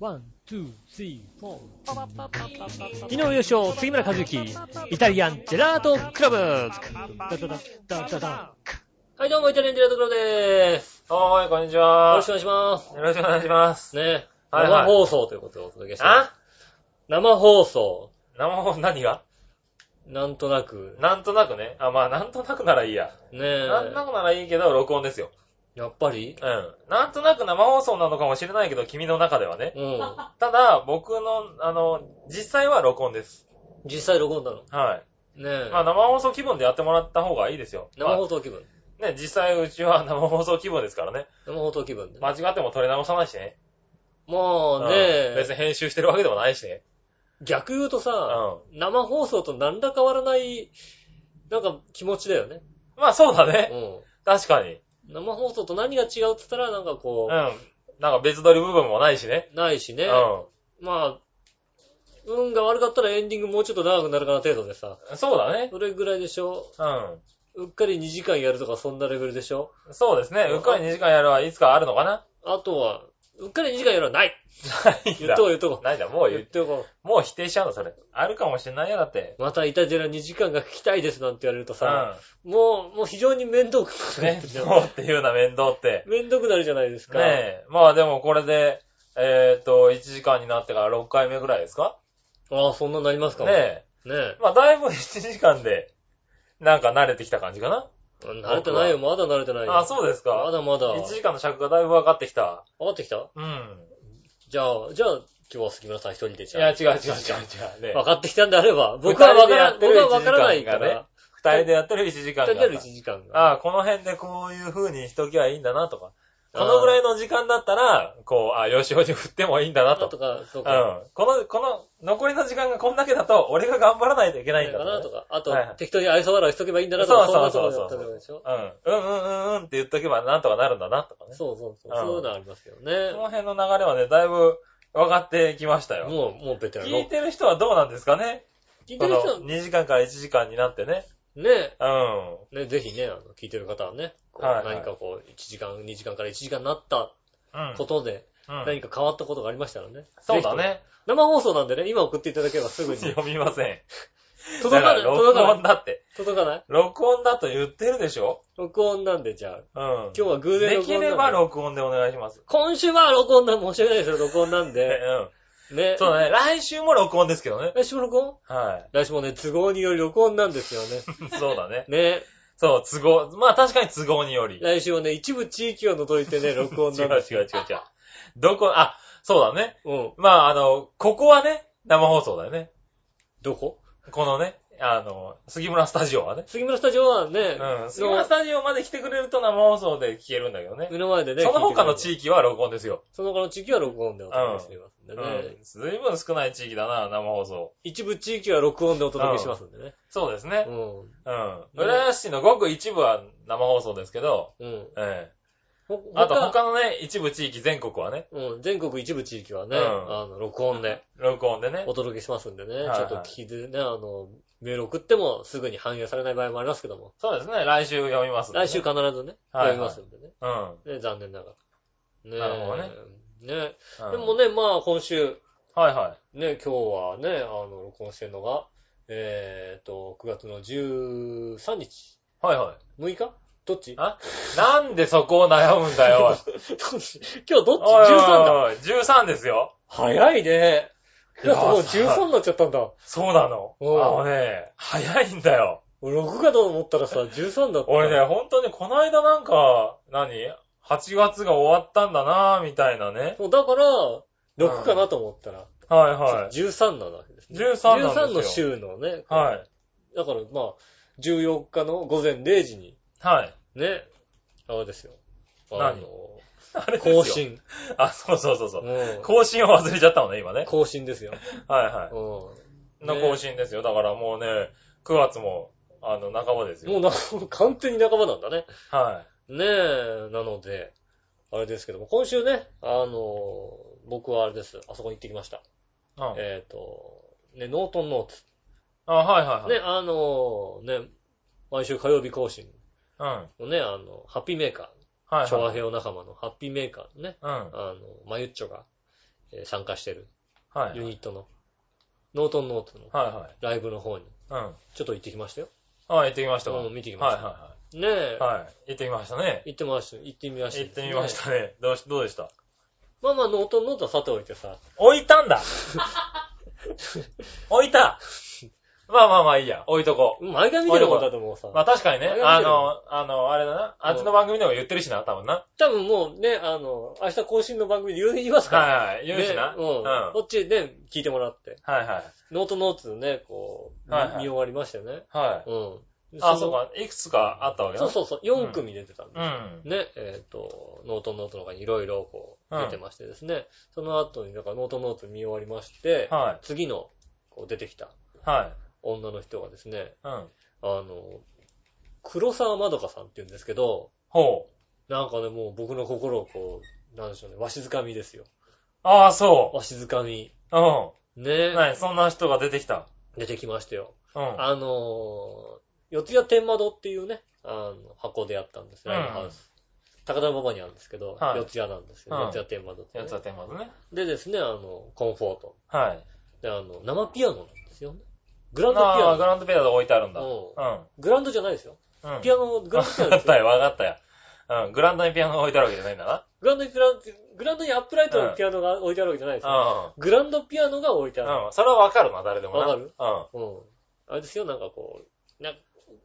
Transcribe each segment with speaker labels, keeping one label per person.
Speaker 1: ワン、ツー、スリー、フォ
Speaker 2: 昨日優勝、杉村和之、イタリアンジェラートクラブ。
Speaker 1: ー。ダダダダダダ
Speaker 3: はい、どうも、イタリアンディラートクラブでーす。
Speaker 2: どうも、こんにち
Speaker 3: よ
Speaker 2: は
Speaker 3: ろしく。お願いします。
Speaker 2: よろしくお願いします。
Speaker 3: ね、
Speaker 2: はいはい
Speaker 3: 生放送ということでお届けしてます。
Speaker 2: あ
Speaker 3: 生放送。
Speaker 2: 生放送何が
Speaker 3: なんとなく、
Speaker 2: なんとなくね。あ、まあ、なんとなくならいいや。
Speaker 3: ね
Speaker 2: なんとなくならいいけど、録音ですよ。
Speaker 3: やっぱり
Speaker 2: うん。なんとなく生放送なのかもしれないけど、君の中ではね。
Speaker 3: うん。
Speaker 2: ただ、僕の、あの、実際は録音です。
Speaker 3: 実際録音なの。
Speaker 2: は
Speaker 3: ね
Speaker 2: い。まあ、生放送気分でやってもらった方がいいですよ。
Speaker 3: 生放送気分。
Speaker 2: まあね、実際うちは 生放送気分ですからね。
Speaker 3: 生放送気分で。
Speaker 2: 間違っても取り直さないしね。
Speaker 3: もう
Speaker 2: うん
Speaker 3: ね、
Speaker 2: 別に編集してるわけでもないしね。
Speaker 3: 逆言うと
Speaker 2: う
Speaker 3: さ、
Speaker 2: ん。
Speaker 3: 生放送と何ら変わらない、なんか気持ちだよね。
Speaker 2: まあ、そうだね。
Speaker 3: うん。
Speaker 2: 確かに。
Speaker 3: 生放送と何が違うって言ったら、なんか
Speaker 2: うん
Speaker 3: こ。
Speaker 2: なんか別撮り部分もないしね。
Speaker 3: う、ないしね
Speaker 2: う。ん。
Speaker 3: まあ、運が悪かったらエンディングもうちょっと長くなるかな程度でさ。
Speaker 2: そうだね。
Speaker 3: それぐらいでしょ
Speaker 2: う
Speaker 3: うっかり2時間やるとかそんなレベルでしょ
Speaker 2: ん。そうですね。うっかり2時間やるはいつかあるのか な
Speaker 3: あとは、うっかり2時間やるはない
Speaker 2: ないん
Speaker 3: 言っ
Speaker 2: だ
Speaker 3: とこ。う言っとこ
Speaker 2: ないんだ。も
Speaker 3: う。
Speaker 2: う
Speaker 3: 言
Speaker 2: 言
Speaker 3: っ
Speaker 2: う、
Speaker 3: ておこ
Speaker 2: もう否定しちゃうの、それ。あるかもしれないよ、だって。
Speaker 3: う。またイタジェラ2時間が聞きたいですなんて言われると
Speaker 2: う
Speaker 3: さ、
Speaker 2: ん。
Speaker 3: もう、もう非常に面倒くな
Speaker 2: 面
Speaker 3: るじゃん
Speaker 2: 倒っていうような面倒って。
Speaker 3: 面倒くなるじゃないですか。
Speaker 2: ねえ。まあでもこれで、えーっと、1時間になってから6回目ぐらいですか
Speaker 3: ああ、そんなになりますか
Speaker 2: ね
Speaker 3: も。ね
Speaker 2: え。
Speaker 3: え。ね
Speaker 2: まあだいぶ1時間で、なんか慣れてきた感じかな。
Speaker 3: 慣れてないよ、まだ慣れてないよ。
Speaker 2: あ、そうです
Speaker 3: ま
Speaker 2: か。
Speaker 3: だまだ。
Speaker 2: 1時間の尺がだいぶ分かってきた。
Speaker 3: 上がってきた
Speaker 2: うん。
Speaker 3: じゃあ、じゃあ、今日は杉村さん一人で
Speaker 2: い
Speaker 3: じゃ
Speaker 2: や、
Speaker 3: あ。
Speaker 2: 違う違う違う違う。ね
Speaker 3: 分かってきたんであれば、僕は分から、
Speaker 2: 二人で
Speaker 3: 僕
Speaker 2: や
Speaker 3: は
Speaker 2: って
Speaker 3: 分か
Speaker 2: る
Speaker 3: らないか
Speaker 2: 一時間が
Speaker 3: ら
Speaker 2: ね、二人でやってる1時
Speaker 3: 二
Speaker 2: 間
Speaker 3: 人
Speaker 2: が
Speaker 3: でやる1時間が。
Speaker 2: ああ、この辺でこういう風にしときゃいいんだなとか。このぐらいの時間だったら、こう、あ、よしおに振ってもいいんだな
Speaker 3: だ
Speaker 2: と。
Speaker 3: とか、そううんか。。
Speaker 2: この、この、残りの時間がこんだけだと、俺が頑張らないといけないんだ
Speaker 3: かなと
Speaker 2: か。
Speaker 3: か、あと、
Speaker 2: はいはい
Speaker 3: 適当に愛想笑いしとけばいいんだなとか、
Speaker 2: そ
Speaker 3: そ
Speaker 2: うそ
Speaker 3: ん
Speaker 2: う
Speaker 3: な
Speaker 2: そ
Speaker 3: と
Speaker 2: うそ
Speaker 3: こ
Speaker 2: う
Speaker 3: やったでしょ
Speaker 2: うん。うんうんうんうんって言っとけばなんとかなるんだなとかね。
Speaker 3: そうそうそう。
Speaker 2: うん
Speaker 3: そういうのありますよ
Speaker 2: こ
Speaker 3: ね。
Speaker 2: の辺の流れはね、だいぶ分かってきましたよ。
Speaker 3: もう、もうベテランの。
Speaker 2: 聞いてる人はどうなんですかね
Speaker 3: 聞い
Speaker 2: こ
Speaker 3: て
Speaker 2: の
Speaker 3: る人、
Speaker 2: 2時間から1時間になってね。
Speaker 3: ね、
Speaker 2: うん。
Speaker 3: ね、ぜひね、あの、聞いてる方はね、こう
Speaker 2: はいはい
Speaker 3: 何かこう、1時間、2時間から1時間になった
Speaker 2: うん。
Speaker 3: ことで、
Speaker 2: うん、
Speaker 3: 何か変わったことがありましたらね。
Speaker 2: そうだ
Speaker 3: ぜひ。
Speaker 2: ね。
Speaker 3: 生放送なんでね、今送っていただければすぐに。
Speaker 2: 読みません。
Speaker 3: 届かない、
Speaker 2: だら録
Speaker 3: 届かな
Speaker 2: 音
Speaker 3: い、
Speaker 2: だって。
Speaker 3: 届かない。
Speaker 2: 録音だと言ってるでしょ
Speaker 3: 録音なんで、じゃあ。
Speaker 2: うん。
Speaker 3: 今日は偶然
Speaker 2: で
Speaker 3: 録
Speaker 2: き
Speaker 3: 音なんで。
Speaker 2: れば録音でお願いします。
Speaker 3: 今週は録音なんで、申し訳ないですよ、録音なん
Speaker 2: ね
Speaker 3: で。ね
Speaker 2: う。ん。そうだね。来週も録音ですけどね。
Speaker 3: 来週も録音
Speaker 2: は
Speaker 3: 来週もね、都合により録音なんですよね。
Speaker 2: い。そうだね。
Speaker 3: ね。
Speaker 2: そう、都合。まあ確かに都合により。違う
Speaker 3: 来週はね、一部地域を除いて ね、録音
Speaker 2: 違
Speaker 3: な
Speaker 2: うん
Speaker 3: で
Speaker 2: 違う違う。どこ、あ、そうだね。
Speaker 3: うん。
Speaker 2: まああの、ここはね、生放送だよね。
Speaker 3: どこ
Speaker 2: このね、あの、杉村スタジオはね。
Speaker 3: 杉村スタジオはね、
Speaker 2: うん。杉村ス
Speaker 3: の
Speaker 2: タジオまで来てくれると生放送で聞けるんだけどね。
Speaker 3: 目の前でね、
Speaker 2: その他の
Speaker 3: 域。
Speaker 2: 地域は録音ですよ。
Speaker 3: その他の地域は録音でお届けしていますんで
Speaker 2: う
Speaker 3: ね。
Speaker 2: ん。随分少ない地域だな、生放送。
Speaker 3: 一部地域は録音でお届けしますんでね。
Speaker 2: そうですね
Speaker 3: う。ん。
Speaker 2: うん。浦安市のごく一部は生放送ですけど、
Speaker 3: うん。
Speaker 2: え
Speaker 3: ほ
Speaker 2: えあと、他のね、一部地域全国はね、
Speaker 3: うん、全国一部地域はね、
Speaker 2: うん
Speaker 3: あの、録音で
Speaker 2: 録音でね
Speaker 3: お。届けしますんでね、
Speaker 2: はいはい
Speaker 3: ちょっと聞いてね、あの、メール送ってもすぐに反映されない場合もありますけども、
Speaker 2: そうですね、来週読みますんでね、
Speaker 3: 来週必ずね、
Speaker 2: はい
Speaker 3: や
Speaker 2: はい
Speaker 3: りますんでね。
Speaker 2: うん。
Speaker 3: ね、残念ながら。ね
Speaker 2: なるほどね。
Speaker 3: ね。
Speaker 2: うん。
Speaker 3: でもね、まあ今週、
Speaker 2: はいは
Speaker 3: ね、今日はね、あの、録音してるのが、えーと、9月の13日
Speaker 2: い。はいは
Speaker 3: ?6 日どっち
Speaker 2: あい。なんでそこを悩むんだよ、お い。
Speaker 3: 今日どっち ?13
Speaker 2: おいおい
Speaker 3: だ。
Speaker 2: おい13ですよ。
Speaker 3: 早いね。9
Speaker 2: いや
Speaker 3: 月
Speaker 2: ー
Speaker 3: もう13になっちゃったんだ。
Speaker 2: そうなの。あ
Speaker 3: おう
Speaker 2: のね、早いんだよ。
Speaker 3: 俺6かと思ったらさ、13だった。
Speaker 2: 俺ね、。本当にこの間なんか、何 ?8 月が終わったんだなみたいなね。
Speaker 3: そう、だから、6かなと思ったら、
Speaker 2: はいはい。
Speaker 3: 13なわけですね。
Speaker 2: 13なんですよ
Speaker 3: 13の週のね、
Speaker 2: はい。
Speaker 3: だからまあ、14日の午前0時に、
Speaker 2: はい。
Speaker 3: ね、あれですよ。あ
Speaker 2: 何
Speaker 3: の、
Speaker 2: あれですよ
Speaker 3: 更。新。
Speaker 2: あ、そうそうそうそう。
Speaker 3: うん
Speaker 2: 更新を忘れちゃったのね、今ね。
Speaker 3: 更新ですよ。
Speaker 2: はいは
Speaker 3: うん
Speaker 2: い。の
Speaker 3: ね
Speaker 2: 更新ですよ。だからもうね、9月も、あの、半ばです
Speaker 3: もう
Speaker 2: よ。
Speaker 3: な、完全に仲間なんだね。
Speaker 2: は
Speaker 3: ねえ、なので、あれですけども、今週ね、あの、僕はあれです。あそこに行ってきました。
Speaker 2: い。うん。
Speaker 3: えっ、と、ね、ノートンノーツ。
Speaker 2: あ、はいはいはい。
Speaker 3: ね、あの、ね、毎週火曜日更新
Speaker 2: うん。はい
Speaker 3: のね、あの、ハッピーメーカー、
Speaker 2: はい。
Speaker 3: 調和平和仲間のハッピーメーカーのね、
Speaker 2: うん。
Speaker 3: あの、マユッチョが、えー参加してる
Speaker 2: はい。
Speaker 3: ユニットの、ノートンノートの
Speaker 2: は
Speaker 3: ライブの方に、
Speaker 2: いはい。うん。
Speaker 3: ちょっと行ってきましたよ。
Speaker 2: ああ、行ってきましたか。
Speaker 3: うん見てきました
Speaker 2: は
Speaker 3: ねえ
Speaker 2: いはい。はい。はい。行ってきましたね。
Speaker 3: 行ってました。行ってみました。
Speaker 2: 行ってみまし。たね。どうし、どうでした
Speaker 3: まあまあ、ノートンノートはさておいてさ、
Speaker 2: 置いた んだ置いたまあまあまあいいや。置いとこう。
Speaker 3: 毎回見てることだと思うさ。
Speaker 2: まあ確かにね
Speaker 3: あれ、
Speaker 2: あ
Speaker 3: 面白
Speaker 2: の、あの、あれだな。あっちの番組でも言ってるしな、多分な。
Speaker 3: 多分もうね、あの、明日更新の番組で言う言いますから。
Speaker 2: はいはい。言うし
Speaker 3: ね
Speaker 2: な。う
Speaker 3: うん
Speaker 2: ん。。
Speaker 3: こ
Speaker 2: は
Speaker 3: っちで聞いてもらって。
Speaker 2: いはい。
Speaker 3: ノートノートのね、こう、
Speaker 2: はいはい
Speaker 3: 見見終わりましたよね。
Speaker 2: はい。
Speaker 3: うん。
Speaker 2: あ、
Speaker 3: の
Speaker 2: そう。か。いくつかあったわけ
Speaker 3: そ
Speaker 2: だ。
Speaker 3: うそうそう、4組出てたんで
Speaker 2: う。ん。
Speaker 3: ね、えっ、と、ノートノートの中にいろいろこう、出てましてですね、その後に、だからノートノート見終わりまして、
Speaker 2: は
Speaker 3: 次の、こう出てきた
Speaker 2: い。はい。
Speaker 3: 女の人がですね、
Speaker 2: うん。
Speaker 3: あの、黒沢まどかさんって言うんですけど、
Speaker 2: ほう。
Speaker 3: なんかね、もう僕の心をこう、なんでしょうね、わしづかみですよ。
Speaker 2: ああ、そ
Speaker 3: わしづかみ。
Speaker 2: う。う
Speaker 3: ね
Speaker 2: ん。はい。そんな人が出てきた。
Speaker 3: 出てきましたよ。
Speaker 2: うん。は
Speaker 3: あのー、四谷天窓っていうね、あの、箱でやったんです、ライブハウス。高田馬場にあるんですけど、
Speaker 2: はい
Speaker 3: 四谷なんですけど、
Speaker 2: うん
Speaker 3: 四谷天窓って、ね
Speaker 2: い。やつ。はテーマね。
Speaker 3: でですね、あの、コンフォート。
Speaker 2: はい。
Speaker 3: で、あの、生ピアノなんですよね。グランドピ
Speaker 2: ああ、
Speaker 3: ア
Speaker 2: グ
Speaker 3: ノ。
Speaker 2: ランドピアノで置いてあるんだ。う。
Speaker 3: うんグランドじゃないですよ。
Speaker 2: うん。
Speaker 3: ピアノ、グランドピアノで
Speaker 2: わか っ
Speaker 3: すよ
Speaker 2: たよ、わかったよ。うん。グラウンドにピアノが置いてあるわけじゃないんだな。
Speaker 3: グランドにピアノ、グランドにアップライトのピアノが置いてあるわけじゃないですよ。
Speaker 2: う
Speaker 3: グランドピアノが置いてある。
Speaker 2: ん。うん。それはわかるな、誰でもな。
Speaker 3: わかる
Speaker 2: うん。
Speaker 3: うん。あれですよ、なんかこう、な、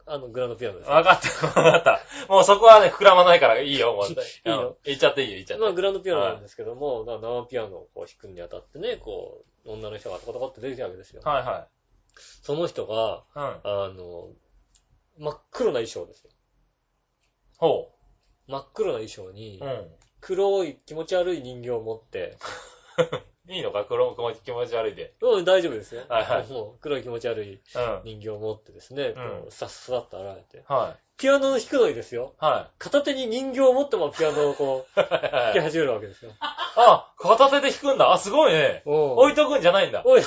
Speaker 3: あの、グランドピアノです。
Speaker 2: わかった、わかった。もうそこはね、膨らまないから いいよ、もう。
Speaker 3: いいよ
Speaker 2: うん。言っちゃっていいよ、言っちゃって。
Speaker 3: まあ、グランドピアノなんですけども、まあ生ピアノをこう弾くにあたってね、こう、女の人がトコトコって出てきたわけですよ。
Speaker 2: はいは
Speaker 3: その人が、
Speaker 2: い。うん。
Speaker 3: あの、真っ黒な衣装ですよ。
Speaker 2: ほ
Speaker 3: 真っ黒な衣装に
Speaker 2: う。、う
Speaker 3: 黒い気持ち悪い人形を持って、
Speaker 2: ん。いいのか、黒くも気持ち悪いで。
Speaker 3: うん、大丈夫ですよ。
Speaker 2: はいはい
Speaker 3: もう黒い気持ち悪い
Speaker 2: うん。
Speaker 3: 人形を持ってですね、こ
Speaker 2: う
Speaker 3: う、さっさっと現れて。
Speaker 2: は
Speaker 3: ピアノを弾くのにですよ。
Speaker 2: い。は
Speaker 3: 片手に人形を持ってもピアノをこう、
Speaker 2: い。
Speaker 3: 弾き始めるわけですよ。
Speaker 2: あ、片手で弾くんだ。あ、すごいね。
Speaker 3: お
Speaker 2: 置
Speaker 3: い、
Speaker 2: いとくんじゃないんだ。
Speaker 3: おい、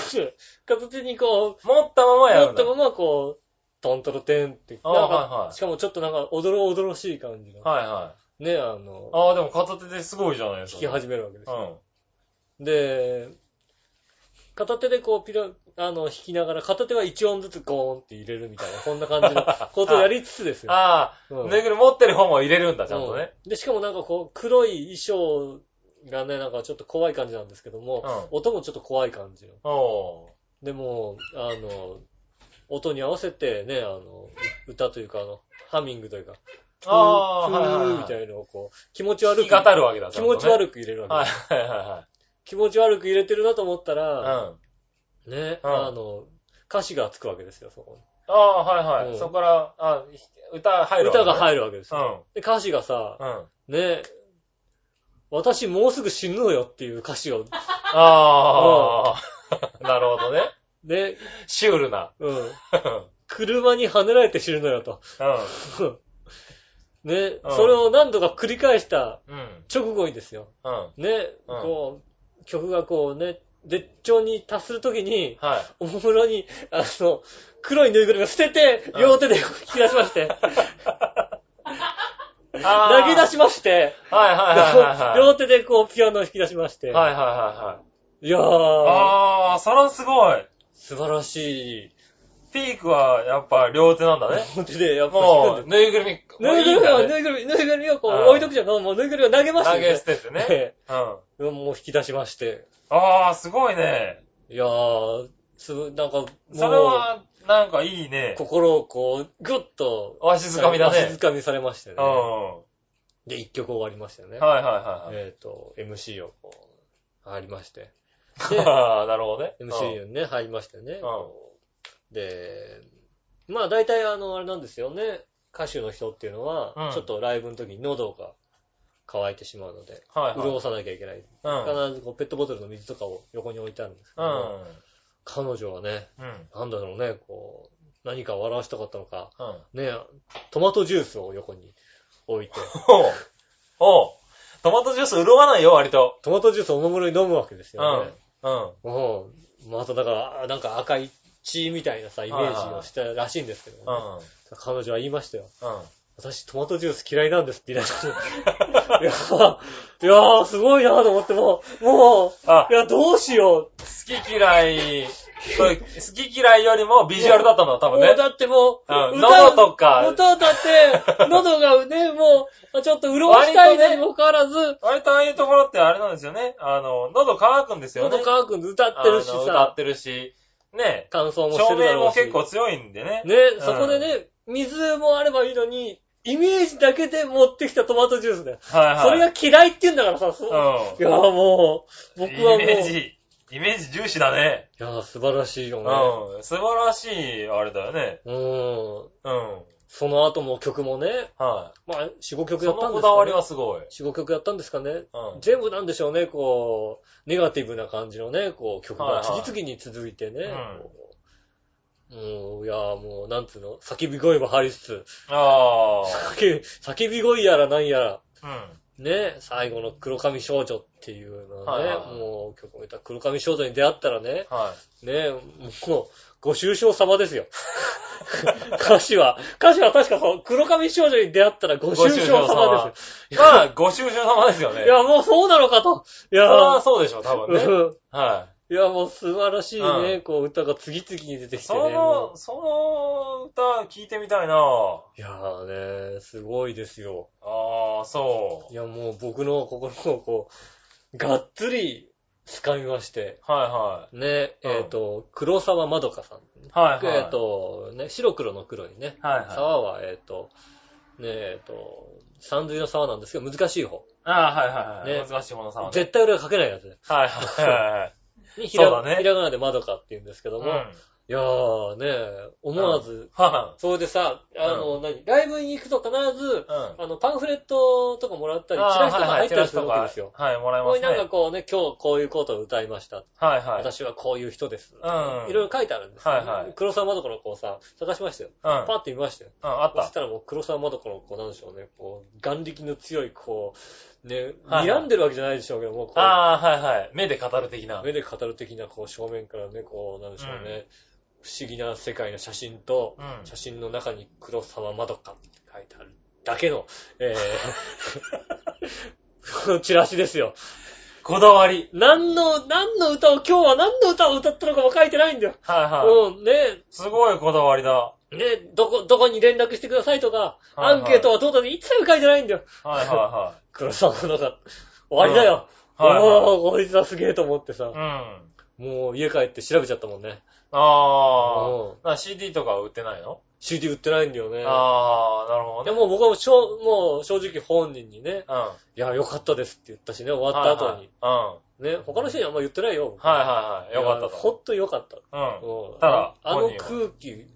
Speaker 3: 片手にこう、
Speaker 2: 持ったままや
Speaker 3: 持
Speaker 2: る
Speaker 3: っ
Speaker 2: んだ。
Speaker 3: たままこう、トントロテンって、なん
Speaker 2: あはい
Speaker 3: か
Speaker 2: は、い
Speaker 3: しかもちょっとなんか、おどろおどろしい感じの、
Speaker 2: はいはい。
Speaker 3: ね、あの、
Speaker 2: ああ、でも片手ですごいじゃないです
Speaker 3: 弾
Speaker 2: か。
Speaker 3: き始めるわけです
Speaker 2: う
Speaker 3: よ。
Speaker 2: ん。
Speaker 3: で、片手でこう、ピラ、あの、弾きながら、片手は1音ずつゴーンって入れるみたいな、こんな感じ のことをやりつつですよ。
Speaker 2: あ
Speaker 3: う
Speaker 2: あ、
Speaker 3: ん
Speaker 2: ぬいぐるみ持ってる方も入れるんだ、ちゃんとね。
Speaker 3: うんで、しかもなんかこう、黒い衣装がね、なんかちょっと怖い感じなんですけども、
Speaker 2: う
Speaker 3: 音もちょっと怖い感じの。
Speaker 2: お
Speaker 3: でも、あの、音に合わせてね、あの、う歌というか、あの、ハミングというか、
Speaker 2: ー。ああ、
Speaker 3: ふー
Speaker 2: はいはい
Speaker 3: み
Speaker 2: は
Speaker 3: た
Speaker 2: い。
Speaker 3: いなのをこう、気持ち
Speaker 2: 弾
Speaker 3: 悪
Speaker 2: き
Speaker 3: く、
Speaker 2: 語るわけだ、
Speaker 3: 気持ち悪く入れる
Speaker 2: く
Speaker 3: わけ、
Speaker 2: はいはいは
Speaker 3: 気持ち悪く入れてるなと思った
Speaker 2: いはい。
Speaker 3: ら、
Speaker 2: うん。
Speaker 3: ね、
Speaker 2: うん
Speaker 3: あの、歌詞がつくわけですよ、そこ
Speaker 2: ああ、はいはい。
Speaker 3: うん
Speaker 2: そこから、あひ歌入
Speaker 3: に。
Speaker 2: る
Speaker 3: 歌が
Speaker 2: る。
Speaker 3: 入るわけです
Speaker 2: う
Speaker 3: よ。
Speaker 2: ん。
Speaker 3: で、歌詞がさ、
Speaker 2: うん。
Speaker 3: ね、私もうすぐ死ぬのよっていう歌詞を、
Speaker 2: ああ、 なるほどね。
Speaker 3: ね、
Speaker 2: シュールな。
Speaker 3: うん、
Speaker 2: うん。
Speaker 3: 車にはねられて死ぬのよと。ね、
Speaker 2: うん
Speaker 3: それを何度か繰り返した
Speaker 2: うん。うん。
Speaker 3: 直後にですよ。
Speaker 2: うん。
Speaker 3: ね、
Speaker 2: うん
Speaker 3: こう、曲がこうね、絶頂に達するときに、
Speaker 2: はい。
Speaker 3: おもむろに、あの、黒いぬいぐるみを捨てて、
Speaker 2: うん
Speaker 3: 両手でこう引き出しま して、投
Speaker 2: 投
Speaker 3: げ出しまして、
Speaker 2: はいはいはいは い。
Speaker 3: 両手でこうピアノを引き出しまして、
Speaker 2: はいはいはいはい。
Speaker 3: い、やー、
Speaker 2: ああ、そらすごい。
Speaker 3: 素晴らしい。
Speaker 2: ピークはやっぱ両手なんだね。
Speaker 3: 両手で、やっぱ弾く
Speaker 2: も
Speaker 3: ん
Speaker 2: う、ぬいぐるみ、
Speaker 3: でぬいぐるみ
Speaker 2: もういい
Speaker 3: を、ぬ
Speaker 2: んだね
Speaker 3: いぐるみ、ぬいぐるみをこう
Speaker 2: うん
Speaker 3: 置いとくじゃん。もうぬいぐるみを投げまし
Speaker 2: 投げ捨
Speaker 3: て、
Speaker 2: ててね。
Speaker 3: ね。
Speaker 2: うん。
Speaker 3: もう引き出しまして。
Speaker 2: ああ、すごいね。
Speaker 3: いやー、すごい、なんか、も
Speaker 2: それ
Speaker 3: う、
Speaker 2: は、なんかいいね。
Speaker 3: 心をこう、ぐっと、
Speaker 2: わしづかみだ
Speaker 3: わし
Speaker 2: ね
Speaker 3: づ。かみされましてね
Speaker 2: うん。。は
Speaker 3: で、一曲終わりましたよね
Speaker 2: い。はいはいはい。
Speaker 3: えっと、MC をこう、入りまして。
Speaker 2: ああ、なるほどね。
Speaker 3: MC にね、入りましたよね
Speaker 2: ん。
Speaker 3: こうで、まあ大体あの、あれなんですよね。歌手の人っていうの
Speaker 2: う
Speaker 3: は
Speaker 2: ん、
Speaker 3: ちょっとライブの時に喉が乾いてしまうので、
Speaker 2: はいはい。
Speaker 3: 潤さなきゃいけない。
Speaker 2: う
Speaker 3: 必ずこうペットボトルの水とかを横に置いてあるんですけ
Speaker 2: ん。
Speaker 3: ど、彼女はね、
Speaker 2: うん。うん。
Speaker 3: なんだろうね、こう、何かを表したかったのか、
Speaker 2: うん。
Speaker 3: ね、トマトジュースを横に置いて、
Speaker 2: おうおうトマトジュース潤わないよ、割と。
Speaker 3: トマトジュースをおもむろに飲むわけですよね。
Speaker 2: うん。
Speaker 3: うん。まただから、あなんか赤い血みたいなさ、イメージをしたらしいんですけどね。
Speaker 2: うん。
Speaker 3: 彼女は言いましたよ。
Speaker 2: うん。
Speaker 3: 私トマトジュース嫌いなんですって言い出して。いやー、いやーすごいなと思って、もう、も
Speaker 2: あ
Speaker 3: う、い、や、どうしよう。
Speaker 2: 好き嫌い、そう好き嫌いよりもビジュアルだったんだ、多分
Speaker 3: も
Speaker 2: ね
Speaker 3: う。だってもう、
Speaker 2: うん
Speaker 3: 歌
Speaker 2: 喉とか
Speaker 3: 歌だって、喉がね、もう、ちょっと潤したいのにもかかわらず、
Speaker 2: 割とああいうところってあれなんですよね。あの、喉乾くんですよね。
Speaker 3: 喉乾くんで歌ってるし
Speaker 2: あの歌っ
Speaker 3: さ、
Speaker 2: てるし、ね。
Speaker 3: 乾燥もして
Speaker 2: 照
Speaker 3: るだ
Speaker 2: 明
Speaker 3: ろう
Speaker 2: も
Speaker 3: し。
Speaker 2: 結構強いんでね。
Speaker 3: ね、
Speaker 2: うん
Speaker 3: そこでね、水もあればいいのに、イメージだけで持ってきたトマトジュースだよ。
Speaker 2: はいはい。
Speaker 3: それが嫌いって言うんだからさ、そう
Speaker 2: うん
Speaker 3: いやーもう、僕はもう、
Speaker 2: イメージ、イメージ重視だね。
Speaker 3: いやー素晴らしいよ
Speaker 2: う
Speaker 3: ね。
Speaker 2: ん。素晴らしい、あれだよね。
Speaker 3: うん。
Speaker 2: うん。
Speaker 3: その後も曲もね、
Speaker 2: は
Speaker 3: まあ、4、5
Speaker 2: い。
Speaker 3: 曲や
Speaker 2: そ
Speaker 3: っ
Speaker 2: の
Speaker 3: たんです
Speaker 2: こ
Speaker 3: かね。
Speaker 2: だわりはすごい。
Speaker 3: 4、5曲やったんですかね。
Speaker 2: うん。
Speaker 3: 全部なんでしょうね、こう、ネガティブな感じのね、こう、曲が次々に続いてね。
Speaker 2: はいはい
Speaker 3: こううん、いやーもう、なんつうの、叫び声も入りつつ、
Speaker 2: あ
Speaker 3: 叫び叫び声やらなんやら、
Speaker 2: あ。
Speaker 3: ね、最後の黒髪少女っていうのはね、
Speaker 2: はいはい
Speaker 3: もう曲を歌黒髪少女に出会ったらね、
Speaker 2: うん。はい。
Speaker 3: ね、もう、ご愁傷様ですよ。 歌詞は、歌詞は確かそう黒髪少女に出会ったらご愁傷様です
Speaker 2: よ。まあ、ご愁傷様ですよ
Speaker 3: すよ。
Speaker 2: ね。
Speaker 3: いや、もうそうなのかと。い
Speaker 2: それ
Speaker 3: や
Speaker 2: は
Speaker 3: ー、
Speaker 2: そうでしょう、 多分ね。
Speaker 3: うん
Speaker 2: はい
Speaker 3: や、もう素晴らしいね、
Speaker 2: う
Speaker 3: こう歌が次々に出て
Speaker 2: い。
Speaker 3: きて
Speaker 2: そ
Speaker 3: ね。も
Speaker 2: の、その歌聞いてみたいなぁ。
Speaker 3: ういやーね、すごいですよ。
Speaker 2: ああ、そ
Speaker 3: いや、もう僕の心をこう、がっつり掴みまして。
Speaker 2: う。は
Speaker 3: ね、
Speaker 2: うん
Speaker 3: えっ、と、黒沢まどかさん。
Speaker 2: いはい。はいはい。
Speaker 3: えっ、と、ね、白黒の黒にね、
Speaker 2: はいはい
Speaker 3: 沢は、えっ、と、ね、えっ、と、三髄の沢なんですけど、難しい方。
Speaker 2: ああ、はいはいはい。
Speaker 3: ね
Speaker 2: 難しいものさんはね。
Speaker 3: 絶対俺は書けないやつね。
Speaker 2: はいはいはいはい。
Speaker 3: にひら
Speaker 2: そうだね
Speaker 3: ひらがなでまどかって言うんですけど
Speaker 2: う
Speaker 3: も、
Speaker 2: ん。
Speaker 3: いやーね、思わず、
Speaker 2: は
Speaker 3: それでさ、あの、何、ライブに行くと必ず、
Speaker 2: い。うん。
Speaker 3: あの、パンフレットとかもらったり、チ
Speaker 2: あ
Speaker 3: ラ
Speaker 2: ー
Speaker 3: シとか入ったりするわけですよ。
Speaker 2: はいはい、チラシとかはい、もらい
Speaker 3: こ
Speaker 2: ま
Speaker 3: こ
Speaker 2: す
Speaker 3: になんか
Speaker 2: ね。
Speaker 3: こうね、今日こういうことを歌いました。
Speaker 2: はいはい。
Speaker 3: 私はこういう人です。い
Speaker 2: うん。
Speaker 3: ろい
Speaker 2: ろ。
Speaker 3: ろ書いてあるんですよ、
Speaker 2: はいはい
Speaker 3: 黒沢まどこのこうさ、探しましたよ。
Speaker 2: うん。うん
Speaker 3: パ、ッて見ましたよ。
Speaker 2: あっ。
Speaker 3: そしたたらもう黒沢まどこのこうなんでしょうね、こう、眼力の強い、こう、ね、
Speaker 2: はいはい
Speaker 3: 睨んでるわけじゃないでしょうけども、こう、
Speaker 2: ああ、はいはい。目で語る的な。
Speaker 3: 目で語る的な、こう、正面からね、こう、なんでしょうね、不思議な世界の写真と、
Speaker 2: うん。
Speaker 3: 写真の中に黒沢まどかって書いてあるだけの、えー、 このチラシですよ。
Speaker 2: こだわり。
Speaker 3: 何の、何の歌を、今日は何の歌を歌ったのかも書いてないんだよ。
Speaker 2: はいは
Speaker 3: うん、ね、
Speaker 2: い。すごいこだわりだ。は
Speaker 3: ね、どこ、どこに連絡してくださいとか、
Speaker 2: は
Speaker 3: ア
Speaker 2: い
Speaker 3: ンケートはどうだって一切書いてないんだよ。
Speaker 2: いはいは
Speaker 3: 黒沢の中、終わりだよ。
Speaker 2: うんはいはい
Speaker 3: おー、こいつはすげえと思ってさ
Speaker 2: い。う、ん。
Speaker 3: もう家帰って調べちゃったもんね。
Speaker 2: あ
Speaker 3: うん
Speaker 2: あ。な CD とかは売ってないの
Speaker 3: CD 売ってないんだよね。
Speaker 2: ああ、なるほ
Speaker 3: で
Speaker 2: どね。
Speaker 3: もう僕はもうしょうもう正直本人にね、
Speaker 2: うん。終
Speaker 3: いや、良かったですって言ったしね、終わった後に。。
Speaker 2: うん。は
Speaker 3: ね、他の人にあんま言ってないよ
Speaker 2: い。はいはい。よかった
Speaker 3: いやほ
Speaker 2: と。
Speaker 3: んと良かった。
Speaker 2: うん。
Speaker 3: うん
Speaker 2: ただ
Speaker 3: あの
Speaker 2: 本人
Speaker 3: 空気、
Speaker 2: うん。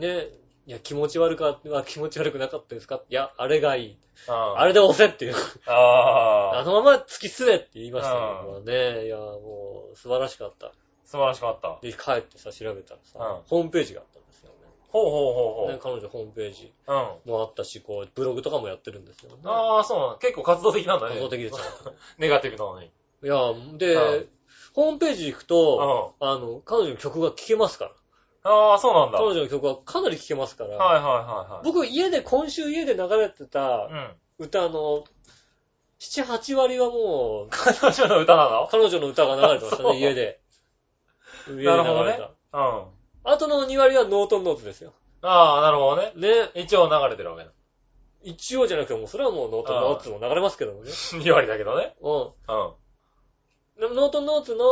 Speaker 3: ね、いや、気持ち悪か、は気持ち悪くなかったですかいや、あれがいい。
Speaker 2: うん。
Speaker 3: あれで押せっていう。あ
Speaker 2: ああ。
Speaker 3: のまま突き進めって言いましたけどね。いや、もう、素晴らしかった。
Speaker 2: 素晴らしかった。
Speaker 3: で、帰ってさ、調べたらさ、
Speaker 2: うん
Speaker 3: ホームページがあったんですよ
Speaker 2: ほうほうほう
Speaker 3: ね。ね彼女ホームページ
Speaker 2: ほう。
Speaker 3: もあったし、こう、ブログとかもやってるんですよね。
Speaker 2: うん。ああ、そうなの。結構活動的なんだね。
Speaker 3: 活動的ですよ
Speaker 2: ネガティブなのに。
Speaker 3: いや、で、
Speaker 2: うん
Speaker 3: ホームページ行く
Speaker 2: うん。
Speaker 3: と、あの、彼女の曲が聴けますから。
Speaker 2: ああ、そうなんだ。
Speaker 3: 彼
Speaker 2: はい
Speaker 3: 女の曲はかなり聴けますから、
Speaker 2: はいはいはい。
Speaker 3: 僕、家で、今週家で流れてた
Speaker 2: うん。
Speaker 3: 歌の、7、8割はもう、
Speaker 2: 彼女の歌なの
Speaker 3: 彼女の歌が流れてました
Speaker 2: あそう
Speaker 3: ね、家で。家で流
Speaker 2: なるほど
Speaker 3: れ
Speaker 2: ね
Speaker 3: た。
Speaker 2: うん。
Speaker 3: あとの2割はノートンノートですよ。
Speaker 2: ああ、なるほどね。
Speaker 3: ね。
Speaker 2: 一応流れてるわけだ。
Speaker 3: 一応じゃなくても、それはもうノートンノーツも流れますけどもね。
Speaker 2: 2割だけどね。
Speaker 3: う
Speaker 2: うん。
Speaker 3: ん。でもノートンノーツ
Speaker 2: うん
Speaker 3: の、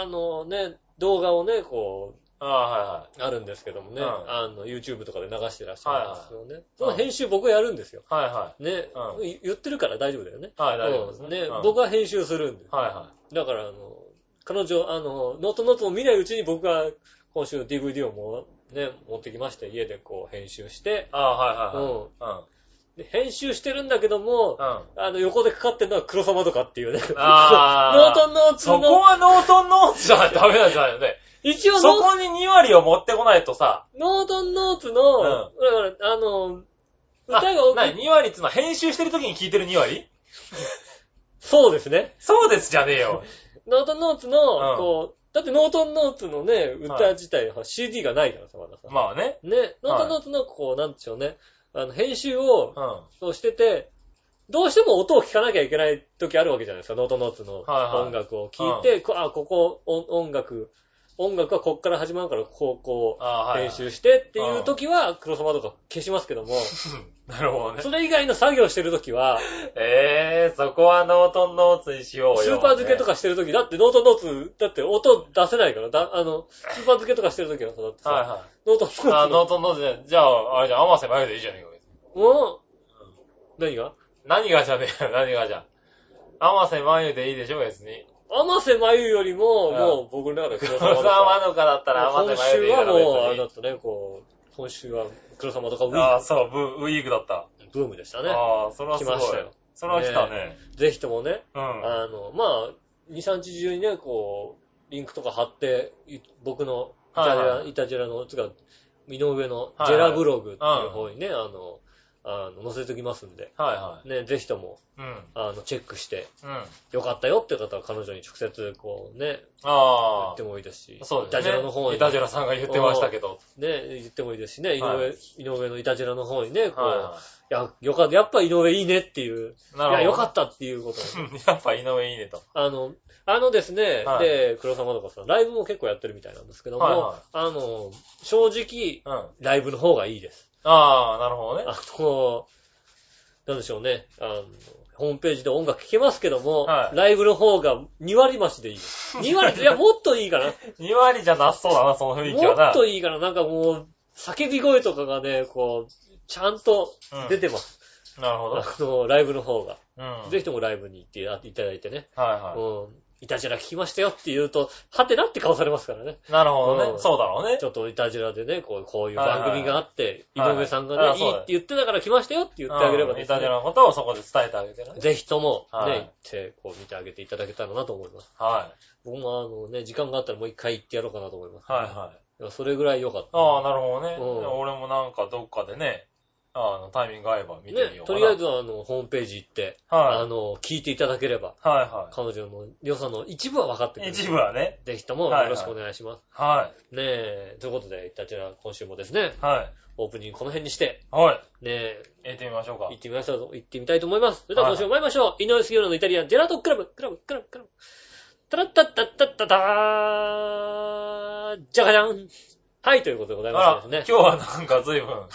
Speaker 3: あのね、動画をね、こ
Speaker 2: ああ、はいは
Speaker 3: う、あるんですけどもね。
Speaker 2: うん
Speaker 3: あの、YouTube とかで流してらっしゃるんですよね。そ
Speaker 2: はい
Speaker 3: の編集僕がやるんですよ。
Speaker 2: い。はいは
Speaker 3: ね
Speaker 2: う。
Speaker 3: い言ってるから大丈夫だよね。
Speaker 2: い。はい、大丈夫です
Speaker 3: う
Speaker 2: ね。
Speaker 3: んね
Speaker 2: うん、
Speaker 3: 僕が編集するんで。
Speaker 2: はいは
Speaker 3: だから、あの、彼女、あの、ノートノートを見ないうちに僕が今週の DVD をもう、ね、持ってきまして、家でこう編集して
Speaker 2: い。、ああ、はいはい
Speaker 3: うん
Speaker 2: はい。
Speaker 3: で編集してるんだけども、
Speaker 2: うん。うん。
Speaker 3: あの、横でかかってるのは黒様とかっていうね。
Speaker 2: あー
Speaker 3: ノートンノーツ
Speaker 2: そこ
Speaker 3: の、
Speaker 2: はノートンノーツじゃダメなんじゃないよね。
Speaker 3: 一応
Speaker 2: そ
Speaker 3: ノ
Speaker 2: こに2割を持ってこないとさ、
Speaker 3: ノートンノーツの、
Speaker 2: うん
Speaker 3: ほらほらあの、
Speaker 2: あ
Speaker 3: 歌が多い。
Speaker 2: 何 ?2 割ってのは編集してる時に聞いてる2割
Speaker 3: そうですね。
Speaker 2: そうですじゃねえよ。
Speaker 3: ノートンノーツの、
Speaker 2: うん
Speaker 3: こう、だってノートンノーツのね、
Speaker 2: は
Speaker 3: 歌
Speaker 2: い
Speaker 3: 自体は CD がないからさ、まださ。
Speaker 2: まあね。
Speaker 3: ね、ノートンノーツの、こう、なんでしょうね。あの、編集を、
Speaker 2: うん。
Speaker 3: そうしてて、どうしても音を聞かなきゃいけない時あるわけじゃないですか。ノートノーツの
Speaker 2: はいはい
Speaker 3: 音楽を聞いて、こあ、ここ音音楽、音楽はこっから始まるから、こう、こ
Speaker 2: ああ、
Speaker 3: う、
Speaker 2: はい。
Speaker 3: 編集してっていう時は、黒様とか消しますけ ども、
Speaker 2: うんなるほどね。
Speaker 3: それ以外の作業してる時は、
Speaker 2: ええー、そこはノートンノーツにしようよ。
Speaker 3: スーパー漬けと
Speaker 2: か。
Speaker 3: かしてる時、だってノートノーツ、だって音出せないから、だあの、スーパー漬けとかしてる時はさ、だってさ、
Speaker 2: はいはい。
Speaker 3: ノートノーツの。
Speaker 2: あ、ノートンノーツじゃ、じゃあ、あれじゃん、甘瀬まゆでいいじゃねえか、別に
Speaker 3: もう何が
Speaker 2: 何がじゃねえよ、 何がじゃ。甘瀬まゆでいいでしょ、別に。
Speaker 3: 甘瀬まゆよりも、
Speaker 2: うん
Speaker 3: もう僕の中で黒
Speaker 2: 黒
Speaker 3: 沢
Speaker 2: 沢
Speaker 3: は
Speaker 2: まぬかだったら甘瀬
Speaker 3: 今
Speaker 2: まゆ
Speaker 3: 週
Speaker 2: でいいだ
Speaker 3: は
Speaker 2: ろ、別
Speaker 3: もう、あれだ
Speaker 2: に。
Speaker 3: ったね、こう、今週は黒様とかウィ
Speaker 2: あ
Speaker 3: ー
Speaker 2: あ、そう、ブーウィークだった。
Speaker 3: ブームでしたね。
Speaker 2: ああ、それはすご
Speaker 3: 来
Speaker 2: い
Speaker 3: ましたよ。
Speaker 2: それは来たね。
Speaker 3: ぜひともね、
Speaker 2: うん。
Speaker 3: あの、まあ、2、3日中にね、こう、リンクとか貼って、い僕のイタジェラ、
Speaker 2: はいはい
Speaker 3: イタジェラの、つうか、井上の
Speaker 2: はいはい
Speaker 3: ジェラブログっていう方にね、あの、あの、載せときますんで、
Speaker 2: はいは
Speaker 3: ね、ぜひとも、
Speaker 2: い。うん。
Speaker 3: あの、チェックして、
Speaker 2: うん。あ
Speaker 3: よかったよっていう方は彼女に直接、こうね、言
Speaker 2: あ
Speaker 3: って。もいいですし、
Speaker 2: そう
Speaker 3: イ
Speaker 2: で
Speaker 3: タ
Speaker 2: す
Speaker 3: ジェ
Speaker 2: ね
Speaker 3: ラの方。に
Speaker 2: イタジェラさんが言ってましたけど。
Speaker 3: ね、言ってもいいですしね、井上、
Speaker 2: はい
Speaker 3: 井上のイタジェラの方にね、こう、
Speaker 2: はい
Speaker 3: や、よかった、やっぱ井上いいねっていう、
Speaker 2: い。ない
Speaker 3: や、
Speaker 2: る
Speaker 3: よ
Speaker 2: ほ
Speaker 3: か
Speaker 2: ど。
Speaker 3: ったっていうことをね。
Speaker 2: やっぱ井上いいねと。
Speaker 3: あの、あのですね、
Speaker 2: はい
Speaker 3: で、黒様とかさん、ライブも結構やってるみたいなんですけども、
Speaker 2: はいはい
Speaker 3: あの、正直、
Speaker 2: うん。あ
Speaker 3: ライブの方がいいです。
Speaker 2: あ、なるほどね。
Speaker 3: あの、なんでしょうね、あの、ホームページで音楽聴けますけども、
Speaker 2: はい
Speaker 3: ライブの方が2割増しでいい です。2割、いや、もっといいかな。
Speaker 2: 2割じゃなさそうだな、その 雰囲気は
Speaker 3: も
Speaker 2: な。
Speaker 3: っといいから、なんかもう、叫び声とかがね、こう、ちゃんと出てます。
Speaker 2: うんなるほど。
Speaker 3: あの、ライブの方が。
Speaker 2: うん。
Speaker 3: ぜひともライブに行っていただいてね。
Speaker 2: はいは
Speaker 3: うん。いたじら聞きましたよって言うと、はてなって顔されますからね。
Speaker 2: い。なるほど
Speaker 3: うん
Speaker 2: ね。そうだろうね
Speaker 3: ち。ょっといたじらでね、こうこういう
Speaker 2: はいはい
Speaker 3: 番組があって、井
Speaker 2: はい
Speaker 3: 上さんが
Speaker 2: あ
Speaker 3: ね、い
Speaker 2: そう
Speaker 3: いっ
Speaker 2: だ
Speaker 3: て言ってたから来ましたよって言ってあげれば
Speaker 2: うん
Speaker 3: で
Speaker 2: イ
Speaker 3: すね
Speaker 2: タジェラのことをそこで伝えてあげてね。
Speaker 3: ぜひともね、
Speaker 2: はい
Speaker 3: 行って、こう見てあげていただけたらなと思います。
Speaker 2: はい。
Speaker 3: 僕もあのね、時間があったらもう一回行ってやろうかなと思います。
Speaker 2: はいはい。
Speaker 3: いやそれぐらい良かった。
Speaker 2: ああ、なるほどね。
Speaker 3: うん
Speaker 2: 俺もなんかどっかでね、あの、タイミング合えば見てみ
Speaker 3: ね
Speaker 2: よ、う
Speaker 3: と
Speaker 2: かな。
Speaker 3: りあえずあの、ホームページ行って、あ
Speaker 2: は
Speaker 3: の、聞いていただければ、
Speaker 2: い。は
Speaker 3: 彼女の良さの一部は分かって
Speaker 2: い
Speaker 3: く
Speaker 2: はい。
Speaker 3: る。
Speaker 2: 一部はね。
Speaker 3: ぜひともよろしくお願いします。
Speaker 2: は
Speaker 3: ねえ、ということで、たちら今週もですね、
Speaker 2: い。はい。
Speaker 3: オープニングこの辺にして、
Speaker 2: はい。
Speaker 3: ねえ、
Speaker 2: 行ってみましょうか
Speaker 3: 行っ。てみましょう、行ってみたいと思います。それでは今週も参りましょう。井上杉浦のイタリアンジェラートクラブ、クラブ、クラブ、クラブ。タラッタッタッタッタターじゃがじゃんはい、ということでございま
Speaker 2: あ
Speaker 3: す
Speaker 2: ら、
Speaker 3: ね
Speaker 2: 今日。はなんか随分、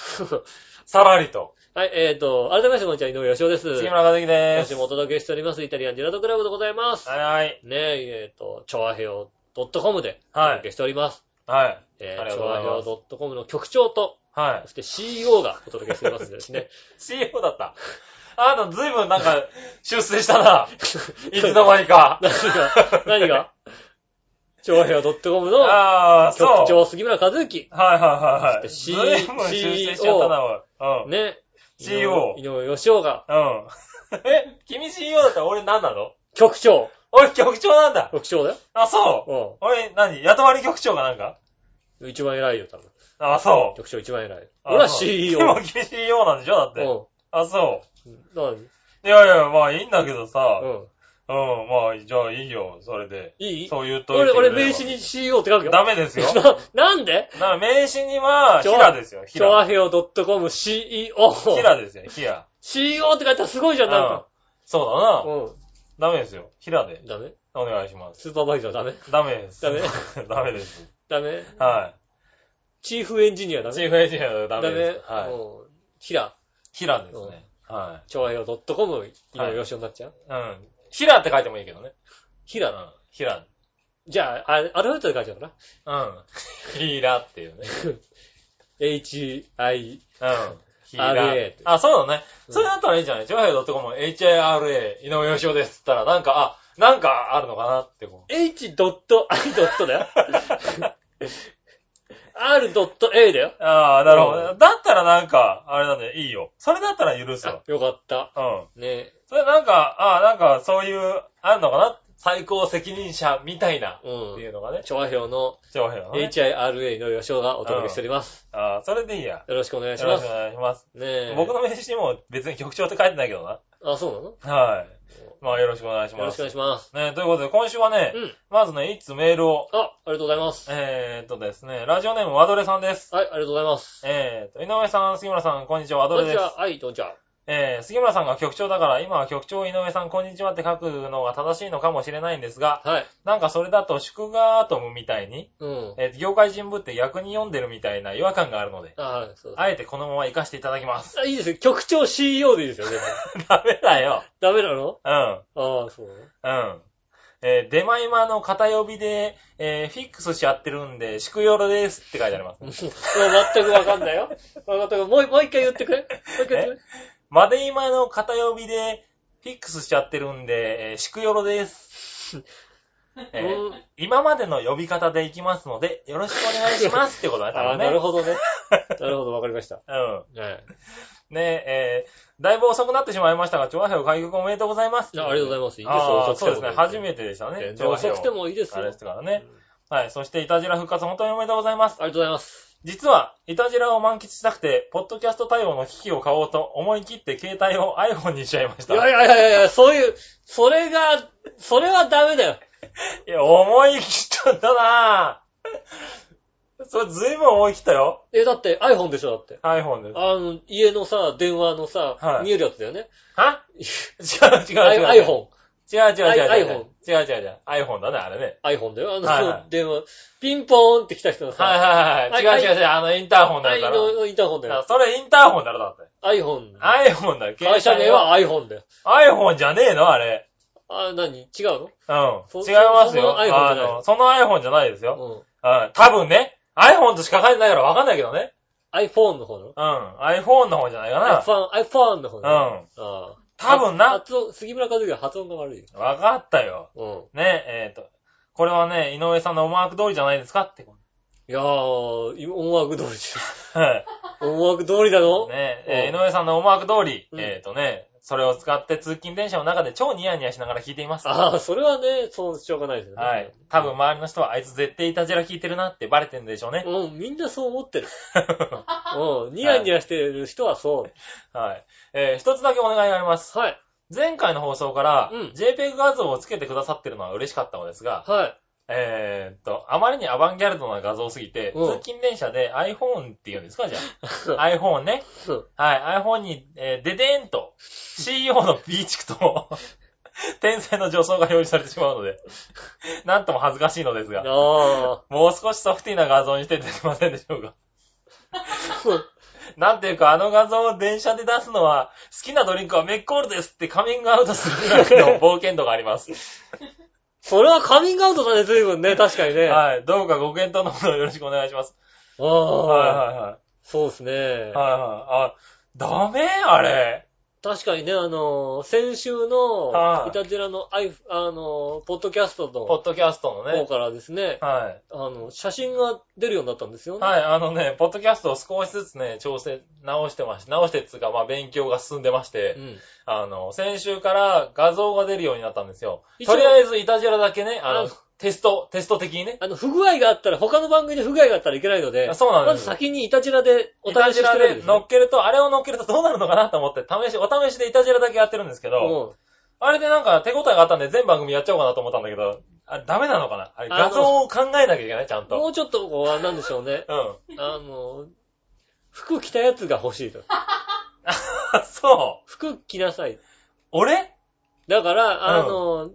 Speaker 2: さらりと。
Speaker 3: はい、えーと、改めましてこんにちは、井上義雄です。
Speaker 2: 杉村和樹で
Speaker 3: 今
Speaker 2: す
Speaker 3: 週。もお届けしております、イタリアンジェラートクラブでございます。
Speaker 2: はいはい。
Speaker 3: ねえ、えっ、と、調和平を .com でお
Speaker 2: はい
Speaker 3: 届けしております。
Speaker 2: はい。
Speaker 3: え
Speaker 2: あり
Speaker 3: ー、調
Speaker 2: がとうござい
Speaker 3: 和
Speaker 2: ます
Speaker 3: 平 .com の局長と、
Speaker 2: はい
Speaker 3: そ。して CEO がお届けしておりますんでですね。
Speaker 2: CEO だった。あなた随分なんか、出世したな。 いつの間にか。
Speaker 3: 何が何が調和平 .com の
Speaker 2: ああ、そう。
Speaker 3: 局長杉村和之。
Speaker 2: はいはいはいはい。
Speaker 3: そし
Speaker 2: 随
Speaker 3: て C-
Speaker 2: 分出世しちゃったな、おい。うん。
Speaker 3: ね。
Speaker 2: CEO
Speaker 3: 井上義雄が
Speaker 2: うん。え、君 CEO だったら俺何なの
Speaker 3: 局長。
Speaker 2: 俺局長なんだ。
Speaker 3: 局長だ
Speaker 2: あ、そう。
Speaker 3: よ。
Speaker 2: 俺何雇われ局長かなんか
Speaker 3: うん。一番偉いよ、多分。
Speaker 2: あ、そう。
Speaker 3: 局長一番偉い。
Speaker 2: あ
Speaker 3: 俺は
Speaker 2: そう
Speaker 3: CEO。
Speaker 2: でも君 CEO なんでしょだっ
Speaker 3: う
Speaker 2: て。あ、そ
Speaker 3: ん。何
Speaker 2: う。いやいや、まあいいんだけど
Speaker 3: う
Speaker 2: さ。
Speaker 3: ん。
Speaker 2: うん、まあじゃあいいよ、それで。
Speaker 3: いい
Speaker 2: そう言うといて
Speaker 3: 俺、俺
Speaker 2: くれれば
Speaker 3: 名刺に CEO って書くよ。
Speaker 2: ダメ ですよ。だか
Speaker 3: な、なんで
Speaker 2: ら名刺には、
Speaker 3: ち
Speaker 2: ヒ
Speaker 3: ょ
Speaker 2: ラですよ、ヒ
Speaker 3: 調
Speaker 2: ラ。
Speaker 3: 和平 .com CEO。
Speaker 2: ヒラですよ、ヒラ。
Speaker 3: CEO って書いたらすごいじ
Speaker 2: う
Speaker 3: ゃん、なん
Speaker 2: ん
Speaker 3: か。。
Speaker 2: そうだな。
Speaker 3: う
Speaker 2: ダメですよ、ヒラで
Speaker 3: ん。。ダメ
Speaker 2: お願いします。
Speaker 3: スーパーバイザーダメ
Speaker 2: ダメです。
Speaker 3: ダメ
Speaker 2: ダメです。
Speaker 3: ダメ
Speaker 2: は
Speaker 3: チーフエンジニアダ
Speaker 2: い。
Speaker 3: メ
Speaker 2: チーフエンジニアのダ
Speaker 3: ダ
Speaker 2: メ
Speaker 3: メ
Speaker 2: です。はい。
Speaker 3: もう、ヒラ、
Speaker 2: ヒラですね。はい。
Speaker 3: 調和用 .com、今よしになっちゃう
Speaker 2: うん。ヒラって書いてもいいけどね。
Speaker 3: ヒ
Speaker 2: う
Speaker 3: ラ、
Speaker 2: ん。ヒラ。
Speaker 3: じゃあ、あアルファベットで書いちゃうかな。
Speaker 2: うん。ヒラっていうね。
Speaker 3: h-i,
Speaker 2: うん。ヒ
Speaker 3: RA
Speaker 2: あ、そうだね。
Speaker 3: うん
Speaker 2: それだったらいいんじゃない長平 .com、HIRA、井上義雄ですって言ったら、なんか、あ、なんかあるのかなってこ
Speaker 3: h.i. だ よ。r.a だよ。
Speaker 2: う。ああ、なるほ
Speaker 3: う
Speaker 2: ど。だったらなんか、あれだね、いいよ。それだったら許すわ。
Speaker 3: よかった。
Speaker 2: うん。
Speaker 3: ね
Speaker 2: それなんか、ああ、なんかそういう、あるのかな最高責任者みたいな、
Speaker 3: う
Speaker 2: ってい
Speaker 3: ん。
Speaker 2: うのがね、
Speaker 3: 調和表の
Speaker 2: 長平のね。
Speaker 3: HIRA の予想がお届けしております。
Speaker 2: ああ、それでいいや。
Speaker 3: よろしくお願いし
Speaker 2: よろ
Speaker 3: ま
Speaker 2: し
Speaker 3: す
Speaker 2: くお。願いします。
Speaker 3: ねえ。
Speaker 2: 僕の名刺にも別に局長って書いてないけど
Speaker 3: あ、そうなの
Speaker 2: な。はい。まあよろしくお願いし
Speaker 3: よろ
Speaker 2: ま
Speaker 3: しくお願
Speaker 2: す。
Speaker 3: いします。
Speaker 2: ね、ということで今週はね、
Speaker 3: うん。
Speaker 2: まずね、一通メールを、
Speaker 3: あ、ありがとうございます。
Speaker 2: えーっとですね、ラジオネームワドレさんです。
Speaker 3: はい、ありがとうございます。
Speaker 2: えーっと、井上さん、杉村さん、こんにちは、ワド
Speaker 3: こん
Speaker 2: レ
Speaker 3: に
Speaker 2: で
Speaker 3: ち
Speaker 2: す。
Speaker 3: は。はい、どんちゃ。
Speaker 2: えー、杉村さんが局長だから、今は局長井上さん、こんにちはって書くのが正しいのかもしれないんですが、
Speaker 3: はい。
Speaker 2: なんかそれだと祝賀アトムみたいに、
Speaker 3: うん。
Speaker 2: えー業界人部って逆に読んでるみたいな違和感があるので、
Speaker 3: あはい、そうです。
Speaker 2: あえてこのまま活かしていただきます。
Speaker 3: あいいですよ。局長 CEO でいいですよね。
Speaker 2: ダメだよ。
Speaker 3: ダメなの
Speaker 2: うん。
Speaker 3: ああ、そうね。
Speaker 2: うん。えー、出前間の片呼びで、えーフィックスしちゃってるんで、祝よろですって書いてあります。
Speaker 3: もう全くわかんないよ。わかったもう、もう一回言ってくれ。もう一回言ってくれ。
Speaker 2: まで今の片呼びで、フィックスしちゃってるんで、えー、祝よろです。えー
Speaker 3: うん
Speaker 2: 今までの呼び方でいきますので、よろしくお願いしますってことだった
Speaker 3: あ
Speaker 2: の
Speaker 3: あ、
Speaker 2: ね。
Speaker 3: なるほどね。 なるほど、わかりました。
Speaker 2: うん。
Speaker 3: ね
Speaker 2: ねえ、えーだいぶ遅くなってしまいましたが、調和票開局おめでとうございます。
Speaker 3: いやありがとうございます。いいですよ、遅
Speaker 2: ああ、
Speaker 3: くて
Speaker 2: そうですね。初
Speaker 3: て。
Speaker 2: めてでしたね
Speaker 3: 全。然
Speaker 2: 調和票
Speaker 3: 遅くてもいいです
Speaker 2: あ
Speaker 3: よ。
Speaker 2: れ
Speaker 3: あ
Speaker 2: で
Speaker 3: り
Speaker 2: すからね。はい。そして、イタジラ復活本当におめでとうございます。
Speaker 3: がとうございます。
Speaker 2: 実は、イタジラを満喫したくて、ポッドキャスト対応の機器を買おうと思い切って携帯を iPhone にしちゃいまし
Speaker 3: い
Speaker 2: た。
Speaker 3: やいやいやいや、そういう、それが、それはダメだよ。
Speaker 2: いや思い切っちゃったなぁ。それずいぶん思い切ったよ。
Speaker 3: え、だって iPhone でしょ、だって。
Speaker 2: iPhone です。
Speaker 3: あの、家のさ、電話のさ、
Speaker 2: はい
Speaker 3: 見えるやつだよね。
Speaker 2: は違う違う違う。
Speaker 3: I- iPhone。
Speaker 2: 違う違う違う。
Speaker 3: I-
Speaker 2: 違う違う違う違う。iPhone だね、あれね。
Speaker 3: iPhone だよ。あの、
Speaker 2: はいはい
Speaker 3: 電話、ピンポーンって来た人のさ、
Speaker 2: はいはいはい。違う
Speaker 3: I-
Speaker 2: 違う違う。あの、インターホンだ
Speaker 3: はい、
Speaker 2: か
Speaker 3: のインターホンだ
Speaker 2: ら。
Speaker 3: よ。
Speaker 2: それインターホンだろ、だって。
Speaker 3: iPhone。
Speaker 2: iPhone だよ。
Speaker 3: 会社名は iPhone だよ。
Speaker 2: iPhone じゃねえのあれ。
Speaker 3: あ、何違うの
Speaker 2: うん。
Speaker 3: そ
Speaker 2: 違いますよ。
Speaker 3: その iPhone じゃない
Speaker 2: あの、その iPhone じゃないですよ。
Speaker 3: うん。
Speaker 2: うん。多分ね、iPhone としか書いてないからわかんないけどね。
Speaker 3: iPhone の方の
Speaker 2: うん。iPhone の方じゃないか
Speaker 3: iPhone、iPhone の方の。
Speaker 2: な。うん。
Speaker 3: ああ
Speaker 2: 多分な。
Speaker 3: 発音、杉村和之は発音が悪いよ。
Speaker 2: わかったよ。
Speaker 3: うん。
Speaker 2: ね、えっ、と。これはね、井上さんの思惑通りじゃないですかってこ
Speaker 3: いやー、今音楽通りじ
Speaker 2: と。はい。
Speaker 3: ゃん。 音楽通りだろ
Speaker 2: ね、えー
Speaker 3: う
Speaker 2: 井上さんの思惑通り、
Speaker 3: うん
Speaker 2: えっ、とね、それを使って通勤電車の中で超ニヤニヤしながら聞いています。
Speaker 3: ああ、それはね、そう、しょうがないですよね。
Speaker 2: はい。多分周りの人はあいつ絶対いたじら聞いてるなってバレてんでしょうね。
Speaker 3: うん、みんなそう思 ってる。うん、ニヤニヤしてる人はそう。
Speaker 2: はい。えー一つだけお願いがあります。
Speaker 3: はい。
Speaker 2: 前回の放送から、
Speaker 3: うん
Speaker 2: JPEG 画像をつけてくださってるのは嬉しかったのですが、
Speaker 3: はい。
Speaker 2: えーっと、あまりにアバンギャルドな画像すぎて、
Speaker 3: うん
Speaker 2: 通勤電車で iPhone って言うんですかじゃ あ。iPhone ね。はい。iPhone に、えー、デデーンと CEO の B 地区と、 天才の女装が表示されてしまうので、なんとも恥ずかしいのですが、
Speaker 3: あ
Speaker 2: もう少しソフティーな画像にしていただけませんでしょうか。
Speaker 3: あ。
Speaker 2: なんていうか、あの画像を電車で出すのは、好きなドリンクはメッコールですってカミングアウトするぐらいの冒険度があり ます。
Speaker 3: それはカミングアウトだね、随分ね、確かにね。あ
Speaker 2: はい。どうかご検討のほどよろしくお願いします。はい
Speaker 3: あ、
Speaker 2: はいはい。
Speaker 3: そうですね。
Speaker 2: はいはい。あ、ダメあれ。
Speaker 3: 確かにね、あのー、先週の
Speaker 2: は、い
Speaker 3: いたじらのアイフ、あのー、ポッドキャスト
Speaker 2: ポ
Speaker 3: の
Speaker 2: ッドキャストの
Speaker 3: 方
Speaker 2: ね。
Speaker 3: からですね、
Speaker 2: はい。
Speaker 3: あの、写真が出るようになったんですよね。
Speaker 2: はい、あのね、ポッドキャストを少しずつね、調整、直してまして、直してっつうか、まあ、勉強が進んでまして、
Speaker 3: うん。
Speaker 2: あの、先週から画像が出るようになったんですよ。
Speaker 3: 一応
Speaker 2: とりあえず、イタジラだけね、あの
Speaker 3: あ、
Speaker 2: テスト、テスト的にね。
Speaker 3: あの、不具合があったら、他の番組で不具合があったらいけないので
Speaker 2: あ、そうな
Speaker 3: ま
Speaker 2: んで
Speaker 3: ず
Speaker 2: す。
Speaker 3: 先にいたじらでお
Speaker 2: イタ
Speaker 3: 試しして
Speaker 2: ジラ
Speaker 3: るんで
Speaker 2: です乗
Speaker 3: よ。
Speaker 2: っけると、あれを乗っけるとどうなるのかなと思って、試し、お試しでイタジラだけやってるんですけど、
Speaker 3: うん
Speaker 2: あれでなんか手応えがあったんで全番組やっちゃおうかなと思ったんだけど、あれダメなのかなあれ
Speaker 3: あの
Speaker 2: 画像を考えなきゃいけない、ちゃん
Speaker 3: も
Speaker 2: と。
Speaker 3: うちょっと、こうあ、なんでしょうね。
Speaker 2: うん。
Speaker 3: あのー、服着たやつが欲しいと。
Speaker 2: あそう。
Speaker 3: 服着なさい。
Speaker 2: 俺
Speaker 3: だから、あのー、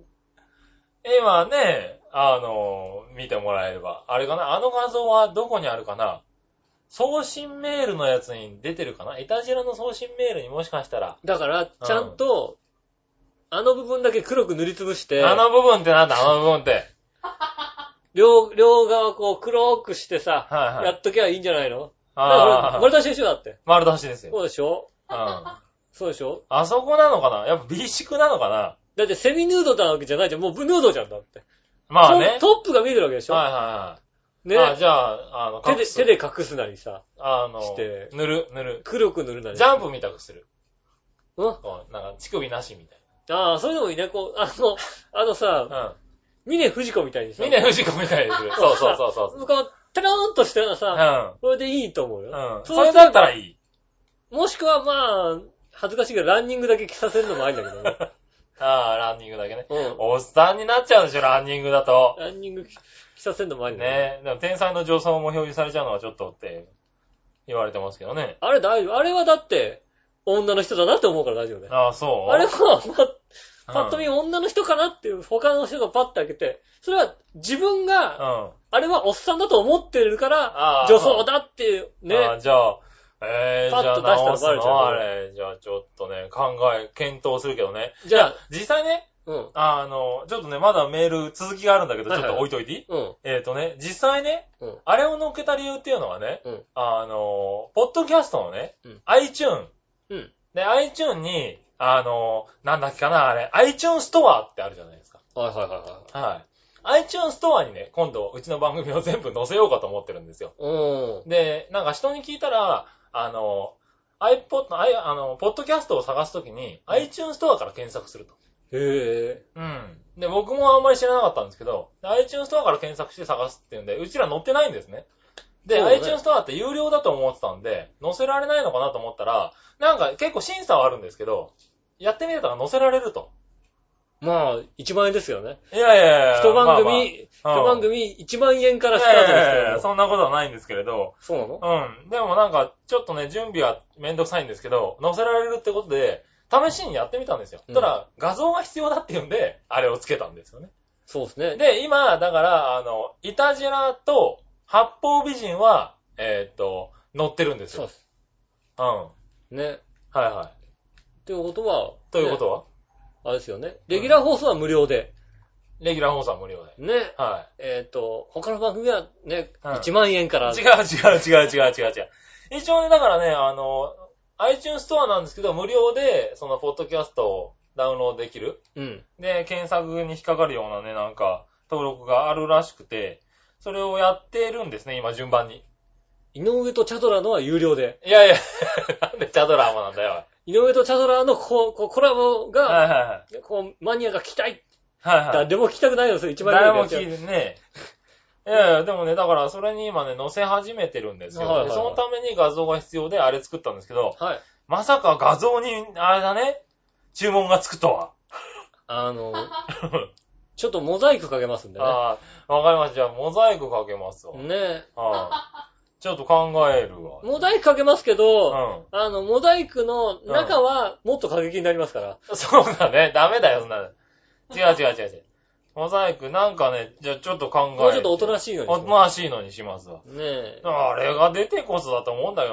Speaker 2: 今ね、あの、見てもらえれば。あれかなあの画像はどこにあるかな送信メールのやつに出てるかなイタジラの送信メールにもしかしたら。
Speaker 3: だから、ちゃんと、あの部分だけ黒く塗りつぶして、
Speaker 2: あの部分ってなんだあの部分って。
Speaker 3: 両、両側こう黒くしてさ、
Speaker 2: はいはい
Speaker 3: やっときゃいいんじゃないのだから
Speaker 2: あ
Speaker 3: 俺
Speaker 2: あ、
Speaker 3: たち一緒だって。
Speaker 2: 丸出しですよ。
Speaker 3: そうでしょ
Speaker 2: うん。あ
Speaker 3: そうでしょ
Speaker 2: そこなのかなやっぱ B 宿なのかな
Speaker 3: だってセミヌードなわけじゃないじゃん。もうヌードじゃんだって。
Speaker 2: まあね。
Speaker 3: トップトップが見えてるわけでしょ、
Speaker 2: はいは
Speaker 3: ね
Speaker 2: いはい。あじゃあ、あの、
Speaker 3: 手で、
Speaker 2: 隠す
Speaker 3: 手で、隠すなりさ、
Speaker 2: あ
Speaker 3: し
Speaker 2: の
Speaker 3: て、
Speaker 2: 塗る、塗る。
Speaker 3: 黒く塗るなり。
Speaker 2: ジャンプみたくする。
Speaker 3: うん
Speaker 2: こうなんか、乳首なしみたい
Speaker 3: ああ、そういうのもいいね。こう、あの、あのさ、
Speaker 2: な。
Speaker 3: ミネフジコみたいに
Speaker 2: う
Speaker 3: さ、
Speaker 2: ん。みんな藤子みたいにする。そうそうそうそう。
Speaker 3: こう、タラーンとしたら
Speaker 2: う
Speaker 3: さ、
Speaker 2: ん。
Speaker 3: これでいいと思うよ。
Speaker 2: うん。
Speaker 3: そう
Speaker 2: それだったらいい。
Speaker 3: もしくはまあ、恥ずかしいけどランニングだけ着させるのもありだけどね。
Speaker 2: ああ、ランニングだけね。
Speaker 3: うん。
Speaker 2: おっさんになっちゃうんでしょ、ランニングだと。
Speaker 3: ランニング着させるのもありだ。
Speaker 2: ねでも天才の上層も表示されちゃうのはちょっとって言われてますけどね。
Speaker 3: あれ大丈夫。あれはだって、女の人だなって思うから大丈夫だよ。
Speaker 2: ああ、そう
Speaker 3: あれは、ま
Speaker 2: うん
Speaker 3: パッと見女の人かなっていう、他の人がパッと開けて、それは自分
Speaker 2: うん。
Speaker 3: が、
Speaker 2: あ
Speaker 3: あれはおっさんだと思ってるから
Speaker 2: あ、ー
Speaker 3: 女装だっていう、
Speaker 2: あ
Speaker 3: ね。
Speaker 2: じゃあ、え
Speaker 3: パ
Speaker 2: ー、じ
Speaker 3: ッ
Speaker 2: ゃ
Speaker 3: と
Speaker 2: あ
Speaker 3: 出したら
Speaker 2: 直す
Speaker 3: バレちゃう
Speaker 2: のあれ、じゃあちょっとね、考え、検討するけどね。
Speaker 3: じゃあ、
Speaker 2: 実際ね、
Speaker 3: うん。
Speaker 2: あの、ちょっとね、まだメール続きがあるんだけど、
Speaker 3: は
Speaker 2: ち
Speaker 3: い
Speaker 2: ょ
Speaker 3: はい
Speaker 2: っと置いといていい
Speaker 3: うん。
Speaker 2: えっとね、実際ね
Speaker 3: うん、
Speaker 2: あれを乗っけた理由っていうのはね
Speaker 3: うん、
Speaker 2: あの、ポッドキャストのね
Speaker 3: うん、
Speaker 2: iTune。
Speaker 3: うん。
Speaker 2: で、iTune に、あの、なんだっけかな、あれ、iTune ストアってあるじゃないですか。
Speaker 3: はいはいはいはい。
Speaker 2: はい。iTune ストアにね、今度、うちの番組を全部載せようかと思ってるんですよ。
Speaker 3: うん。
Speaker 2: で、なんか人に聞いたら、あの、iPod、I- あの、ポッドキャストを探すときに、iTune ストアから検索すると。
Speaker 3: へえ。
Speaker 2: うん。で、僕もあんまり知らなかったんですけど、で iTunes ストアから検索して探すっていうんで、うちら載ってないんですね。で、
Speaker 3: そうね
Speaker 2: iTunes ストアって有料だと思ってたんで、載せられないのかなと思ったら、なんか結構審査はあるんですけど、やってみたら載せられると。
Speaker 3: まあ、1万円ですよね。
Speaker 2: いやいやいや。
Speaker 3: 一番組、
Speaker 2: まあまあ
Speaker 3: 一番組1万円か
Speaker 2: まあ
Speaker 3: ら
Speaker 2: まあい
Speaker 3: スタート
Speaker 2: や
Speaker 3: です
Speaker 2: いやい
Speaker 3: け
Speaker 2: や
Speaker 3: ど。
Speaker 2: そんなことはないんですけれど、
Speaker 3: そうなの
Speaker 2: うん。でもなんか、ちょっとね、準備はめんどくさいんですけど、載せられるってことで、試しにやってみたんですよ。
Speaker 3: うん
Speaker 2: ただ、画像が必要だっていうんで、あれをつけたんですよね。
Speaker 3: そうですね。
Speaker 2: で、今、だから、あの、イタジラと八方美人は、えーっと、乗ってるんです
Speaker 3: そう
Speaker 2: よ
Speaker 3: で。す。
Speaker 2: うん。は
Speaker 3: ね。
Speaker 2: いは
Speaker 3: ということは、
Speaker 2: い。ということ
Speaker 3: ね
Speaker 2: は、
Speaker 3: あれですよね。レギュラー放送は無料で。
Speaker 2: レギュラー放送は無料で。
Speaker 3: ね。
Speaker 2: は
Speaker 3: えっ、と、他の番組はね、
Speaker 2: うん
Speaker 3: 1万円から。
Speaker 2: い。違う違う違う違う違う違う。一応ね、だからね、あの、iTunes ストアなんですけど、無料で、その、ポッドキャストをダウンロードできる。
Speaker 3: うん。
Speaker 2: で、検索に引っかかるようなね、なんか、登録があるらしくて、それをやってるんですね、今、順番に。
Speaker 3: 井上とチャドラのは有料で。
Speaker 2: いやいや、 なんでチャドラーマなんだよ。
Speaker 3: 井上とチャドラのこうこうコラボ
Speaker 2: おいはい
Speaker 3: が、
Speaker 2: はいはい。
Speaker 3: こう、マニアが聞きたい。
Speaker 2: はいはい。
Speaker 3: 誰も聞きたくないのですよ、1万円
Speaker 2: 誰
Speaker 3: の
Speaker 2: も
Speaker 3: やつや
Speaker 2: 聞い てね。いやいや、でもね、だからそれに今ね、載せ始めてるんですよ。
Speaker 3: はいはいはい
Speaker 2: でそのために画像が必要であれ作ったんですけど、
Speaker 3: はい。
Speaker 2: まさか画像に、あれだね、注文がつくとは。
Speaker 3: あの、 ちょっとモザイクかけますんでね。
Speaker 2: ああ、わかりました。じゃあ、モザイクかけますわ。
Speaker 3: ね
Speaker 2: はいちょっと考えるわ。
Speaker 3: モザイクかけますけ
Speaker 2: う
Speaker 3: ど、
Speaker 2: ん。
Speaker 3: あの、モザイクの中はもっと過激になりますから。
Speaker 2: そうだね。ダメだよ、そんなの。違う違う違う違う。モザイク、なんかね、じゃあちょっと考える。
Speaker 3: もうちょっとおとなしいのに
Speaker 2: おとなしいのにしますわ。
Speaker 3: ねえ。
Speaker 2: あれが出てこそだと思うんだけ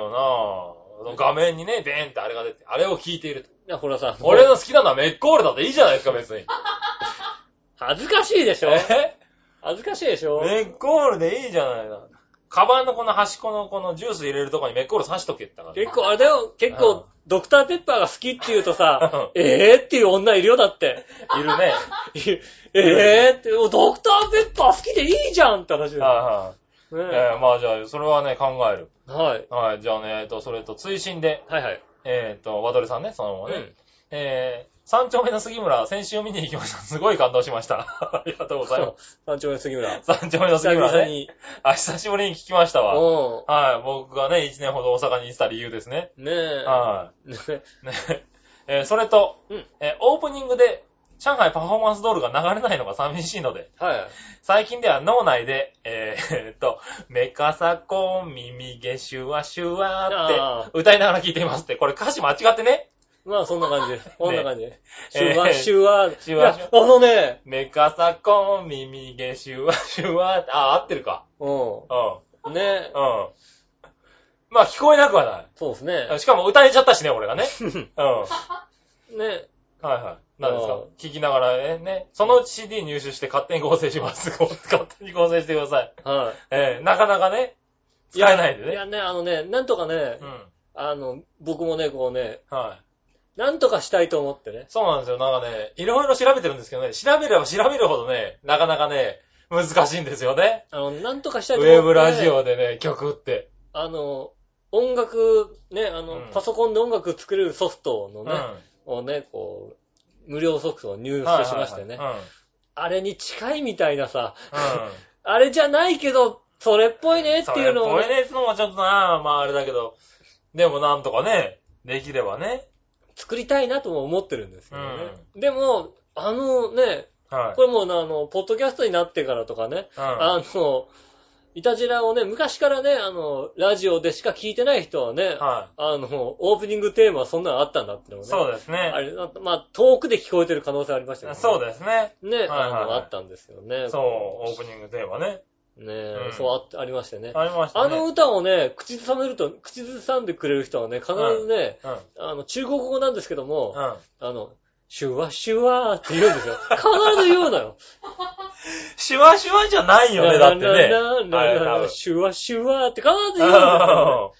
Speaker 2: どな画面にね、ベーンってあれが出て、あれを聞いていると。
Speaker 3: いや、ほらさん、
Speaker 2: 俺の好きなのはメッコールだっていいじゃないですか、別に。
Speaker 3: 恥ずかしいでしょ
Speaker 2: え
Speaker 3: 恥ずかしいでしょ
Speaker 2: メッコールでいいじゃないな。カバンのこの端っこのこのジュース入れるとこにメッコール刺しとけってから。
Speaker 3: 結構、あれだよ、結構、ドクターペッパーが好きって言うとさ、
Speaker 2: う
Speaker 3: えぇっていう女いるよ、だって。
Speaker 2: いる ね。
Speaker 3: えぇって、ドクターペッパー好きでいいじゃんって話だよ。
Speaker 2: はいはい。
Speaker 3: ね
Speaker 2: えーまあじゃあ、それはね、考える。
Speaker 3: えはい。
Speaker 2: はい、じゃあね、えっと、それと、追伸で、
Speaker 3: はいはい。
Speaker 2: えっと、ワドルさんね、そのまま
Speaker 3: う
Speaker 2: ね
Speaker 3: ん。
Speaker 2: えー、三丁目の杉村、先週見に行きました。 すごい感動しました。ありがとうござい ま
Speaker 3: 三丁目杉村。
Speaker 2: す。三丁目の
Speaker 3: 久
Speaker 2: 杉村
Speaker 3: 々
Speaker 2: ね。
Speaker 3: に。
Speaker 2: あ、久しぶりに聞きましたわ。
Speaker 3: う
Speaker 2: はい、僕がね、一年ほど大阪にいた理由ですね。
Speaker 3: ん。ねえ。
Speaker 2: は
Speaker 3: ねえ
Speaker 2: い。ね えーそれと、
Speaker 3: うん
Speaker 2: えーオープニングで、上海パフォーマンスドールが流れないのが寂しいので、
Speaker 3: はい。
Speaker 2: 最近では脳内で、えーえーっと、メカサコ耳毛シュワシュワ
Speaker 3: あ
Speaker 2: って歌いながら聞いていますって、これ歌詞間違ってね。
Speaker 3: まあ、そんな感じ。こんな感じ。シュ
Speaker 2: え
Speaker 3: ワ
Speaker 2: ー
Speaker 3: シュワ。
Speaker 2: シュワ
Speaker 3: いやあのね、
Speaker 2: メカサコ耳毛シュワシュワって、あー、合ってるか。
Speaker 3: う。
Speaker 2: うん、うん
Speaker 3: ねえ。
Speaker 2: ん。まあ聞こえなくは
Speaker 3: そうです
Speaker 2: な
Speaker 3: ね
Speaker 2: い。。しかも歌えちゃったしね、俺 がね。うん。
Speaker 3: ねえ。
Speaker 2: はいはい。何です
Speaker 3: あ
Speaker 2: か
Speaker 3: ー
Speaker 2: 聞きながらね、ね、そのうち CD 入手して勝手に合成します。 勝手に合成してください。
Speaker 3: は
Speaker 2: えー、なかなかね、使えないん
Speaker 3: い。い
Speaker 2: でね。
Speaker 3: やね、あのね、なんとかね
Speaker 2: う、ん。
Speaker 3: あの、僕もね、こうね、
Speaker 2: はい。
Speaker 3: なんとかしたいと思ってね。
Speaker 2: そうなんですよ。なんかね、いろいろ調べてるんですけどね、調べれば調べるほどね、なかなかね、難しいんですよね。
Speaker 3: あの、なんとかした
Speaker 2: ウ
Speaker 3: いと思って。
Speaker 2: ェブラジ。オでね、曲って。
Speaker 3: あの、音楽、ね、あの、
Speaker 2: うん
Speaker 3: パソコンで音楽作れるソフトの
Speaker 2: うん。
Speaker 3: ね、をね、こう、無料ソフトを入
Speaker 2: はいはいは
Speaker 3: 手
Speaker 2: い
Speaker 3: しましてね
Speaker 2: う。ん。うん。
Speaker 3: あれに近いみたいなさ、 あれじゃないけど、それっぽいねって
Speaker 2: そ
Speaker 3: い
Speaker 2: れ
Speaker 3: うのを
Speaker 2: こ
Speaker 3: ね、
Speaker 2: れね、いつのもちょっとな、まああれだけど、でもなんとかね、できればね。
Speaker 3: 作りたいなとも思ってるんですけどね。でも、あのね、
Speaker 2: はい。
Speaker 3: これもうなあの、ポッドキャストになってからとかね、
Speaker 2: うん
Speaker 3: あの、イタジラをね、昔からね、あの、ラジオでしか聞いてない人はね、
Speaker 2: は
Speaker 3: あの、オープニングテーマはそんなのあったんだってのも
Speaker 2: い。
Speaker 3: ね。
Speaker 2: そうです
Speaker 3: あ
Speaker 2: ね。
Speaker 3: れ、あまあ、遠くで聞こえてる可能性ありましたけど
Speaker 2: そう
Speaker 3: ね。
Speaker 2: ですね。
Speaker 3: ね、
Speaker 2: はいはい
Speaker 3: あの、あったんですよね。
Speaker 2: そう、オープニングテーマね。
Speaker 3: う。ね、
Speaker 2: うん
Speaker 3: そうあ、ありましてね。
Speaker 2: ありました
Speaker 3: あ
Speaker 2: ね。
Speaker 3: の歌をね、口ずさめると、口ずさんでくれる人はね、必ずね、
Speaker 2: うん。
Speaker 3: あの、中国語なんですけども、
Speaker 2: うん。
Speaker 3: あの、シュワシュワーって言うんですよ。必ず言うのよ。
Speaker 2: シュワシュワじゃないよね、だってね。あれ多分。
Speaker 3: シュワシュワーって必ず言うんですよ。
Speaker 2: あ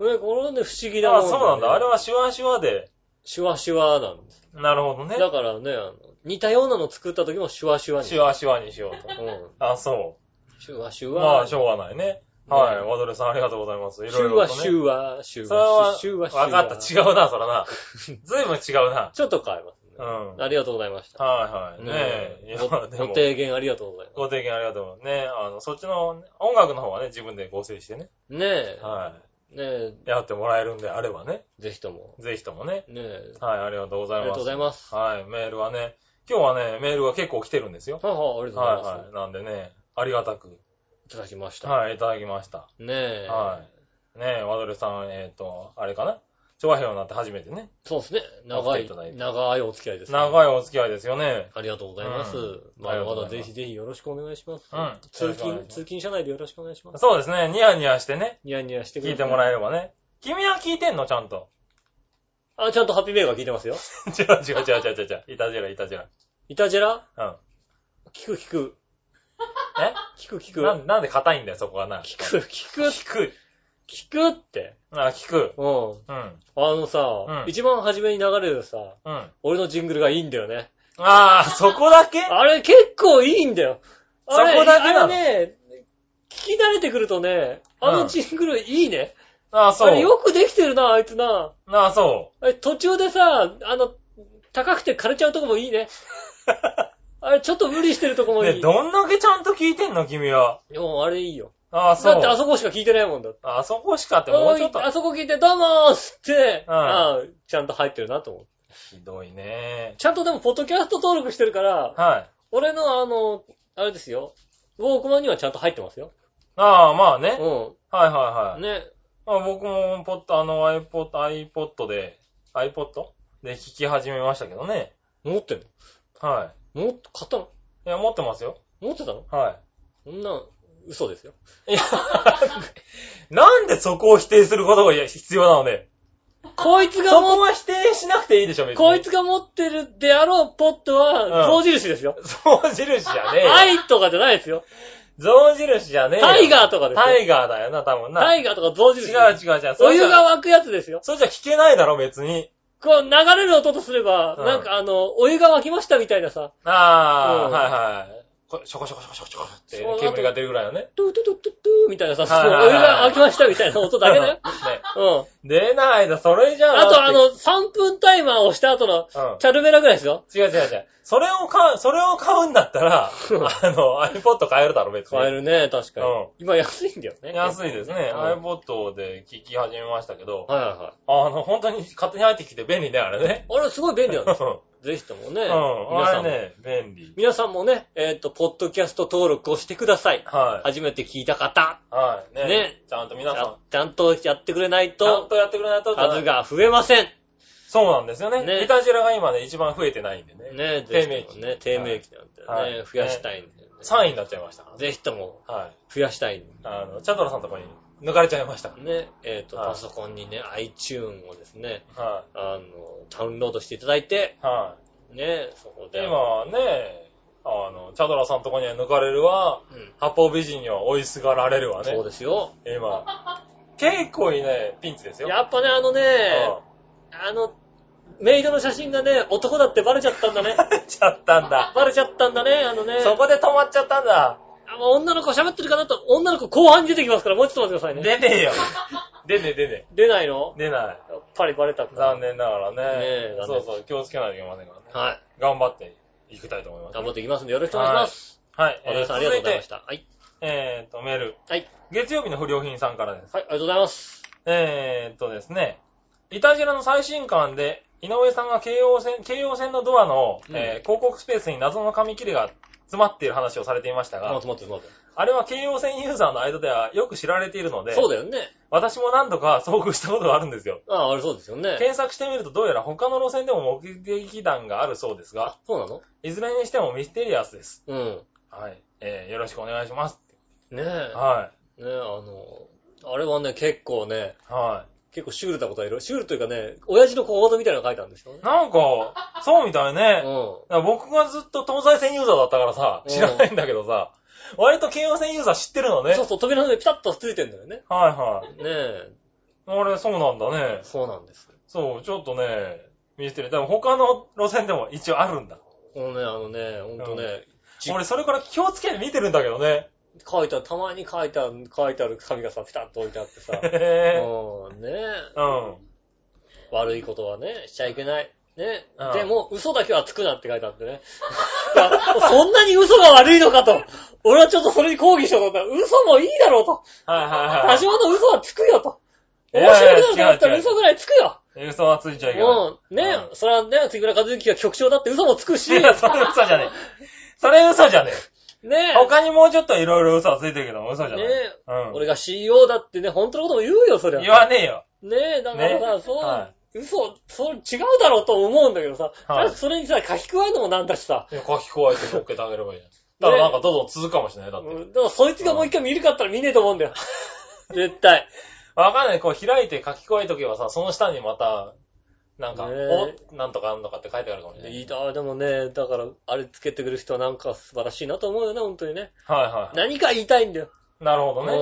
Speaker 3: ね、これね、不思議
Speaker 2: ー、
Speaker 3: なも
Speaker 2: あ
Speaker 3: ん
Speaker 2: そうなんだ。あれ
Speaker 3: は。
Speaker 2: はシュワシュワで。
Speaker 3: シュワシュワーなんです。
Speaker 2: なるほどね。
Speaker 3: だからね、あの似たようなの作った時もシュワシュワに。
Speaker 2: シュワシュワにしようと。
Speaker 3: うん
Speaker 2: あ、そ
Speaker 3: シュワシュ
Speaker 2: う。ま
Speaker 3: ワ
Speaker 2: あ、
Speaker 3: ー。
Speaker 2: しょうがないね。はい。
Speaker 3: ね
Speaker 2: ワドレさんありがとうございます。い
Speaker 3: シ
Speaker 2: ろい
Speaker 3: ュ
Speaker 2: ろ
Speaker 3: ワ
Speaker 2: とね。
Speaker 3: シュワー、シュ
Speaker 2: それは
Speaker 3: ワ、シュワシュワ。
Speaker 2: わかった。違うな、そ らな。ずいぶん違うな。
Speaker 3: ちょっと変えますね
Speaker 2: う。ん。
Speaker 3: ありがとうございました。
Speaker 2: はいはい。ねえ。い
Speaker 3: ね
Speaker 2: や、
Speaker 3: ご
Speaker 2: で
Speaker 3: ご
Speaker 2: も、
Speaker 3: 提言ありがとうございま
Speaker 2: ご提言ありがとうございます。ねあの、そっちの音楽の方はね、自分で合成してね。
Speaker 3: す。ねえ。
Speaker 2: は
Speaker 3: ねえ、
Speaker 2: い。やってもらえるんであればね。
Speaker 3: ぜひとも。
Speaker 2: ぜひともね。
Speaker 3: ねえ。
Speaker 2: はい、ありがとうござ
Speaker 3: あ
Speaker 2: い
Speaker 3: り
Speaker 2: ま
Speaker 3: が
Speaker 2: す。
Speaker 3: とうございます。
Speaker 2: はい、メールはね、今日はね、メールが結構来てるんですよ。
Speaker 3: はいはい、ありがとうござい
Speaker 2: は
Speaker 3: ま
Speaker 2: いはい。なんでね、ありがたく、
Speaker 3: す。いただきました。
Speaker 2: はい、いただきました。
Speaker 3: ねえ。
Speaker 2: はい。ねえ、ワドレさん、えっ、と、あれかな長平になって初めてね。
Speaker 3: そうですね。長
Speaker 2: お付き合いい
Speaker 3: い
Speaker 2: ただい、て
Speaker 3: 長いお付き合いです、ね。
Speaker 2: 長いお付き合いですよね。
Speaker 3: ありがとうございます。
Speaker 2: うん
Speaker 3: ま
Speaker 2: あり
Speaker 3: だ
Speaker 2: がと
Speaker 3: まだ
Speaker 2: うございます
Speaker 3: ぜひぜひよろしくお願いします。
Speaker 2: うん
Speaker 3: 通
Speaker 2: よろしくお
Speaker 3: 勤
Speaker 2: 願いしま、す
Speaker 3: 通勤車内でよろしくお願いします。
Speaker 2: そうですね、ニヤニヤしてね、
Speaker 3: ニヤニヤしてく
Speaker 2: 聞いてもら
Speaker 3: え。
Speaker 2: えればね。君は聞いてんのちゃんと。
Speaker 3: あ、ちゃんとハッピーメーカー聞いてますよ。
Speaker 2: 違う違う違う違う違う。いたじらいたじら。
Speaker 3: イタジェラ
Speaker 2: うん。
Speaker 3: 聞く聞 く。聞く聞
Speaker 2: え
Speaker 3: く。
Speaker 2: なんなんで硬いんだよ、そこがな。
Speaker 3: 聞く聞く
Speaker 2: 聞く。
Speaker 3: 聞くって。
Speaker 2: あ、聞く。
Speaker 3: うん。
Speaker 2: うん。
Speaker 3: あのさ、
Speaker 2: うん
Speaker 3: 一番初めに流れるさ、
Speaker 2: うん。
Speaker 3: 俺のジングルがいいんだよね。
Speaker 2: あー、そこだけ
Speaker 3: あれ結構いいんだよ。あれ
Speaker 2: そこだけなの
Speaker 3: あれね、聞き慣れてくるとね、あのジングルいいね。
Speaker 2: あー、
Speaker 3: あれ
Speaker 2: そう。
Speaker 3: よくできてるな、あいつな。
Speaker 2: あー、そ
Speaker 3: あれ途中でさ、あの、高くて枯れちゃうとこもいい ね。あれちょっと無理してるとこ
Speaker 2: う。
Speaker 3: もい
Speaker 2: ね、
Speaker 3: い。
Speaker 2: どんだけちゃんと聞いてんの、君は。
Speaker 3: でもあれいいよ。
Speaker 2: ああ、そう。
Speaker 3: だってあそこしか聞いてないもんだって。
Speaker 2: あそこしかってもうちょっと
Speaker 3: あ。あそこ聞いて、どうもーっつって、
Speaker 2: うん
Speaker 3: ああちゃんと入ってるなと思う。
Speaker 2: ひどいね。
Speaker 3: ちゃんとでも、ポッドキャスト登録してるから、
Speaker 2: はい。
Speaker 3: 俺のあの、あれですよ。ウォークマンにはちゃんと入ってますよ。
Speaker 2: ああ、まあね。
Speaker 3: う
Speaker 2: はい
Speaker 3: ん。
Speaker 2: はいはい。
Speaker 3: ね。
Speaker 2: まあ、僕も、ポッド、あの、iPod、iPod で、iPod? で聞き始めましたけどね。
Speaker 3: 持ってんの
Speaker 2: は
Speaker 3: 持って、買ったの
Speaker 2: い。いや、持ってますよ。
Speaker 3: 持ってたの
Speaker 2: は
Speaker 3: そんな、嘘ですよ。
Speaker 2: い。いや、なんでそこを否定することが必要なのね。
Speaker 3: こいつ
Speaker 2: そ
Speaker 3: が
Speaker 2: こ
Speaker 3: も、
Speaker 2: は否定しなくていいでしょ、別に。
Speaker 3: こいつが持ってるであろうポットは、
Speaker 2: う
Speaker 3: 象
Speaker 2: ん
Speaker 3: 印ですよ。
Speaker 2: 象印じゃねえよ。
Speaker 3: 愛とかじゃないですよ。
Speaker 2: 象印じゃねえよ。
Speaker 3: タイガーとかですよ
Speaker 2: タイガーだよな、多分な。
Speaker 3: タイガーとか象
Speaker 2: 違う
Speaker 3: 印。
Speaker 2: 違う違う。そ
Speaker 3: お
Speaker 2: れじ
Speaker 3: 湯
Speaker 2: ゃ
Speaker 3: が沸くやつですよ。
Speaker 2: それじゃ聞けないだろ、別に。
Speaker 3: こう流れる音とすれば、
Speaker 2: うん
Speaker 3: なんかあの、お湯が沸きましたみたいなさ、
Speaker 2: ああ、
Speaker 3: うん
Speaker 2: はいはいこ。ショコショコショコショコショコって
Speaker 3: そう
Speaker 2: 煙が出るぐらいのね。
Speaker 3: トゥトゥトゥトゥトゥみたいなさ、
Speaker 2: はいはいはい
Speaker 3: お湯が沸きましたみたいな音だけだよ。
Speaker 2: ね
Speaker 3: うん。
Speaker 2: 出ないだ、それじゃ
Speaker 3: あとあ
Speaker 2: だっ
Speaker 3: の、3分タイマーをした後の、
Speaker 2: てうん。
Speaker 3: チャルメラぐらいですよ。
Speaker 2: 違う違う違う。それを買う、それを買うんだったら、あ
Speaker 3: うん
Speaker 2: の、iPod 買えるだろ、別に。
Speaker 3: 買えるね、確かに
Speaker 2: うん。
Speaker 3: 今安いんだよね。
Speaker 2: 安いですね。
Speaker 3: うん
Speaker 2: iPod で聞き始めましたけど、
Speaker 3: はいはいはい。
Speaker 2: あの、本当に勝手に入ってきて便利ね、あれね。
Speaker 3: あれすごい便利なん
Speaker 2: う
Speaker 3: で
Speaker 2: ん
Speaker 3: すよ。。ぜひともね。
Speaker 2: うん
Speaker 3: 皆さ
Speaker 2: あ
Speaker 3: んも。
Speaker 2: れね、便利。
Speaker 3: 皆さんもね、えっと、ポッドキャスト登録をしてください。
Speaker 2: は
Speaker 3: 初めて聞いた方。
Speaker 2: い。はい。ね。
Speaker 3: ね
Speaker 2: ちゃんと皆さん、
Speaker 3: ちゃんとやってくれない
Speaker 2: ちゃん
Speaker 3: と、
Speaker 2: とやってくれないと。
Speaker 3: 数が増えません。
Speaker 2: そうなんですよね。
Speaker 3: ね
Speaker 2: イタジラが今ね、一番増えてないんでね。
Speaker 3: ね
Speaker 2: 低
Speaker 3: ぜ
Speaker 2: 迷
Speaker 3: ひ
Speaker 2: 期
Speaker 3: ともね、低迷期なんでね、
Speaker 2: はい
Speaker 3: 増やしたいんで、ね
Speaker 2: 3位になっちゃいましたからね。
Speaker 3: ぜひとも
Speaker 2: はい。
Speaker 3: 増やしたいん
Speaker 2: あの、チャドラさんのとこに抜かれちゃいましたか
Speaker 3: でね、えっ、と、
Speaker 2: はい
Speaker 3: パソコンにね、iTune をですね、
Speaker 2: ら。は
Speaker 3: あの、ダウンロードしていただいて、
Speaker 2: い。は
Speaker 3: ね、そこ
Speaker 2: い。
Speaker 3: で。
Speaker 2: 今ね、あの、チャドラさんのとこには抜かれるわ、
Speaker 3: うん。
Speaker 2: 八方美人には追いすがられるわね
Speaker 3: そう。ですよ。
Speaker 2: 今。結構いいね、ピンチですよ。
Speaker 3: やっぱね、あのね、あの、メイドの写真がね、男だってバレちゃったん だね。
Speaker 2: うんちゃった んだ。
Speaker 3: バレちゃったんだね、あのね。
Speaker 2: そこで止まっちゃったんだ。
Speaker 3: あもう女の子喋ってるかなと、女の子後半に出てきますから、もうちょっと待ってくださいね。
Speaker 2: 出ねえよ。 出ねえ出ね
Speaker 3: 出ないの
Speaker 2: え。出ない。
Speaker 3: やっぱりバレたか。
Speaker 2: 残念ながらね
Speaker 3: ねえ。残
Speaker 2: そ
Speaker 3: 念
Speaker 2: うそう、気をつけないといけませんからね。
Speaker 3: はい。
Speaker 2: 頑張っていきたいと思います。
Speaker 3: 頑張っていきますんで、よろしくお願いします。
Speaker 2: はい。え
Speaker 3: 和田
Speaker 2: ー
Speaker 3: さん、ありがとうございま
Speaker 2: 続
Speaker 3: し
Speaker 2: いて
Speaker 3: た。はい。
Speaker 2: えーっと、メール。
Speaker 3: はい。
Speaker 2: 月曜日の不良品さんからです。
Speaker 3: はい、ありがとうございます。
Speaker 2: えーっとですね、イタジラの最新刊で、井上さんが京王線、京王線のドアの、
Speaker 3: うん
Speaker 2: えー広告スペースに謎の紙切れが詰まっている話をされていました
Speaker 3: あ、
Speaker 2: が、
Speaker 3: 待って待って。
Speaker 2: あれは京王線ユーザーの間ではよく知られているので、
Speaker 3: そうだよね。
Speaker 2: 私も何度か遭遇したことがあるんですよ。
Speaker 3: ああ、あれそうですよね。
Speaker 2: 検索してみるとどうやら他の路線でも目撃談があるそうですが
Speaker 3: あ、、そうなの
Speaker 2: いずれにしてもミステリアスです。
Speaker 3: うん。
Speaker 2: はい。えーよろしくお願いします。
Speaker 3: ねえ。
Speaker 2: は
Speaker 3: ねえ、あの、あれはね、結構ね、
Speaker 2: い。は
Speaker 3: 結構シュールなことはいろいろ、シュールというかね、親父の小言みたいなの書いたんですよね
Speaker 2: い。。なんか、そうみたいね。
Speaker 3: う
Speaker 2: だから僕がずっと東西線ユーザーだったからさ、
Speaker 3: うん
Speaker 2: 知らないんだけどさ、割と京王線ユーザー知ってるのね。
Speaker 3: ん。そうそう、扉の上ピタッとついてんだよね。
Speaker 2: はいは
Speaker 3: ね
Speaker 2: い。
Speaker 3: え、
Speaker 2: あれ、そうなんだね。
Speaker 3: そうなんです。
Speaker 2: そう、ちょっとね、ミステリー。でも他の路線でも一応あるんだ。
Speaker 3: このね、あのね、ほんとね、じ
Speaker 2: 俺、それから気をつけて見てるんだけど ね。、
Speaker 3: 書いた、たまに書いた、書いてある紙がさ、ピタッと置いてあってさ
Speaker 2: へ
Speaker 3: うん、ねえ
Speaker 2: ぇ、うん。
Speaker 3: 悪いことはね、しちゃいけない。ね
Speaker 2: うん。
Speaker 3: でも、嘘だけはつくなって書いてあってね。 そんなに嘘が悪いのかと。俺はちょっとそれに抗議しようと思ったら、嘘もいいだろうと。
Speaker 2: はいはいは
Speaker 3: 多
Speaker 2: い。
Speaker 3: 少の嘘はつくよと。
Speaker 2: い
Speaker 3: 面
Speaker 2: やいや
Speaker 3: 白いなと思ったら
Speaker 2: 違う違う
Speaker 3: 嘘ぐらいつくよ。
Speaker 2: 嘘はついちゃいけない。
Speaker 3: もう、ね
Speaker 2: う、
Speaker 3: それはね、杉村和之が局長だって嘘もつくし、
Speaker 2: いや、それ嘘じゃねえ。それ嘘じゃねえ。
Speaker 3: ね、
Speaker 2: 他にもうちょっといろいろ嘘はついてるけど、嘘じゃな
Speaker 3: ね
Speaker 2: い。うん。
Speaker 3: 俺が CEO だってね、本当のことも言うよ、そりゃ。
Speaker 2: 言わねえよ。
Speaker 3: ねえ、だからさ、
Speaker 2: ね
Speaker 3: そう、
Speaker 2: は
Speaker 3: 嘘、そう、違うだろうと思うんだけどさ、
Speaker 2: はい
Speaker 3: ただそれにさ、書き加えるのもなんだしさ、
Speaker 2: いや、書き加えて乗っけてあげればいいじゃん。だからなんかどんどん続くかもしれない。だって。
Speaker 3: うんだからそいつがもう一回見るかったら見ねえと思うんだよ。 絶対。
Speaker 2: わかんない。こう開いて書き加えとけばさ、その下にまた、なんか、
Speaker 3: ねえ
Speaker 2: お、なんとかなんとかって書いてあるかもしれない。
Speaker 3: いいだ、でもね、だから、あれつけてくる人はなんか素晴らしいなと思うよね、本当にね。
Speaker 2: はいはい。
Speaker 3: 何か言いたいんだよ。
Speaker 2: なるほどね。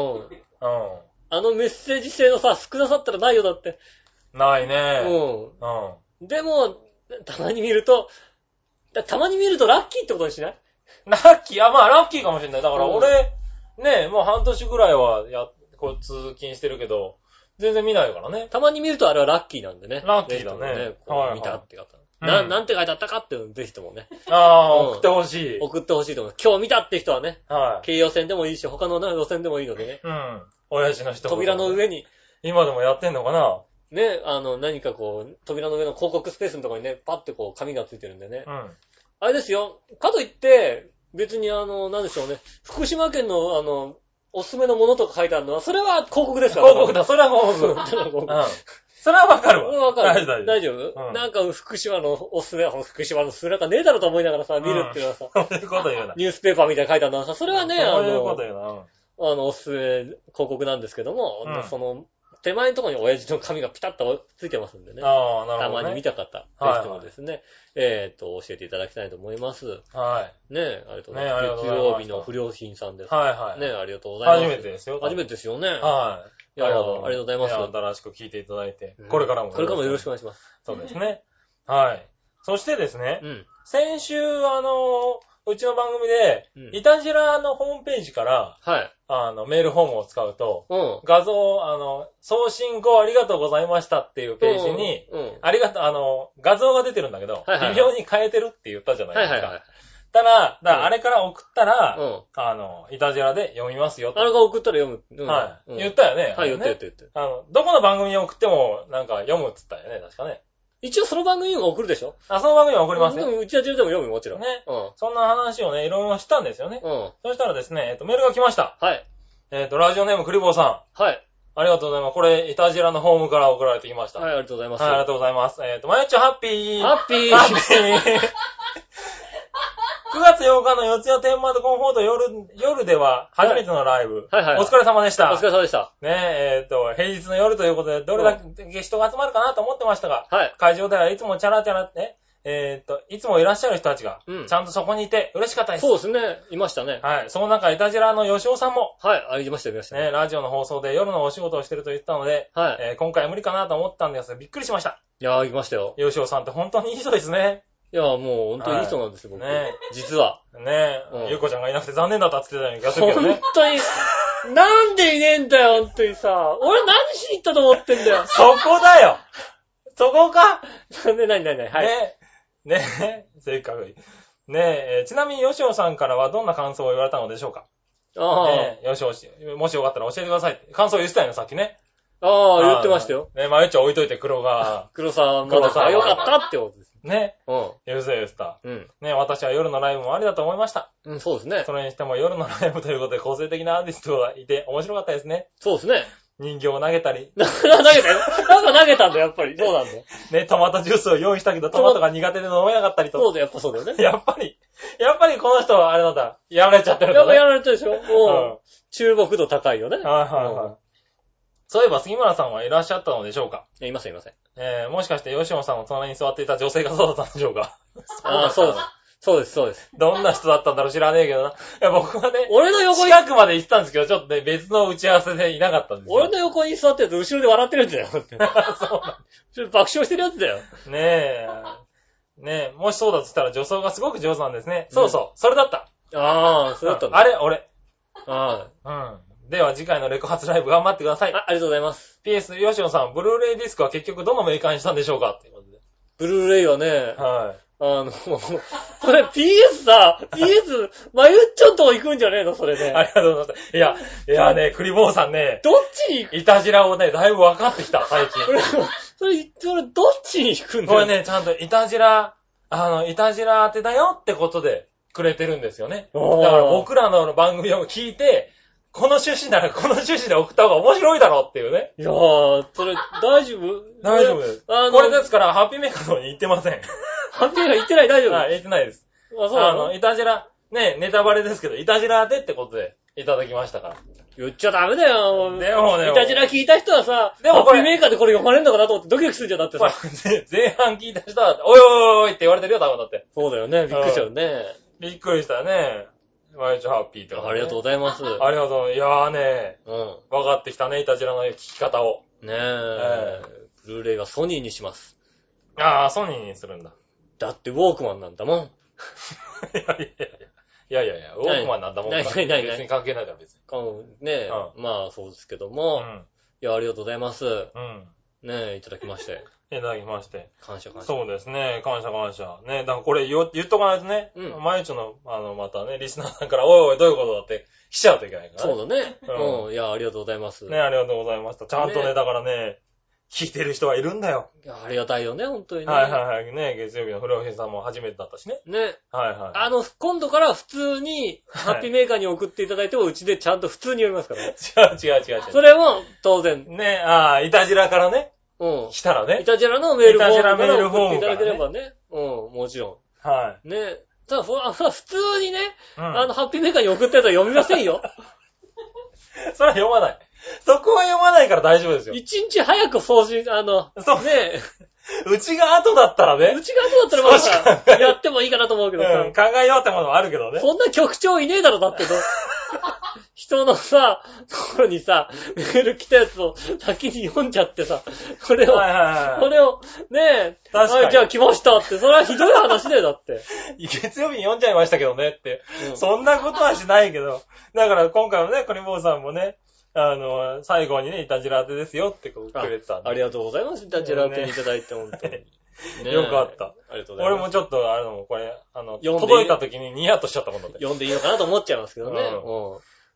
Speaker 3: うん。
Speaker 2: う
Speaker 3: あのメッセージ性のさ、少なさったらないよ、だって。
Speaker 2: ん。ないね。
Speaker 3: う
Speaker 2: うん。
Speaker 3: ん。でも、たまに見ると、だたまに見るとラッキーってことにしない
Speaker 2: ラッキー、あ、まあラッキーかもしれない。だから
Speaker 3: うん
Speaker 2: 俺、ねえ、もう半年ぐらいは、や、こう通勤してるけど、全然見ないからね。
Speaker 3: たまに見るとあれはラッキーなんでね。
Speaker 2: ラッキーだね
Speaker 3: ぜひとも
Speaker 2: は
Speaker 3: こ
Speaker 2: い
Speaker 3: う
Speaker 2: はい
Speaker 3: 見たって方。
Speaker 2: うん
Speaker 3: な、なんて書いてあったかっていうのぜひともね、
Speaker 2: あ
Speaker 3: うん
Speaker 2: あ、送ってほしい。
Speaker 3: 送ってほしいと思う。今日見たって人はね、
Speaker 2: はい。
Speaker 3: 京葉線でもいいし、他の路線でもいいのでね、
Speaker 2: うん。親父の人。
Speaker 3: 扉の。上に、
Speaker 2: 今でもやってんのかな
Speaker 3: ね、あの、何かこう、扉の上の広告スペースのところにね、パッてこう、紙がついてるんでね。
Speaker 2: うん。
Speaker 3: あれですよ、かといって、別にあの、なんでしょうね、福島県のあの、おすすめのものとか書いてあるのは、それは広告ですから。
Speaker 2: 広告だ、それは 広告。うん。
Speaker 3: 告
Speaker 2: それはわかるわ。
Speaker 3: わかる。
Speaker 2: 大丈夫。
Speaker 3: 大丈夫、
Speaker 2: うん
Speaker 3: なんか、福島のおすすめ、福島のすすめなんかねえだろうと思いながらさ、
Speaker 2: ん
Speaker 3: 見るっていうのは さ、
Speaker 2: そういうこと言うな。
Speaker 3: ニュースペーパーみたいなの書いてあるのはさ、それはね、あ
Speaker 2: そういう
Speaker 3: の、
Speaker 2: こと言うな。うん
Speaker 3: あの、おすすめ広告なんですけども、
Speaker 2: うん
Speaker 3: その、手前のところに親父の紙がピタッとついてますんでね。
Speaker 2: ああ、なる
Speaker 3: た
Speaker 2: ほど、ね。
Speaker 3: まに見た方、ぜ
Speaker 2: はい
Speaker 3: ひともですね、えっと、教えていただきたいと思います。
Speaker 2: はい。
Speaker 3: ねえ、ありがとうござい
Speaker 2: ねえあり
Speaker 3: ま
Speaker 2: がと
Speaker 3: す。月
Speaker 2: うございま
Speaker 3: 曜
Speaker 2: す
Speaker 3: 日の不良品さんです。
Speaker 2: はいはい。
Speaker 3: ねえ、ありがとうござい
Speaker 2: 初
Speaker 3: ます。
Speaker 2: めてですよ。
Speaker 3: 初めてですよね。
Speaker 2: はい。
Speaker 3: いやありがとうございます
Speaker 2: や新しく聞いていただいて、これからも。
Speaker 3: これからもよろしく
Speaker 2: く。
Speaker 3: お願いします。
Speaker 2: そうですね。はい。そしてですね
Speaker 3: う、ん。
Speaker 2: 先週、あの、うちの番組で
Speaker 3: う、ん
Speaker 2: イタジラのホームページから、
Speaker 3: はい。
Speaker 2: あの、メールフォームを使うと、
Speaker 3: うん。
Speaker 2: 画像、あの、送信後ありがとうございましたっていうページに、
Speaker 3: うん、うん。
Speaker 2: ありがとう、あの、画像が出てるんだけど、
Speaker 3: はいはいはい
Speaker 2: 微妙に変えてるって言ったじゃない
Speaker 3: は
Speaker 2: で
Speaker 3: い
Speaker 2: すか。
Speaker 3: はいはい。
Speaker 2: ただ、だからあれから送ったら、
Speaker 3: うん。
Speaker 2: あの、いたじらで読みますよって
Speaker 3: あれが送ったら読む。うん、
Speaker 2: はい。
Speaker 3: うん
Speaker 2: 言ったよね。
Speaker 3: はい、言って
Speaker 2: ね
Speaker 3: 言って言って。
Speaker 2: あの、どこの番組に送っても、なんか読むっつったよね、確かね。
Speaker 3: 一応その番組にも送るでしょ
Speaker 2: あ、その番組に送ります
Speaker 3: で
Speaker 2: よ。
Speaker 3: もうちは中でも読むよ、もちろん。
Speaker 2: ね。
Speaker 3: うん。
Speaker 2: そんな話をね、いろいろしたんですよね。
Speaker 3: うん。
Speaker 2: そしたらですね、えっと、メールが来ました。
Speaker 3: はい。
Speaker 2: えっと、ラジオネームクリボーさ
Speaker 3: はい。
Speaker 2: ん。ありがとうございます。これ、イタジラのホームから送られてきました。
Speaker 3: はい、
Speaker 2: は
Speaker 3: あ
Speaker 2: い、
Speaker 3: りがとうございます。
Speaker 2: ありがとうございます。えっと、まゆっちょハッピー
Speaker 3: ハッピー
Speaker 2: ハッピー9月8日の四谷天窓コンフォート夜、夜では初めてのライブ。
Speaker 3: はいはいはい
Speaker 2: お疲れ様でした。
Speaker 3: お疲れ様でした。
Speaker 2: ねえ、えっ、と、平日の夜ということで、どれだけ人が集まるかなと思ってましたが、
Speaker 3: はい。
Speaker 2: 会場ではいつもチャラチャラって、えっ、と、いつもいらっしゃる人たちが
Speaker 3: うん、
Speaker 2: ちゃんとそこにいて嬉しかったです。
Speaker 3: そうですね。いましたね。
Speaker 2: はい。その中、イタジラの吉尾さんも、
Speaker 3: はい。あ、りました、いました。
Speaker 2: ね、ラジオの放送で夜のお仕事をしてると言ってたので、
Speaker 3: はい。
Speaker 2: えー今回は無理かなと思ったんですが、びっくりしました。
Speaker 3: いやー、行きましたよ。
Speaker 2: 吉尾さんって本当にいい人ですね。
Speaker 3: いやー、もう、本当にいい人なんですよ、僕。
Speaker 2: ね
Speaker 3: 実は。
Speaker 2: え、ね
Speaker 3: うん
Speaker 2: え、ゆうこちゃんがいなくて残念だったって言ってたような気がす
Speaker 3: 本
Speaker 2: るけどね。
Speaker 3: 当に、なんでいねえんだよ、本当にさ。俺何しに行ったと思ってんだよ。
Speaker 2: そこだよそこか
Speaker 3: なんで、なになになにはい。
Speaker 2: ね、ね、せっかく。ねえー、ちなみに、吉尾さんからはどんな感想を言われたのでしょうか
Speaker 3: ああ、
Speaker 2: ねえ、吉尾氏、もしよかったら教えてくださいって。感想言ってたよね、さっきね。
Speaker 3: ああ、言ってましたよ。。
Speaker 2: ね、まゆちょ置いといて黒が、
Speaker 3: 黒沢まだから
Speaker 2: 黒
Speaker 3: よ
Speaker 2: 沢
Speaker 3: かったってことです。
Speaker 2: ね、
Speaker 3: う
Speaker 2: ゆずゆずた。
Speaker 3: ん。うん。
Speaker 2: ね、私は夜のライブもありだと思いました。
Speaker 3: うん、そうですね。
Speaker 2: それにしても夜のライブということで個性的なアーティストがいて面白かったですね。
Speaker 3: そうですね。
Speaker 2: 人形を投げたり、
Speaker 3: なんか投 げたよ。なんか投げたんだ、やっぱり。そうなんだよ。
Speaker 2: ね、トマトジュースを用意したけどトマトが苦手で飲めなかったり
Speaker 3: そ
Speaker 2: と。
Speaker 3: うだ、やっぱそうだよね。
Speaker 2: やっぱり、やっぱりこの人はあれなんだ、やられちゃってるん
Speaker 3: や
Speaker 2: だ
Speaker 3: っぱ
Speaker 2: ね。
Speaker 3: やられてるでしょ
Speaker 2: うん
Speaker 3: もう、注目度高いよね。
Speaker 2: はいはいはい。そういえば杉村さんはいらっしゃったのでしょうか
Speaker 3: いやいません、いません。
Speaker 2: えー、もしかして吉野さんの隣に座っていた女性がそうだったんでしょうか
Speaker 3: ああ、そうです。そうです、そうです。
Speaker 2: どんな人だったんだろう知らねえけどな。いや、僕はね、
Speaker 3: 俺の横に、
Speaker 2: 近くまで行ってたんですけど、ちょっとね、別の打ち合わせでいなかったんですよ。
Speaker 3: 俺の横に座ってると後ろで笑ってるんだよ。
Speaker 2: そうな
Speaker 3: ちょっと爆笑してるやつだよ。
Speaker 2: んねえ。ねえ、もしそうだとしたら女装がすごく上手なんですね。そうそう、それだった。
Speaker 3: ああ、そうだったんだ。
Speaker 2: あれ、俺。
Speaker 3: あ
Speaker 2: うん。では次回のレコ発ライブ頑張ってくださ
Speaker 3: ー
Speaker 2: い。
Speaker 3: あ、ありがとうございます。
Speaker 2: PS、吉野さん、ブルーレイディスクは結局どのメーカーにしたんでしょうかっていうことで。
Speaker 3: ブルーレイはね、
Speaker 2: は
Speaker 3: あの、 それ PS さ、PS、まゆっちょんとこ行くんじゃねえのそれ
Speaker 2: い。あり
Speaker 3: ね。
Speaker 2: がとうございます。いや、いやね、クリボーさんね、
Speaker 3: どっちに行く
Speaker 2: いたじらをね、だいぶ分かってきた、最近。
Speaker 3: それ、それ、それどっちに行くんだ
Speaker 2: こ
Speaker 3: よ。
Speaker 2: れね、ちゃんといたじら、あの、いたじら当てだよってことでくれてるんですよね。だ
Speaker 3: おー
Speaker 2: から僕らの番組を聞いて、この趣旨ならこの趣旨で送った方が面白いだろうっていうね。
Speaker 3: いやー、それ、大丈夫
Speaker 2: 大丈夫です。
Speaker 3: あの、
Speaker 2: これですから、ハッピーメーカーの方に行ってま せん。
Speaker 3: 判定が言ってない、大丈夫。
Speaker 2: は
Speaker 3: あ、
Speaker 2: い、行ってないです。
Speaker 3: そう
Speaker 2: あ
Speaker 3: な
Speaker 2: の、
Speaker 3: の
Speaker 2: いたじら、ね、ネタバレですけど、いたじら当てってことでいただきましたから。
Speaker 3: 言っちゃダメだよ。
Speaker 2: でもね
Speaker 3: いたじら聞いた人はさ、
Speaker 2: でもこれ
Speaker 3: ハッピーメーカーでこれ読まれるのかなと思ってドキドキするじゃん、だって
Speaker 2: こ
Speaker 3: さ。
Speaker 2: れ、 前半聞いた人は、おいおいおいおいって言われてるよ、多分だって。
Speaker 3: そうだよね、びっくりしちゃうね。
Speaker 2: びっくりしたね。毎日ハッピーってこと
Speaker 3: あ
Speaker 2: ね
Speaker 3: りがとうございます。う
Speaker 2: ありがとう。いやーね、
Speaker 3: ん。
Speaker 2: 分かってきたね、いたじらの聞き方を。
Speaker 3: ねえ、ブルーレイはソニーにします。
Speaker 2: ああ、ソニーにするんだ。
Speaker 3: だってウォークマンなんだもん。
Speaker 2: いやいやいや。いやいやいや、ウォークマンなんだもん
Speaker 3: ないないないない
Speaker 2: 別に関係ないから別に。
Speaker 3: あのねえ、まあそうですけど
Speaker 2: う
Speaker 3: も、い
Speaker 2: ん。
Speaker 3: や、ありがとうございます。
Speaker 2: うん。
Speaker 3: ねえ、いただきまして。
Speaker 2: いただきまして。
Speaker 3: 感謝感謝。
Speaker 2: そうですね。感謝感謝。ね、だからこれ言お言っとかないとね、
Speaker 3: うん
Speaker 2: 毎日の、あの、またね、リスナーさんから、おいおい、どういうことだって、来ちゃうといけないからね。
Speaker 3: そうだね。
Speaker 2: うん
Speaker 3: うん。いや、ありがとうございます。
Speaker 2: ね、ありがとうございました。ちゃんとね、
Speaker 3: ね
Speaker 2: だからね、聞いてる人はいるんだよ。
Speaker 3: いやありがたいよね、本当にね。
Speaker 2: はいはいはい。ね、月曜日の古尾さんも初めてだったしね。
Speaker 3: ね。
Speaker 2: はいは
Speaker 3: あの、今度から普通に、
Speaker 2: は
Speaker 3: ハ
Speaker 2: い
Speaker 3: ッピーメーカーに送っていただいても、うちでちゃんと普通に読みますからね。
Speaker 2: い。違う違う違う
Speaker 3: それも、当然
Speaker 2: 違、う。ね、ああ、いたじらからね、
Speaker 3: うん。
Speaker 2: 来たら
Speaker 3: い
Speaker 2: ね。
Speaker 3: たじらのメールフォームか
Speaker 2: いたじらメー
Speaker 3: ら
Speaker 2: ルフォ
Speaker 3: 送
Speaker 2: ー
Speaker 3: って
Speaker 2: ム
Speaker 3: いた
Speaker 2: からね
Speaker 3: だければね。うん、もちろ
Speaker 2: はい。
Speaker 3: ん。ね。ただ、ふあ普通にね、
Speaker 2: うん
Speaker 3: あの、ハッピーメーカーに送ったやつは読みませんよ。
Speaker 2: それは読まない。そこは読ま ないから大丈夫ですよ。
Speaker 3: 一日早く送信、あの、
Speaker 2: そう
Speaker 3: ね
Speaker 2: うちが後だったら
Speaker 3: え、う
Speaker 2: ね、
Speaker 3: ちがそうだったらまだ
Speaker 2: そうしかな
Speaker 3: さ、
Speaker 2: い
Speaker 3: やってもいいかなと思うけど
Speaker 2: う
Speaker 3: さ
Speaker 2: ん、、考えようってものもあるけどね。
Speaker 3: そんな局長いねえだろ、だってと。 人のさ、ところにさ、メール来たやつを先に読んじゃってさ、これを、
Speaker 2: はいはい
Speaker 3: こ
Speaker 2: は
Speaker 3: れを、ねえ、
Speaker 2: 確かに
Speaker 3: はいじゃあ来ましたって、それはひどい話だよ、だって。
Speaker 2: い。月曜日に読んじゃいましたけどねって。
Speaker 3: うん
Speaker 2: そんなことはしないけど。だから今回もね、クリボーさんもね、あの、最後にね、いたじら当てですよってこうくれてたんで。
Speaker 3: ありがとうございます。ダチェラーいただいて、本当に。ねえ
Speaker 2: よかっ。た。
Speaker 3: ありがとうござい
Speaker 2: 俺
Speaker 3: ま
Speaker 2: も
Speaker 3: す。
Speaker 2: ちょっと、あの、これ、あの、
Speaker 3: 読んでいい
Speaker 2: 届いた時にニヤッとしちゃったもんだって。ね
Speaker 3: 読んでいいのかなと思っちゃいますけどね。
Speaker 2: う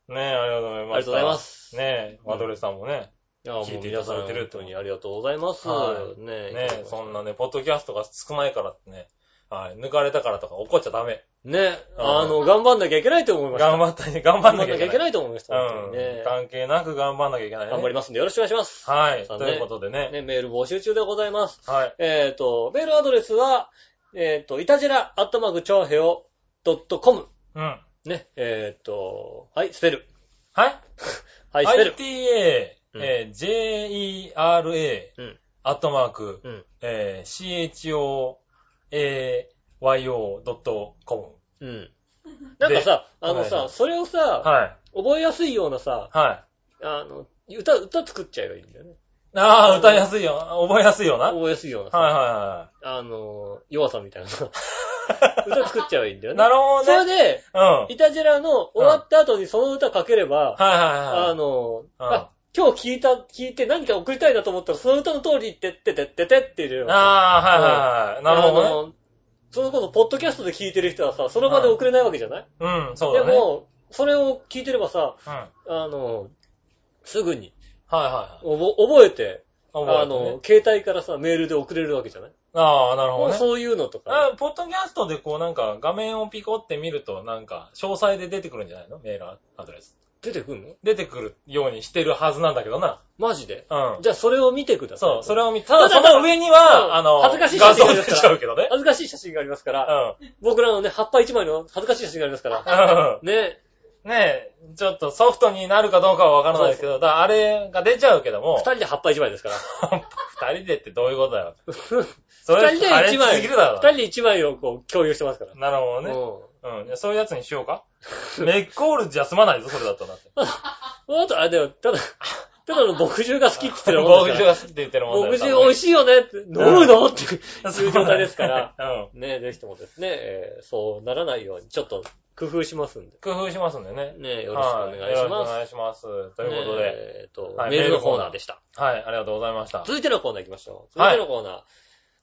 Speaker 3: うんん。
Speaker 2: え、ありがとうござ
Speaker 3: あ
Speaker 2: います。
Speaker 3: りがとうございま。す。
Speaker 2: ねえ、マドレスさんもね。
Speaker 3: いや、もう
Speaker 2: 聞いていた
Speaker 3: 皆さん
Speaker 2: だいてる
Speaker 3: 本
Speaker 2: って
Speaker 3: 当にありがとうございます。
Speaker 2: は
Speaker 3: ねえ。
Speaker 2: ねえ、そん
Speaker 3: な。
Speaker 2: なね、ポッドキャストが少ないからってね、はい、抜かれたからとか怒っちゃダメ。
Speaker 3: ねえ、あの、頑張んなきゃいけないと思いました。
Speaker 2: 頑張ったね、頑張んなきゃいけない。
Speaker 3: いと思いました。本当に
Speaker 2: う
Speaker 3: ね
Speaker 2: ん。関係なく頑張んなきゃいけないね。
Speaker 3: 頑張りますんでよろしくお願いします。
Speaker 2: はい。
Speaker 3: さあ
Speaker 2: と
Speaker 3: ね
Speaker 2: いうことでね。
Speaker 3: ね、メール募集中でございます。
Speaker 2: はい。
Speaker 3: えっ、と、メールアドレスは、えっ、と、いたじら、アットマーク、チョアヘオ、ドットコム。
Speaker 2: うん。は
Speaker 3: ね、えっ、と、はい、スペル。
Speaker 2: い。
Speaker 3: はい、スペル
Speaker 2: ITA、。えー JERA、
Speaker 3: うん
Speaker 2: アットマーク、
Speaker 3: うん
Speaker 2: えー CHOAYO.com。
Speaker 3: うん。なんかさ、あの
Speaker 2: はいは
Speaker 3: さ、
Speaker 2: い
Speaker 3: それをさ、
Speaker 2: はい。
Speaker 3: 覚えやすいようなさ、
Speaker 2: はい。
Speaker 3: あの、歌、歌作っちゃえばいいんだよね。
Speaker 2: ああ、歌いやすいよ。覚えやすいよな。はい
Speaker 3: 覚えやすいようなさ、
Speaker 2: は
Speaker 3: あの、弱さみ たいなさ、
Speaker 2: いは
Speaker 3: 歌作っちゃえばいいんだよ
Speaker 2: い。
Speaker 3: ね
Speaker 2: な。るほ
Speaker 3: そ
Speaker 2: ど
Speaker 3: れ
Speaker 2: ね。
Speaker 3: で、
Speaker 2: うん。はい
Speaker 3: いたじらの終わった後にその歌かければ、
Speaker 2: はいは
Speaker 3: あ
Speaker 2: い。
Speaker 3: の、
Speaker 2: うん
Speaker 3: あ今日聞いた、聞いて何か送りたいなと思ったら、その歌の通り、てってってってってって入れる
Speaker 2: ああー、はいはいはい。なるほどね。
Speaker 3: どね。そのこと、ポッドキャストで聞いてる人はさ、その場で送れないわけじゃない
Speaker 2: うん、そう
Speaker 3: で
Speaker 2: だね。
Speaker 3: も、それを聞いてればさ、
Speaker 2: うん。
Speaker 3: あの、すぐに、
Speaker 2: はいはい。
Speaker 3: おぼ覚えて、
Speaker 2: あ
Speaker 3: あの、、携帯からさ、メールで送れるわけじゃない
Speaker 2: ああ、なるほ
Speaker 3: もう
Speaker 2: どね。
Speaker 3: そういうのとか。
Speaker 2: あポッドキャストでこうなんか画面をピコって見るとなんか詳細で出てくるんじゃないのメールアドレス。
Speaker 3: 出てくんの
Speaker 2: 出てくるようにしてるはずなんだけどな。
Speaker 3: マジで。
Speaker 2: うん。
Speaker 3: じゃあそれを見てください。
Speaker 2: そう、それを見、ただ
Speaker 3: た
Speaker 2: そ
Speaker 3: だ
Speaker 2: の上に
Speaker 3: うん
Speaker 2: は、あの、
Speaker 3: 恥ずかしい写
Speaker 2: 画
Speaker 3: 真が
Speaker 2: 像出ちゃうけどね。
Speaker 3: 恥ずかしい写真がありますから、
Speaker 2: う
Speaker 3: 僕らのね、葉っぱ一枚の恥ずかしい写真がありますから、
Speaker 2: ん。
Speaker 3: ね、
Speaker 2: ねえ、ちょっとソフトになるかどうかはわからないですけど、だからあれが出ちゃうけど
Speaker 3: 二
Speaker 2: も、
Speaker 3: 人で葉っぱ一枚ですから。
Speaker 2: 二人でってどういうことだよ。
Speaker 3: 二
Speaker 2: それ、
Speaker 3: 人で
Speaker 2: あれ
Speaker 3: 一枚、
Speaker 2: すぎるだろ。
Speaker 3: 二人で一枚をこう共有してますから。
Speaker 2: なるほどね。
Speaker 3: うん
Speaker 2: うんいや。そういうやつにしようか。メッコールじゃ済まないぞ、それだとなって。
Speaker 3: あと、あ、でも、ただ、ただの牧汁が好きって言 ってるもん
Speaker 2: 牧
Speaker 3: ですから。
Speaker 2: 汁が好きって言ってるもんだよ。
Speaker 3: 牧汁美味
Speaker 2: し
Speaker 3: しいよねって、飲むのっていう状態ですから。。
Speaker 2: うん。
Speaker 3: ね、ぜひともですね、えーそうならないように、ちょっと工夫しますんで。
Speaker 2: 工夫しますんでね。
Speaker 3: ね、よろしくお願い
Speaker 2: はよ
Speaker 3: し
Speaker 2: ろくお
Speaker 3: ます。
Speaker 2: 願いします。ということ
Speaker 3: ね
Speaker 2: で、
Speaker 3: えーと、
Speaker 2: はい
Speaker 3: メール
Speaker 2: メー
Speaker 3: の
Speaker 2: ルコ
Speaker 3: コ
Speaker 2: ー
Speaker 3: ー
Speaker 2: ナー
Speaker 3: ナーでした。
Speaker 2: はい、ありがとうございました。
Speaker 3: 続いてのコーナー行きましょう。続い
Speaker 2: はい
Speaker 3: てのコーナー。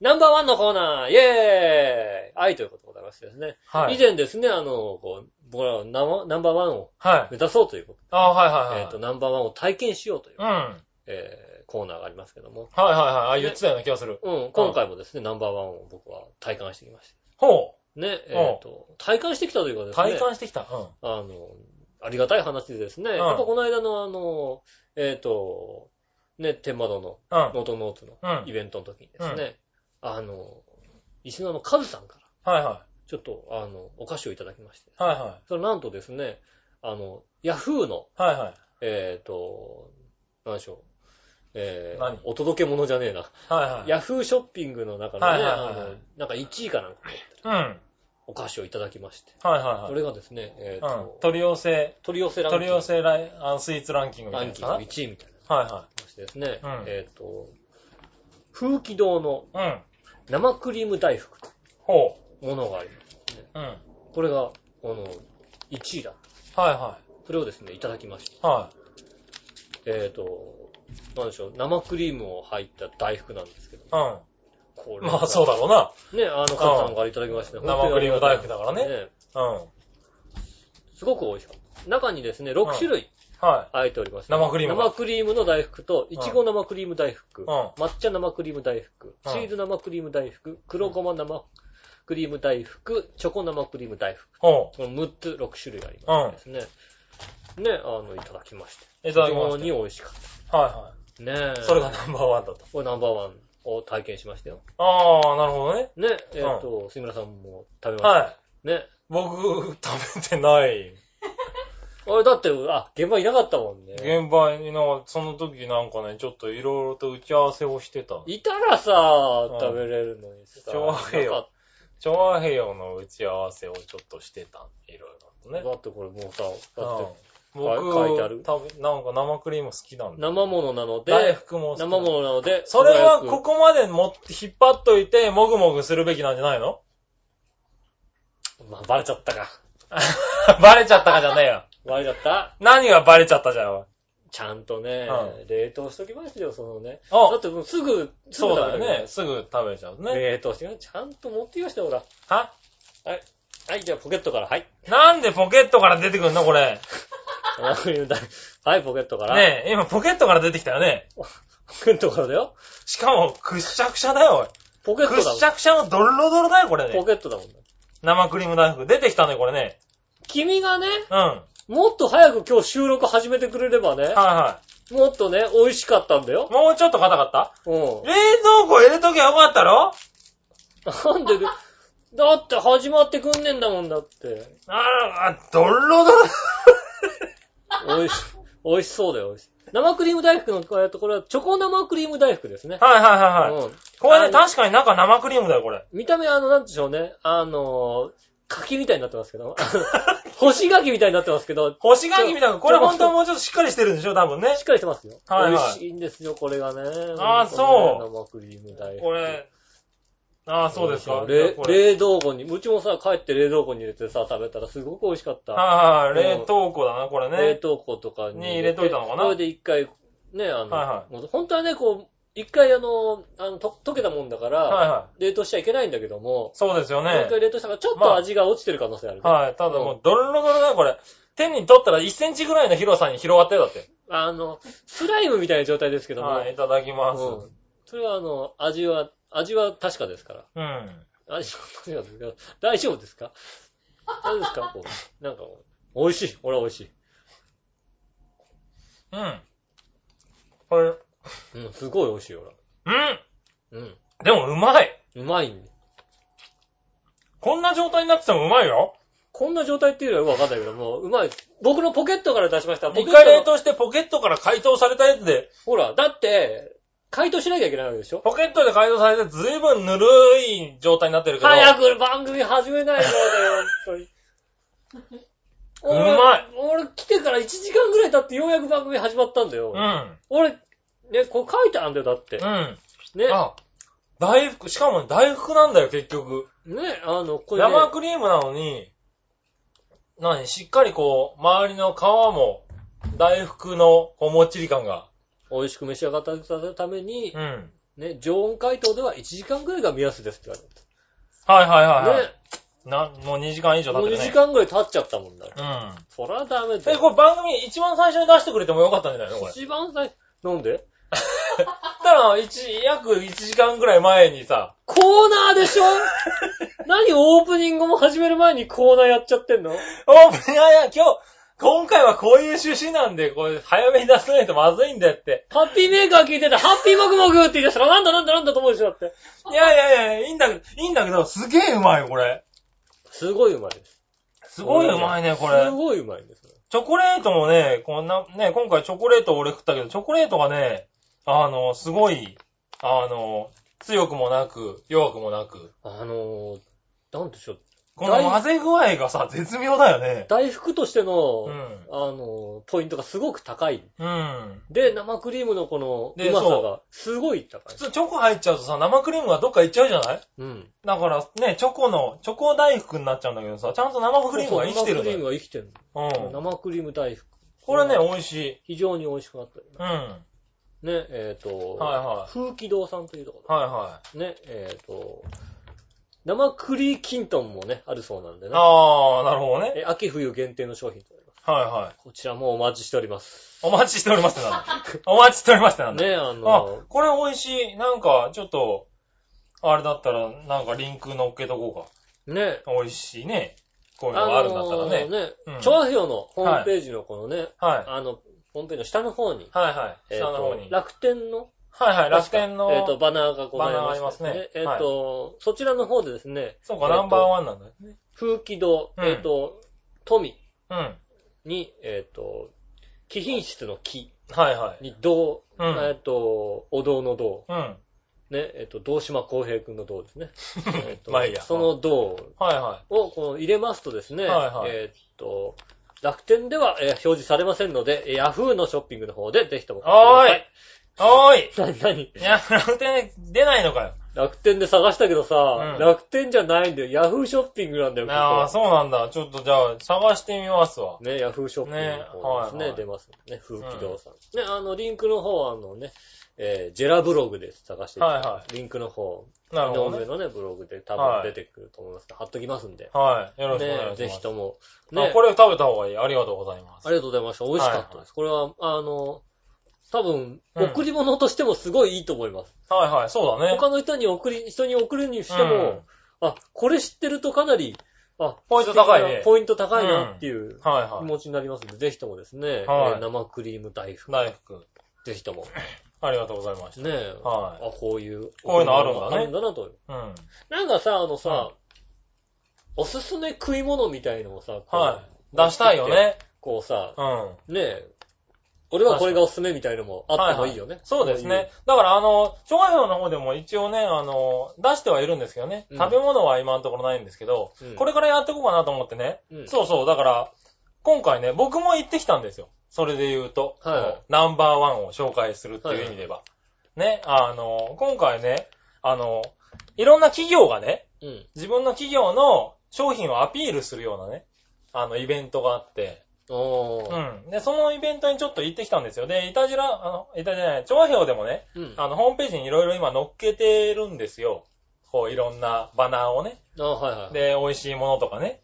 Speaker 3: ナンバーワンのコーナー、イェーイ愛ということでございましてですね。
Speaker 2: はい
Speaker 3: 以。前ですね、あの、こう、僕らはナンバーナンバーワンを
Speaker 2: はい。
Speaker 3: 目指そうということ
Speaker 2: あはいはい
Speaker 3: えっ、
Speaker 2: はい
Speaker 3: と、。ナンバーワンを体験しようという、
Speaker 2: うん。はい
Speaker 3: えーコーナーがありますけども。
Speaker 2: はいはい。あ、言ってたような気がする。
Speaker 3: うん、今回もですね、ナンバーワンを僕は体感してきまし
Speaker 2: ほ
Speaker 3: た。ね、えっ、と、体感してきたということ
Speaker 2: う。
Speaker 3: ですね。
Speaker 2: 体感してきた。うん。
Speaker 3: あの、ありがたい話でですね、
Speaker 2: ん
Speaker 3: やっぱこの間のあの、えっ、と、ね、天窓の、
Speaker 2: うん。
Speaker 3: ノートノーツの
Speaker 2: うん。はい
Speaker 3: イベントの時にですね、あの、石野のカズさんから、
Speaker 2: は
Speaker 3: ちょっと、あの、お菓子をいただきまして、
Speaker 2: い。はいは
Speaker 3: それなんとですね、あの、ヤフーの、
Speaker 2: い。はいはい。
Speaker 3: えっ、と、何でしょう。えー
Speaker 2: 何
Speaker 3: お届け物じゃねえな。
Speaker 2: はいはい。
Speaker 3: ヤフーショッピングの中のね、
Speaker 2: はいはいはいはい
Speaker 3: あの、なんか1位かなんかの
Speaker 2: うん。はい
Speaker 3: お菓子をいただきまして、
Speaker 2: はい
Speaker 3: そ
Speaker 2: はい。
Speaker 3: れがですね、えっ、
Speaker 2: うん
Speaker 3: と。、
Speaker 2: 取り寄せ、
Speaker 3: 取り寄せランキン
Speaker 2: 取
Speaker 3: グ。
Speaker 2: り寄せライあのスイーツランキングみ
Speaker 3: ラ
Speaker 2: たい
Speaker 3: ン
Speaker 2: な
Speaker 3: キング
Speaker 2: さ。
Speaker 3: 1位みたいな
Speaker 2: は
Speaker 3: 話ですね。
Speaker 2: うん
Speaker 3: えっ、と、風気堂の
Speaker 2: いはい。うん。
Speaker 3: 生クリーム大福と
Speaker 2: ほ
Speaker 3: いうものがあります。
Speaker 2: う。うん。はい
Speaker 3: これが、あの、1位だ。
Speaker 2: は
Speaker 3: それをですね、いただきまして、
Speaker 2: い。はい。
Speaker 3: えっ、と、なんでしょう、生クリームを入った大福なんですけど、
Speaker 2: う
Speaker 3: こ
Speaker 2: ん。まあそうだろうな。
Speaker 3: ね、あの、カズさんからいただきましたね。
Speaker 2: うん
Speaker 3: 本当にありがたい
Speaker 2: 生クリーム大福だからね
Speaker 3: ね
Speaker 2: うん。
Speaker 3: すごく美味しかった。中にですね、6種類
Speaker 2: は
Speaker 3: 入っております。
Speaker 2: 生クリームが
Speaker 3: 生クリームの大福と、いちご生クリーム大福、
Speaker 2: い。うん。
Speaker 3: 抹茶生クリーム大福、
Speaker 2: うん
Speaker 3: チーズ生クリーム大福、黒ごま生クリーム大福、チョコ生クリーム大福。
Speaker 2: ほ
Speaker 3: この6つ、6種類ありますね。ね、あの、いただきまして。
Speaker 2: う。いただ
Speaker 3: 非
Speaker 2: きま
Speaker 3: 常
Speaker 2: す。
Speaker 3: に美味しかっ
Speaker 2: はいは
Speaker 3: た。ねえ。
Speaker 2: い。それがナンバーワンだと。
Speaker 3: これナンバーワンを体験しましたよ。
Speaker 2: ああ、なるほどね。
Speaker 3: ね、えっ、と、杉村さんも食べました。
Speaker 2: はい。
Speaker 3: ね。
Speaker 2: 僕、食べてない。
Speaker 3: あれ、だって、あ、現場いなかったもんね。
Speaker 2: 現場になんか、その時なんかね、ちょっといろいろと打ち合わせをしてた。
Speaker 3: いたらさ
Speaker 2: う、ん
Speaker 3: 食べれるのにさ。
Speaker 2: しょうがねえよ
Speaker 3: なかっ
Speaker 2: 調和平洋の打ち合わせをちょっとしてた。いろいろと
Speaker 3: た
Speaker 2: ね。
Speaker 3: だってこれもうさ、だって
Speaker 2: うん、僕、
Speaker 3: 書いてある
Speaker 2: 食べなんか生クリーム好きなんだ。
Speaker 3: 生ものなの
Speaker 2: 大
Speaker 3: で、
Speaker 2: 福も好き
Speaker 3: 生ものなので、
Speaker 2: それ
Speaker 3: 素早
Speaker 2: は
Speaker 3: く
Speaker 2: ここまで持って、引っ張っといて、もぐもぐするべきなんじゃないの
Speaker 3: まあ、バレちゃったか。
Speaker 2: バレちゃったかじゃねえよ。
Speaker 3: バレちゃった
Speaker 2: 何がバレちゃったじゃん。おい
Speaker 3: ちゃんとね、
Speaker 2: う
Speaker 3: 冷凍しときますよ、そのね。だ
Speaker 2: あ
Speaker 3: っ、てもうすぐ、すぐ
Speaker 2: そうだよ
Speaker 3: 食べれる
Speaker 2: ね。すぐ食べちゃう
Speaker 3: から
Speaker 2: ね。
Speaker 3: 冷凍してね、ちゃんと持ってきましたよ、ほら。
Speaker 2: は
Speaker 3: はい、じゃあポケットから、はい。
Speaker 2: なんでポケットから出てくんのこれ。
Speaker 3: 生クリーム大 はい、ポケットから。
Speaker 2: ねえ、今ポケットから出てきたよね。
Speaker 3: ポケットからだよ。
Speaker 2: しかも、くっしゃくしゃだよ、おい。
Speaker 3: ポケッ
Speaker 2: くっ
Speaker 3: トだも
Speaker 2: しゃくしゃのドロドロだよ、これ
Speaker 3: ん。ポ
Speaker 2: ね。
Speaker 3: ケットだもんね。
Speaker 2: 生クリーム大福。出てきたね、これね。
Speaker 3: 君がね、
Speaker 2: うん。は
Speaker 3: もっと早く今日収録始めてくれれば
Speaker 2: い
Speaker 3: ね、
Speaker 2: は
Speaker 3: もっとね、美味しかったんだよ
Speaker 2: い。。もうちょっと硬かった
Speaker 3: うん。
Speaker 2: 冷蔵庫入れときゃよかったろ
Speaker 3: なんでね、だって始まってくんねえんだもんだって。
Speaker 2: あら、あドロドロ。
Speaker 3: 美味し、美味しそうだよ、美味しい。生クリーム大福のこれこれはチョコ生クリーム大福ですね。
Speaker 2: はいはいはいはい。
Speaker 3: うん。
Speaker 2: これね、
Speaker 3: あの
Speaker 2: 確かに中生クリームだよ、これ。
Speaker 3: 見た目あの、なんでしょうね。あのー、柿みたいになってますけ ど。干し柿みたいになってますけど、
Speaker 2: 干し柿みたいな、これ
Speaker 3: ちょ
Speaker 2: 本当はもうちょっとしっかりしてるんでしょ、多分ね
Speaker 3: しっ。かりしてますよ。
Speaker 2: はいはい
Speaker 3: 美味しいんですよ、これがね。
Speaker 2: あー
Speaker 3: 本当にね生クリーム大福。
Speaker 2: これ。ああ、そうですか。
Speaker 3: 美味しい
Speaker 2: こ
Speaker 3: よ
Speaker 2: れ
Speaker 3: れ冷凍庫に、うちもさ、帰って冷凍庫に入れてさ、食べたらすごく美味しかった。
Speaker 2: はいはいはい、冷凍庫だな、これ
Speaker 3: 冷
Speaker 2: ね。
Speaker 3: 凍庫とか
Speaker 2: に入れといたのかな
Speaker 3: それで一回、ね、あの、
Speaker 2: はいは
Speaker 3: もう本当はね、こう、一回あの、あの、と溶けたもんだから、
Speaker 2: はいはい。
Speaker 3: 冷凍しちゃいけないんだけども、
Speaker 2: そうですよ
Speaker 3: もう
Speaker 2: ね
Speaker 3: 一。回冷凍したから、ちょっ
Speaker 2: ま
Speaker 3: と
Speaker 2: あ
Speaker 3: 味が落ちてる可能性あるね。
Speaker 2: はい。ただもう、ドロドロだよ、これ。手に取ったら1センチぐらいの広さに広がったよ、だって。
Speaker 3: あの、スライムみたいな状態ですけども。
Speaker 2: はい、いただきます。
Speaker 3: うんそれはあの、味は、味は確かですから。
Speaker 2: うん。
Speaker 3: 味は確かですけど、大丈夫ですか大丈夫ですかこう、なんかこう、美味しい。俺は美味しい。
Speaker 2: うん。これ、
Speaker 3: うん、すごい美味しい、俺は。
Speaker 2: うん
Speaker 3: うん。
Speaker 2: でもうまい
Speaker 3: うんうまいんで。
Speaker 2: こんな状態になっててもうまいよ。
Speaker 3: こんな状態っていうのはよくわかんないけども、うまいです。僕のポケットから出しました。ポケッ
Speaker 2: 一
Speaker 3: ト
Speaker 2: 回冷凍してポケットから解凍されたやつで、
Speaker 3: ほら、だって、解凍しなきゃいけないわけでしょ
Speaker 2: ポケットで解凍されてずいぶんぬるい状態になってるけど、
Speaker 3: 早く番組始めないよ、俺、本当に。
Speaker 2: うまい
Speaker 3: 俺、俺来てから1時間ぐらい経ってようやく番組始まったんだよ。
Speaker 2: うん。
Speaker 3: 俺、ね、こう書いてあるんだよ、だって
Speaker 2: う。ん。
Speaker 3: ね、
Speaker 2: あ、大福、しかも大福なんだよ、結局。
Speaker 3: ね、あの、これ、ね、
Speaker 2: 生クリームなのに、何しっかりこう、周りの皮も、大福のこうもっちり感が。
Speaker 3: 美味しく召し上がっていただくために
Speaker 2: う、ん。はい
Speaker 3: ね、常温解凍では1時間ぐらいが目安ですって言われて
Speaker 2: はいはいはい。
Speaker 3: ね、
Speaker 2: な、もう2時間以上
Speaker 3: もう
Speaker 2: 経っ
Speaker 3: 2
Speaker 2: て
Speaker 3: 時
Speaker 2: ね。
Speaker 3: 間ぐらい経っちゃったもんだよ。
Speaker 2: うん。
Speaker 3: そらダメだ
Speaker 2: え、
Speaker 3: よ。
Speaker 2: これ番組一番最初に出してくれてもよかったんじゃないのこ れ。
Speaker 3: 一番最初、なんで
Speaker 2: たら、一、約1時間ぐらい前に さ、
Speaker 3: コーナーでし ょ何オープニングも始める前にコーナーやっちゃってんの
Speaker 2: オープニング、いやいや今日、今回はこういう趣旨なんで、これ早めに出さないとまずいんだよって。
Speaker 3: ハッピーメーカー聞いてて、ハッピーモクモクって言い出したら、なんだなんだなんだと思うでしょだって。
Speaker 2: いやいやいや、いいんだけど、いいんだけど、すげえうまいよ、これ。
Speaker 3: すごいうまいです。
Speaker 2: すごいうまいね、こ
Speaker 3: す
Speaker 2: れ。
Speaker 3: ごいうまいです。
Speaker 2: チョコレートもね、こんな、ね、今回チョコレート俺食ったけど、チョコレートがね、あの、すごい、あの、強くもなく、弱くもなく。
Speaker 3: あのー、なんでしょう。
Speaker 2: この混ぜ具合がさ、絶妙だよね。
Speaker 3: 大福としての、
Speaker 2: うん。
Speaker 3: あのー、ポイントがすごく高い。
Speaker 2: うん。
Speaker 3: で、生クリームのこの、
Speaker 2: で
Speaker 3: うまさが
Speaker 2: そ、
Speaker 3: すごい高い
Speaker 2: 普。通チョコ入っちゃうとさ、生クリームがどっか行っちゃうじゃない
Speaker 3: うん。
Speaker 2: だからね、チョコの、チョコ大福になっちゃうんだけどさ、ちゃんと生クリームが生きてる
Speaker 3: そうそう生ク
Speaker 2: んだ
Speaker 3: リーム
Speaker 2: よ。
Speaker 3: が生きてる。
Speaker 2: うん。
Speaker 3: 生クリーム大福。
Speaker 2: これね、美味しい。
Speaker 3: 非常に美味しくなった。
Speaker 2: うん。は
Speaker 3: ね、えっ、と、
Speaker 2: いは
Speaker 3: 風紀堂さんというところ
Speaker 2: い。はいは
Speaker 3: ね、えっ、と、生栗きんとんもね、あるそうなんで
Speaker 2: い。
Speaker 3: ね。
Speaker 2: あー、なるほどね。
Speaker 3: え秋冬限定の商品となります。
Speaker 2: はいはい。
Speaker 3: こちらもお待ちしております。
Speaker 2: お待ちしておりますってなんだ。 お待ちしておりますってなんだ。
Speaker 3: ね、あ
Speaker 2: あ
Speaker 3: の、、
Speaker 2: これ美味しい。なんか、ちょっと、あれだったら、なんかリンク乗っけとこ
Speaker 3: ね
Speaker 2: う、か。美味しいね。こう
Speaker 3: あ
Speaker 2: いうのがあるんだったらね。
Speaker 3: のね
Speaker 2: うん、
Speaker 3: 調和表のホームページのこのね、
Speaker 2: はい。
Speaker 3: あの、ホームページの下の方に、
Speaker 2: はいはい。
Speaker 3: えっ
Speaker 2: 下の方
Speaker 3: と
Speaker 2: に。
Speaker 3: 楽天の、
Speaker 2: はいはい、楽天の、
Speaker 3: えっと、バナーがございまして
Speaker 2: バナーありますね
Speaker 3: えっと、そちらの方でですね、
Speaker 2: そうか、
Speaker 3: えっと
Speaker 2: ナンバーワンなんだよね。
Speaker 3: 風紀堂、
Speaker 2: うん
Speaker 3: えっと、富
Speaker 2: うん。
Speaker 3: に、えっと、貴品質の木
Speaker 2: はいはい。
Speaker 3: に銅、
Speaker 2: うん
Speaker 3: えっと、お堂の銅、
Speaker 2: うん。はい
Speaker 3: ね、えっと、堂島康平くんの銅 ですね。えっと
Speaker 2: まあいいや
Speaker 3: その銅
Speaker 2: はい。
Speaker 3: をこう入れますとですね、
Speaker 2: はいはい
Speaker 3: えーっと、楽天では、えー表示されませんので、えー Yahoo のショッピングの方でぜひとも買
Speaker 2: おーい
Speaker 3: って
Speaker 2: おーい
Speaker 3: ください。な、なに
Speaker 2: いや、楽天出ないのかよ。
Speaker 3: 楽天で探したけどさ、
Speaker 2: うん
Speaker 3: 楽天じゃないんだよ。Yahoo ショッピングなんだよ、ここ
Speaker 2: ああ、そうなんだ。ちょっとじゃあ、探してみますわ。
Speaker 3: ね、Yahoo ショッピングの方ですね、
Speaker 2: ねはいはい
Speaker 3: 出ますね。風紀堂さん。ね、あの、リンクの方は、あのね、えージェラブログです。探していただいて
Speaker 2: はいは
Speaker 3: リンクの方、
Speaker 2: なる
Speaker 3: 井
Speaker 2: ほど、
Speaker 3: 上
Speaker 2: ね。
Speaker 3: のね、ブログで多分
Speaker 2: はい
Speaker 3: 出てくると思いますから、貼っときますんで。
Speaker 2: はい。よろしくお願
Speaker 3: ね、
Speaker 2: いしま
Speaker 3: ぜ
Speaker 2: す
Speaker 3: ひ。とも。
Speaker 2: あ
Speaker 3: ね、
Speaker 2: これ食べた方がいい。ありがとうございます。
Speaker 3: ありがとうございました。美味しかったです。これは、あの、多分、
Speaker 2: うん
Speaker 3: 贈り物としてもすごいいいと思います。
Speaker 2: はいはい、そうだね。
Speaker 3: 他の人に贈り、人に贈るにしても、あ、これ知ってるとかなり、あ、
Speaker 2: ポイント高いね
Speaker 3: ポイント高いなっていう
Speaker 2: うん、はい
Speaker 3: 気
Speaker 2: は
Speaker 3: 持ちになりますので、ぜひともですね、
Speaker 2: はい
Speaker 3: えー生クリーム大福
Speaker 2: い。、大福。
Speaker 3: ぜひとも。
Speaker 2: ありがとうございました。
Speaker 3: ねえ、
Speaker 2: は
Speaker 3: あ、こういう。
Speaker 2: こういうのあるんだね
Speaker 3: あるんだなと。
Speaker 2: うん。
Speaker 3: なんかさ、あのさ
Speaker 2: は、
Speaker 3: おすすめ食い物みたいのをさ、こう
Speaker 2: はい。出したいよ。ね。
Speaker 3: こうさ、
Speaker 2: うん。
Speaker 3: ねえ、俺はこれがおすすめみたいのもあってもいいよね。
Speaker 2: そうですね。だから、あの、諸外表の方でも一応ね、あの、出してはいるんですけどね。
Speaker 3: うん
Speaker 2: 食べ物は今のところないんですけど、
Speaker 3: こういう。うん
Speaker 2: これからやっていこうかなと思ってね。
Speaker 3: うん
Speaker 2: そうそう、だから、今回ね、僕も行ってきたんですよ。それで言うと、
Speaker 3: はい
Speaker 2: ナンバーワンを紹介するっていう意味では。ね、あの、今回ね、あの、いろんな企業がね、
Speaker 3: うん。
Speaker 2: 自分の企業の商品をアピールするようなね、あの、イベントがあって、
Speaker 3: おー。
Speaker 2: うん。で、そのイベントにちょっと行ってきたんですよ。で、イタジラ、あの、イタジラじゃない、調和表でもね、
Speaker 3: うん。あ
Speaker 2: あの、ホームページにいろいろ今載っけてるんですよ。こう、いろんなバナーをね。
Speaker 3: あ、はいはい。
Speaker 2: で、美味しいものとかね。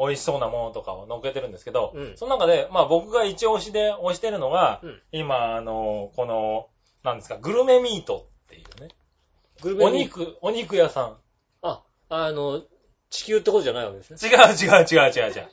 Speaker 2: 美味しそうなものとかを乗っけてるんですけど、
Speaker 3: うん
Speaker 2: その中で、まあ僕が一押しで推してるのが、
Speaker 3: うん
Speaker 2: 今、あの、この、なんですか、グルメミートっていうね。
Speaker 3: グルメ
Speaker 2: お
Speaker 3: ミート。
Speaker 2: 肉、お肉屋さん。
Speaker 3: あ、あの、地球ってことじゃないわけですね。
Speaker 2: 違う違う違う違う違う。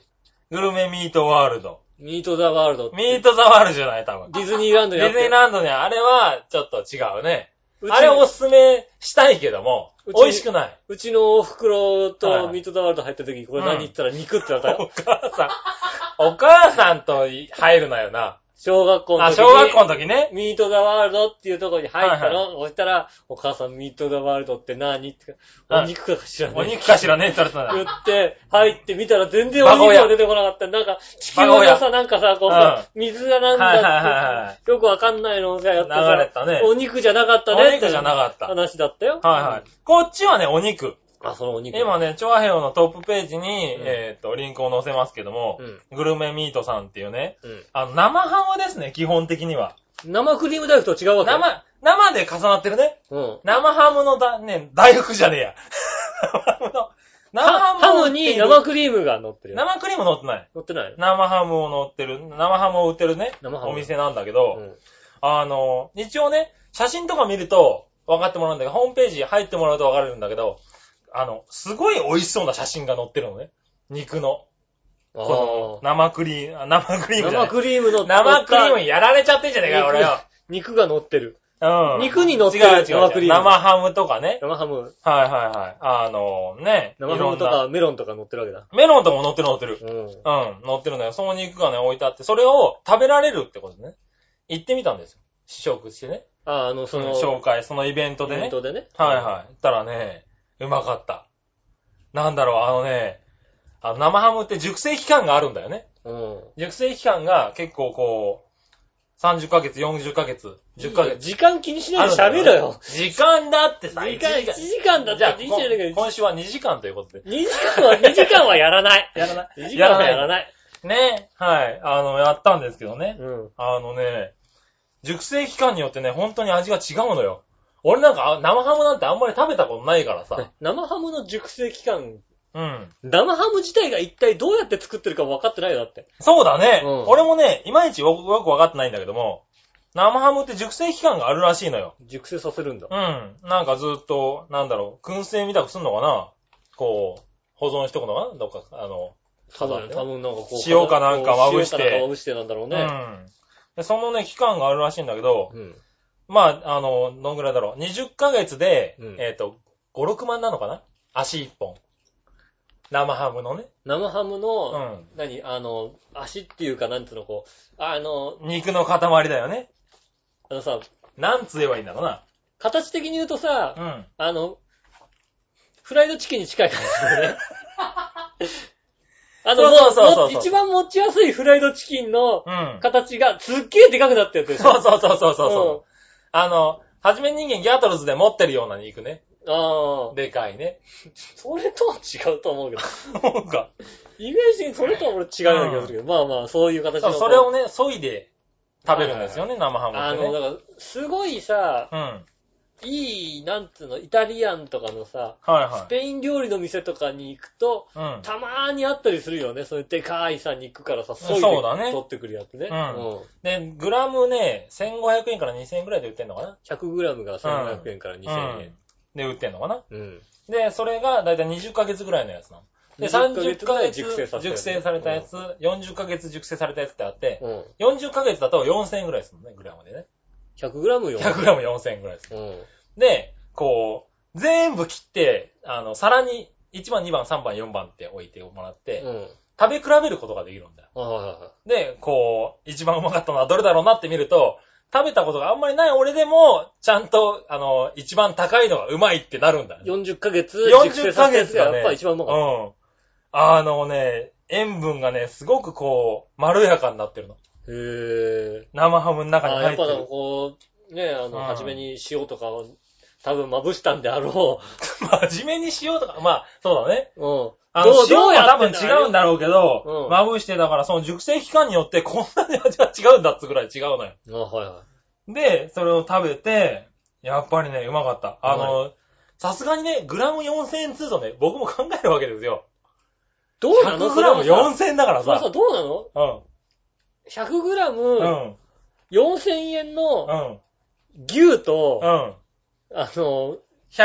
Speaker 2: グルメミートワールド。
Speaker 3: ミートザワールドって。
Speaker 2: ミートザワールドじゃない、多分。
Speaker 3: ディズニーランド
Speaker 2: デ
Speaker 3: にあ
Speaker 2: ィ
Speaker 3: っ
Speaker 2: ズニー
Speaker 3: て。
Speaker 2: ランドね、あれはちょっと違うね。
Speaker 3: うち
Speaker 2: あれおすすめしたいけども
Speaker 3: う、ち
Speaker 2: 美味しくない。
Speaker 3: うちのお袋
Speaker 2: はい
Speaker 3: と
Speaker 2: はい
Speaker 3: ミートザワールド入った時に、これ何言ったら肉ってなったよ。
Speaker 2: お母さん、 お母さんと入るなよな。
Speaker 3: 小学校の
Speaker 2: あ、
Speaker 3: 時に。
Speaker 2: 小学校の時ね。
Speaker 3: ミートザワールドっていうところに入った
Speaker 2: は
Speaker 3: の。そしたら、お母さんミートザワールドって何って。
Speaker 2: はい
Speaker 3: お肉か知らない。
Speaker 2: お肉かしらねって言われたん
Speaker 3: 言
Speaker 2: だ。
Speaker 3: って、入ってみたら全然お肉が出てこなかった。なんか、地球のさ、なんかさ、こうさ、水がなん
Speaker 2: はいはいはい
Speaker 3: だ
Speaker 2: は
Speaker 3: って、よくわかんないのがやって
Speaker 2: 流れたね。
Speaker 3: お肉じゃなかったね。
Speaker 2: お肉じゃなかった
Speaker 3: 話だったよ。
Speaker 2: はいはい。こっちはね、お肉。
Speaker 3: あ、そのお肉。
Speaker 2: 今ね、調和表のトップページに、
Speaker 3: うん
Speaker 2: えっと、リンクを載せますけども
Speaker 3: う、ん。
Speaker 2: グルメミートさんっていうね、
Speaker 3: うん。
Speaker 2: あの、生ハムですね、基本的には。
Speaker 3: 生クリーム大福と違うわけ
Speaker 2: 生、生で重なってるね。
Speaker 3: うん。
Speaker 2: 生ハムのだ、ね、大福じゃねえや。 生ハムの、生ハ
Speaker 3: ハ
Speaker 2: ム
Speaker 3: ハ
Speaker 2: を
Speaker 3: ム
Speaker 2: 売ってい
Speaker 3: に
Speaker 2: る
Speaker 3: 生クリームが乗ってるよ。
Speaker 2: 生クリーム乗ってない。
Speaker 3: 乗ってないの
Speaker 2: 生ハムを乗ってる、生ハムを売ってるね、
Speaker 3: 生ハム
Speaker 2: お店なんだけど、
Speaker 3: うん。
Speaker 2: あの、一応ね、写真とか見ると分かってもらうんだけど、ホームページ入ってもらうと分かるんだけど、あの、すごい美味しそうな写真が載ってるのね。肉の。
Speaker 3: あ
Speaker 2: この
Speaker 3: ー
Speaker 2: 生クリーム、あ生クリームじゃな
Speaker 3: 生
Speaker 2: い。
Speaker 3: クリームの
Speaker 2: 生クリームやられちゃってんじゃねえかよ、
Speaker 3: 肉
Speaker 2: 俺よ。
Speaker 3: 肉が乗ってる。
Speaker 2: うん。
Speaker 3: 肉に乗ってる
Speaker 2: 違う違う違う
Speaker 3: 生クリーム
Speaker 2: 生ハムとかね。
Speaker 3: 生ハム、
Speaker 2: はいはいはい。あのね。
Speaker 3: 生ハムと
Speaker 2: いろんな。
Speaker 3: かメロンとか乗ってるわけだ。
Speaker 2: メロンとかも乗ってる乗ってる。
Speaker 3: うん。
Speaker 2: うん、乗ってるんだよ。その肉がね、置いてあって、それを食べられるってことね。行ってみたんですよ。試食してね。
Speaker 3: あ、あの、そ
Speaker 2: その
Speaker 3: の、
Speaker 2: 紹介、そのイベントで
Speaker 3: イベン
Speaker 2: ね。
Speaker 3: トでね。
Speaker 2: はいはい。行ったらね、うまかった。なんだろう、あのね、あの生ハムって熟成期間があるんだよね。
Speaker 3: い。うん。
Speaker 2: 熟成期間が結構こう、30ヶ月、40ヶ月、10ヶ月。
Speaker 3: 時間気にしないで
Speaker 2: ある
Speaker 3: 喋
Speaker 2: んだ
Speaker 3: ろよ。。
Speaker 2: 時間だってさ、
Speaker 3: 時
Speaker 2: 一
Speaker 3: 間、1時間だっ
Speaker 2: じゃあ、
Speaker 3: た
Speaker 2: こ
Speaker 3: らいいじゃないかよ。
Speaker 2: 今週は2時間ということで。
Speaker 3: 2時間は、2時間はやらない。
Speaker 2: やらない
Speaker 3: 2時間はやらない。
Speaker 2: ね、はい。あの、やったんですけどね。
Speaker 3: うん。
Speaker 2: あのね、熟成期間によってね、本当に味が違うのよ。俺なんかあ生ハムなんてあんまり食べたことないか らさ。
Speaker 3: 生ハムの熟成期間、
Speaker 2: うん。
Speaker 3: 生ハム自体が一体どうやって作ってるか分かってないよ、だって。
Speaker 2: そうだね。
Speaker 3: うん
Speaker 2: 俺もね、いまいちよくよくわかってないんだけども、生ハムって熟成期間があるらしいのよ。
Speaker 3: 熟成させるんだ。
Speaker 2: うん。なんかずっと、なんだろう、燻製みたくすんのかなこう、保存しとくのかなどっか、あの、
Speaker 3: 多
Speaker 2: そうだ
Speaker 3: 分、
Speaker 2: ね
Speaker 3: 多分なんかこう。
Speaker 2: 塩かなんかまぶして
Speaker 3: 塩かなんかまぶしてなんだろう
Speaker 2: う
Speaker 3: ね。
Speaker 2: ん。でそのね、期間があるらしいんだけど、
Speaker 3: うん。
Speaker 2: まあ、あの、どんぐらいだろう。20ヶ月で、
Speaker 3: うん
Speaker 2: えっ、と、5、6万なのかな足1本。生ハムのね。
Speaker 3: 生ハムの、
Speaker 2: う
Speaker 3: 何あの、足っていうか、なんつうの、こう、あの、
Speaker 2: ん。肉の塊だよね。
Speaker 3: あのさ、
Speaker 2: なんつ言えばいいんだろうな。
Speaker 3: 形的に言うとさ、
Speaker 2: うん。
Speaker 3: あの、フライドチキンに近い感じだよ ね。あの、
Speaker 2: そうそうそうそう
Speaker 3: もも一番持ちやすいフライドチキンの
Speaker 2: うん。
Speaker 3: 形がすっげえでかくなってるやつでし
Speaker 2: そう
Speaker 3: ょ。
Speaker 2: そうそうそうそうそうう。あの、はじめ人間ギャートルズで持ってるような肉ね。
Speaker 3: ん。ああ。
Speaker 2: でかいね。
Speaker 3: それとは違うと思うけど。
Speaker 2: そうか。
Speaker 3: イメージ的にそれとは俺違うような気がするけど。まあまあ、そういう形
Speaker 2: そ
Speaker 3: の。
Speaker 2: うそれをね、削いで食べるんですよね、生ハ
Speaker 3: あ
Speaker 2: ムって
Speaker 3: の、だ
Speaker 2: ね。
Speaker 3: から、すごいさ、
Speaker 2: うん。はい
Speaker 3: い、なんつうの、イタリアンとかのさ、ス
Speaker 2: は
Speaker 3: ペイン料理の店とかに行くと、
Speaker 2: い。うん。
Speaker 3: たまーにあったりするよね。そういうでかいさ、肉からさ、
Speaker 2: そう
Speaker 3: い
Speaker 2: そうだね
Speaker 3: 取ってくるやつね。
Speaker 2: うんで、グラムね、1500円から2000円ぐらいで売ってんのかな
Speaker 3: 100g が1500円から2000円。
Speaker 2: で、売ってんのかな
Speaker 3: うん。
Speaker 2: で、それがだいたい20ヶ月ぐらいのやつなの。で、
Speaker 3: 20
Speaker 2: 30
Speaker 3: ヶ
Speaker 2: ヶ
Speaker 3: 月
Speaker 2: 月
Speaker 3: 熟
Speaker 2: 熟
Speaker 3: 成
Speaker 2: 成
Speaker 3: させたやつ
Speaker 2: されたやつ、40ヶ月熟成されたやつってあって、
Speaker 3: うん。
Speaker 2: 40ヶ月だと4000円ぐらいですもんね、グラムでね。
Speaker 3: 100g よ。
Speaker 2: 100グラム4000円ぐらいです。
Speaker 3: うん。
Speaker 2: で、こう、全部切って、あの、皿に1番、2番、3番、4番って置いてもらって、
Speaker 3: うん。
Speaker 2: 食べ比べることができるんだよ。
Speaker 3: ああ。
Speaker 2: で、こう、一番うまかったのはどれだろうなって見ると、食べたことがあんまりない俺でも、ちゃんと、あの、一番高いのがうまいってなるんだね。
Speaker 3: 40ヶ月熟成
Speaker 2: 40
Speaker 3: させ
Speaker 2: ヶ
Speaker 3: たやつ
Speaker 2: 月
Speaker 3: が
Speaker 2: が、ね、
Speaker 3: やっぱ一番うまかっ
Speaker 2: うん。あのね、塩分がね、すごくこう、まろやかになってるの。
Speaker 3: た。へえ。
Speaker 2: 生ハムの中に
Speaker 3: あや
Speaker 2: 入
Speaker 3: っ
Speaker 2: って
Speaker 3: ぱ
Speaker 2: る。
Speaker 3: こう、ね、あの、
Speaker 2: うん
Speaker 3: 初めに塩とかを多分まぶしたんであろ
Speaker 2: 真面目に塩とか、まあ、そうだね。
Speaker 3: う。うん。
Speaker 2: あの、塩は多
Speaker 3: って
Speaker 2: 分
Speaker 3: んだ
Speaker 2: 違うんだろうけ
Speaker 3: う
Speaker 2: ど
Speaker 3: ん、
Speaker 2: まぶしてだから、その熟成期間によってこんなに味が違うんだっつぐらい違うのよ。
Speaker 3: あはいは
Speaker 2: で、それを食べて、やっぱりね、うまかった。あの、さすがにね、グラム4000円通とね、僕も考えるわけですよ。
Speaker 3: どうなの
Speaker 2: 100g4000 円だから
Speaker 3: そうそ
Speaker 2: さ
Speaker 3: う、。どうなの
Speaker 2: うん。
Speaker 3: 100グラム
Speaker 2: うん。
Speaker 3: 4000円
Speaker 2: う
Speaker 3: の
Speaker 2: ん。
Speaker 3: 牛と、
Speaker 2: うん。
Speaker 3: あの、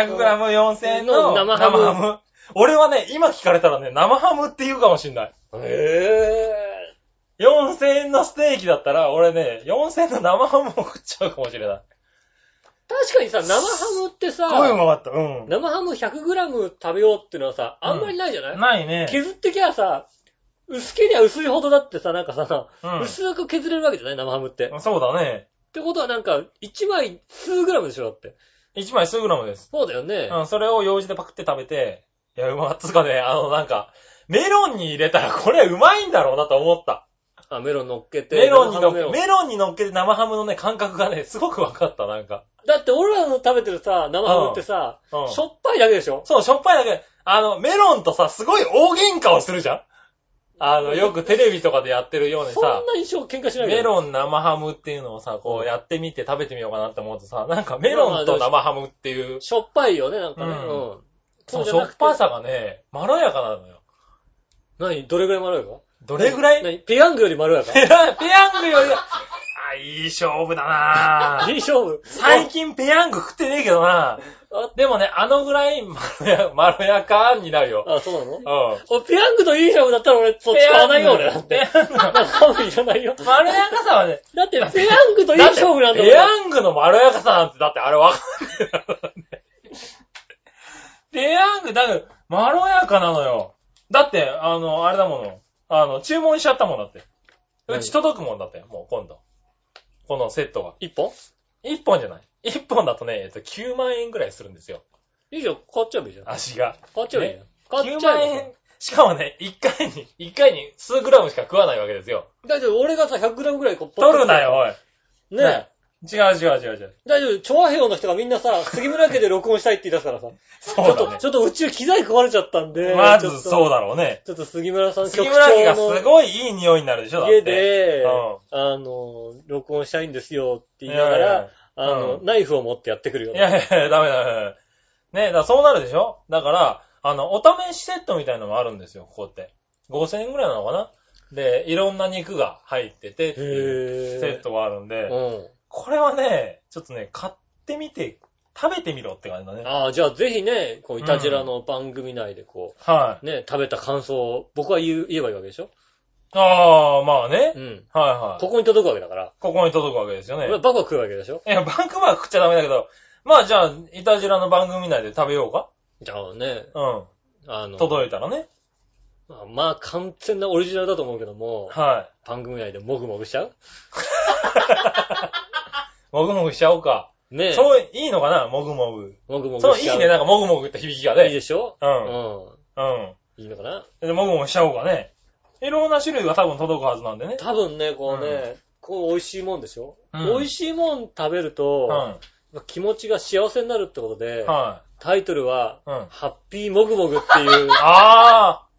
Speaker 2: 100g4000 円の
Speaker 3: 生
Speaker 2: 生
Speaker 3: ハ
Speaker 2: ハ
Speaker 3: ム
Speaker 2: ム。俺はね、今聞かれたらね、生ハムって言うかもしんない。
Speaker 3: え
Speaker 2: 4000円のステーキだったら、俺ね、4000円の生ハムを食っちゃうかもしれない。
Speaker 3: 確かにさ、生ハムってさ、
Speaker 2: すごいうまかった。う
Speaker 3: 生ハム 100g 食べようってのはさ、あんまりないじゃない、
Speaker 2: ん。ないね。
Speaker 3: 削ってきゃさ、薄けりゃ薄いほどだってさ、なんかさ、
Speaker 2: う
Speaker 3: 薄く削れるわけじゃない生ハムって。っ
Speaker 2: ん。そうだね。
Speaker 3: てことはなんか、1枚数グラムでしょだって。
Speaker 2: 1枚数グラムです。
Speaker 3: そうだよね。
Speaker 2: うん。それを用事でパクって食べて、いや、うまかったつうかね、あの、なんか、メロンに入れたらこれうまいんだろうなと思った。
Speaker 3: あ、メロン乗っけて。
Speaker 2: メロンに
Speaker 3: 生ハ
Speaker 2: のっ
Speaker 3: ムメ
Speaker 2: け、
Speaker 3: ロン
Speaker 2: メロンに乗っけて生ハムのね、感覚がね、すごくわかった、なんか。
Speaker 3: だって俺らの食べてるさ、生ハムってさ、
Speaker 2: うん。
Speaker 3: しょっぱいだけでしょ
Speaker 2: そう、しょっぱいだけ、あの、メロンとさ、すごい大喧嘩をするじゃんあの、よくテレビとかでやってるように
Speaker 3: そ
Speaker 2: さ
Speaker 3: ん、なにしょ喧嘩しないけど
Speaker 2: メロン生ハムっていうのをさ、こうやってみて食べてみようかなって思うとさ、なんかメロンと生ハムっていう、
Speaker 3: しょっぱいよね、なんかね。
Speaker 2: うん
Speaker 3: うん。
Speaker 2: そのしょっぱさがね、まろやかなのよ。
Speaker 3: 何どれぐらいまろやか
Speaker 2: ど
Speaker 3: ど
Speaker 2: れぐらい
Speaker 3: 何ペヤングよりまろ やか
Speaker 2: ペヤペヤングより、あ、いい勝負だな ぁ
Speaker 3: いい勝負。
Speaker 2: 最近ペヤング食ってねえけどな
Speaker 3: あ
Speaker 2: でもね、あのぐらいまろやまろやかになるよ。
Speaker 3: あ、そうなの
Speaker 2: うん。使
Speaker 3: おペヤングといい勝負だったら俺、そう使わないよ、俺。だって。生ハムいらないよ。
Speaker 2: まろやかさはね、
Speaker 3: だって、ペヤングといい
Speaker 2: だって
Speaker 3: 勝負なんだもん。
Speaker 2: ペヤングのまろやかさなんて、だってあれわかんないだろうね。ペヤング、だから、まろやかなのよ。だって、あの、あれだもの。あの、注文しちゃったもんだって。うち届くもんだって、もう今度。このセットが。
Speaker 3: 一本
Speaker 2: 1本じゃない。1本だとね、えっと、9万円ぐらいするんですよ。
Speaker 3: いいじゃん、買っちゃえばいいじゃん。買
Speaker 2: 足が。
Speaker 3: っちゃえばいいじゃん。買っ
Speaker 2: 9
Speaker 3: ちゃ
Speaker 2: 万
Speaker 3: えばさ
Speaker 2: 円。しかもね、1回に、1回に数グラムしか食わないわけですよ。
Speaker 3: 大丈夫、俺がさ、100g ぐらいこう、
Speaker 2: 取るなよ、。おい。
Speaker 3: ねえ。
Speaker 2: 違う違う違う違う。
Speaker 3: 大丈夫、調和平和の人がみんなさ、杉村家で録音したいって言い出すからさ。ち
Speaker 2: そ
Speaker 3: ょっ
Speaker 2: うだ
Speaker 3: と、
Speaker 2: ね。
Speaker 3: ちょっとうち機材壊れちゃったんで。
Speaker 2: まず
Speaker 3: う。
Speaker 2: そうだろうね。
Speaker 3: ちょっと杉村さん
Speaker 2: 杉村家がす
Speaker 3: の
Speaker 2: ごいいい匂いになるでしょ、だって。
Speaker 3: 家で、
Speaker 2: うん
Speaker 3: あの、録音したいんですよって
Speaker 2: い
Speaker 3: 言いながら、あ
Speaker 2: やいや
Speaker 3: の、
Speaker 2: う
Speaker 3: ナイフを持ってやってくるよ。
Speaker 2: やいや、いやいやダメだ、ダメだ。ね、だからそうなるでしょだから、あの、お試しセットみたいのもあるんですよ、ここって。5000円ぐらいなのかなで、いろんな肉が入っててって
Speaker 3: へ
Speaker 2: いう
Speaker 3: ぇ
Speaker 2: セットがあるんで、
Speaker 3: うん。
Speaker 2: これはね、ちょっとね、買ってみて、食べてみろって感じだね。
Speaker 3: ああ、じゃあぜひね、こう、いたじらの番組内でこ
Speaker 2: は
Speaker 3: う、ね、食べた感想を僕は言う言えばいいわけでしょ
Speaker 2: い。ああ、まあね
Speaker 3: う。ん。
Speaker 2: はいはい。
Speaker 3: ここに届くわけだから。
Speaker 2: ここに届くわけですよね
Speaker 3: 俺。はバカ食うわけでしょ
Speaker 2: いや、バンクバー食っちゃダメだけど、まあじゃあ、イタジラの番組内で食べようか
Speaker 3: じゃあね、
Speaker 2: うん。
Speaker 3: あの、
Speaker 2: 届いたらね。
Speaker 3: まあまあ完全なオリジナルだと思うけども、
Speaker 2: は
Speaker 3: 番組内でもぐもぐしちゃう
Speaker 2: い。もぐもぐしちゃおうか。
Speaker 3: ねえ。
Speaker 2: そう、いいのかなもぐもぐ。
Speaker 3: もぐも
Speaker 2: そ
Speaker 3: ぐ
Speaker 2: う、
Speaker 3: し
Speaker 2: いい
Speaker 3: ちゃう。
Speaker 2: ね。なんかもぐもぐって響きが
Speaker 3: いい
Speaker 2: ね。
Speaker 3: でしょ
Speaker 2: う。
Speaker 3: うんん。
Speaker 2: うん。
Speaker 3: いいのかな
Speaker 2: で、もぐもぐしちゃおうかね。いろんな種類が多分届くはずなんでね。
Speaker 3: 多分ね、こうね、こう美味しいもんでしょ、
Speaker 2: うん
Speaker 3: 美味しいもん食べる
Speaker 2: う
Speaker 3: と
Speaker 2: ん。、はい。
Speaker 3: 気持ちが幸せになるってことで、
Speaker 2: あ
Speaker 3: タイトルは、
Speaker 2: うん、
Speaker 3: ハッピーもぐもぐっていう
Speaker 2: あー。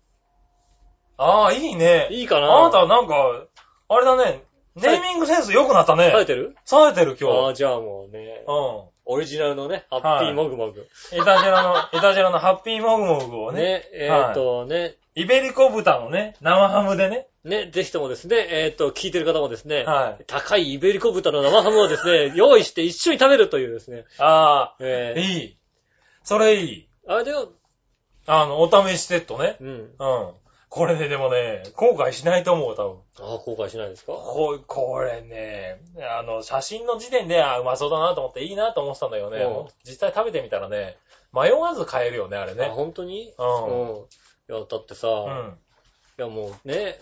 Speaker 2: ああ、いいね。
Speaker 3: いいかな
Speaker 2: あなたなんか、あれだね。ネーミングセンス良くなった
Speaker 3: 耐え
Speaker 2: ね。
Speaker 3: てる
Speaker 2: 冴えてる
Speaker 3: あ
Speaker 2: 今
Speaker 3: あ、じゃあもうね
Speaker 2: 日。、う
Speaker 3: オリジナルのね、ハッピーもぐもぐ。
Speaker 2: ん。イタジ ラの、イタジラのハッピーもぐもぐをね。
Speaker 3: ね、えっ、とね、
Speaker 2: イベリコ豚のね、生ハムでね。
Speaker 3: ね、ぜひともですね、えっ、と、聞いてる方もですね、
Speaker 2: はい。
Speaker 3: 高いイベリコ豚の生ハムをです ね、用意して一緒に食べるというですね、
Speaker 2: ああ、
Speaker 3: え
Speaker 2: いい。それいい。
Speaker 3: ー、あれだよ、
Speaker 2: あの、お試しセットね。
Speaker 3: うん。
Speaker 2: うん。これね、でもね、後悔しないと思う、多分。
Speaker 3: ああ、後悔しないですか
Speaker 2: ここれね、あの、写真の時点で、あ、うまそうだなと思って、いいなと思ってたんだけどね
Speaker 3: うん、
Speaker 2: 実際食べてみたらね、迷わず買えるよね、あれ
Speaker 3: あ、
Speaker 2: ね。
Speaker 3: 本当に
Speaker 2: う。
Speaker 3: うんん。いや、だってさ、
Speaker 2: うん。
Speaker 3: いやもうね、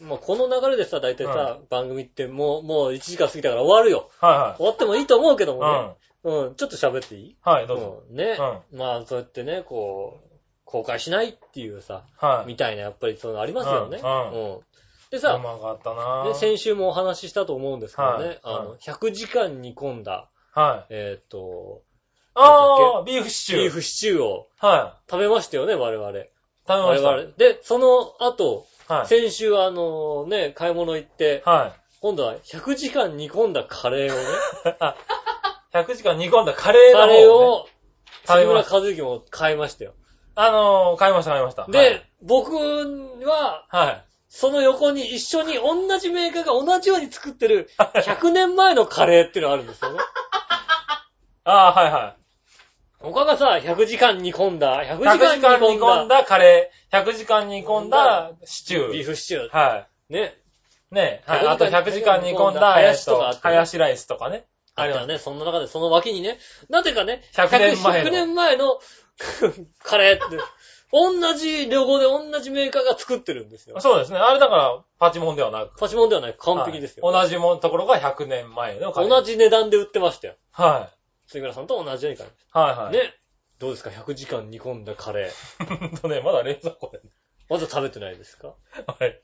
Speaker 2: うん。
Speaker 3: もうこの流れでさ、大体さ、番組ってもう、もう1時間過ぎたから終わるよ。
Speaker 2: は
Speaker 3: 終わってもいいと思うけど
Speaker 2: い
Speaker 3: もね。
Speaker 2: は
Speaker 3: うん、ちょっと喋っていい
Speaker 2: い。うん。はい、どうぞ。
Speaker 3: うんね、まあそうやってね、こう、後悔しないっていうさ、
Speaker 2: はい。
Speaker 3: みたいなやっぱりそういうのありますよね。
Speaker 2: うん
Speaker 3: うんで
Speaker 2: う
Speaker 3: さ、
Speaker 2: まかったな
Speaker 3: ね、先週もお話ししたと思うんですけどね、
Speaker 2: はい
Speaker 3: あの、100時間煮込んだ、
Speaker 2: はい。
Speaker 3: えっ、と、
Speaker 2: ああ、ビーフシチュー。
Speaker 3: ビーフシチューを
Speaker 2: はい。
Speaker 3: 食べましたよね、我々。
Speaker 2: 食べま
Speaker 3: 我
Speaker 2: した。
Speaker 3: 々。で、その後、
Speaker 2: はい。
Speaker 3: 先週あのね、買い物行って、
Speaker 2: はい。
Speaker 3: 今度は100時間煮込んだカレーをね、
Speaker 2: あ、100時間煮込んだカレーの
Speaker 3: カ
Speaker 2: 方をね
Speaker 3: レーを、
Speaker 2: 食
Speaker 3: 杉
Speaker 2: べ
Speaker 3: 村
Speaker 2: まし
Speaker 3: 和之も買いましたよ。
Speaker 2: あのー、買いました、買いました。は
Speaker 3: で
Speaker 2: い、、
Speaker 3: 僕は、
Speaker 2: はい。
Speaker 3: その横に一緒に同じメーカーが同じように作って る100年前のカレーっていうのがあるんですよね。
Speaker 2: ああ、はいはい。
Speaker 3: 他がさ、100時間煮込んだ、100
Speaker 2: 100時
Speaker 3: 時間
Speaker 2: 間
Speaker 3: 煮
Speaker 2: 煮込
Speaker 3: 込
Speaker 2: ん
Speaker 3: んだ
Speaker 2: だカレー、100時間煮込んだシチュ
Speaker 3: ビー
Speaker 2: ー。
Speaker 3: フシチュー。
Speaker 2: は
Speaker 3: ね。
Speaker 2: い。ねはい。あと
Speaker 3: 100
Speaker 2: 100時間煮込んだ、
Speaker 3: ハヤシとかあ
Speaker 2: え
Speaker 3: っ
Speaker 2: っと
Speaker 3: て
Speaker 2: ハヤシライスとかね。
Speaker 3: あれはね、そんな中でその脇にね、なぜかね、
Speaker 2: 100年前の
Speaker 3: 100年前の カレーって、同じ旅行で同じメーカーが作ってるんですよ。
Speaker 2: そうですね。あれだから、パチモンではなく。
Speaker 3: パチモンではない、完璧ですよ。
Speaker 2: はい同じもんところが100年前のカレー。
Speaker 3: 同じ値段で売ってましたよ。
Speaker 2: はい。
Speaker 3: 杉村さんと同じようにカレ
Speaker 2: はい
Speaker 3: ー。
Speaker 2: はい。
Speaker 3: ね。どうですか ?100 時間煮込んだカレー。
Speaker 2: ほんとね、まだ冷蔵庫で。
Speaker 3: まだ食べてないですか
Speaker 2: はい。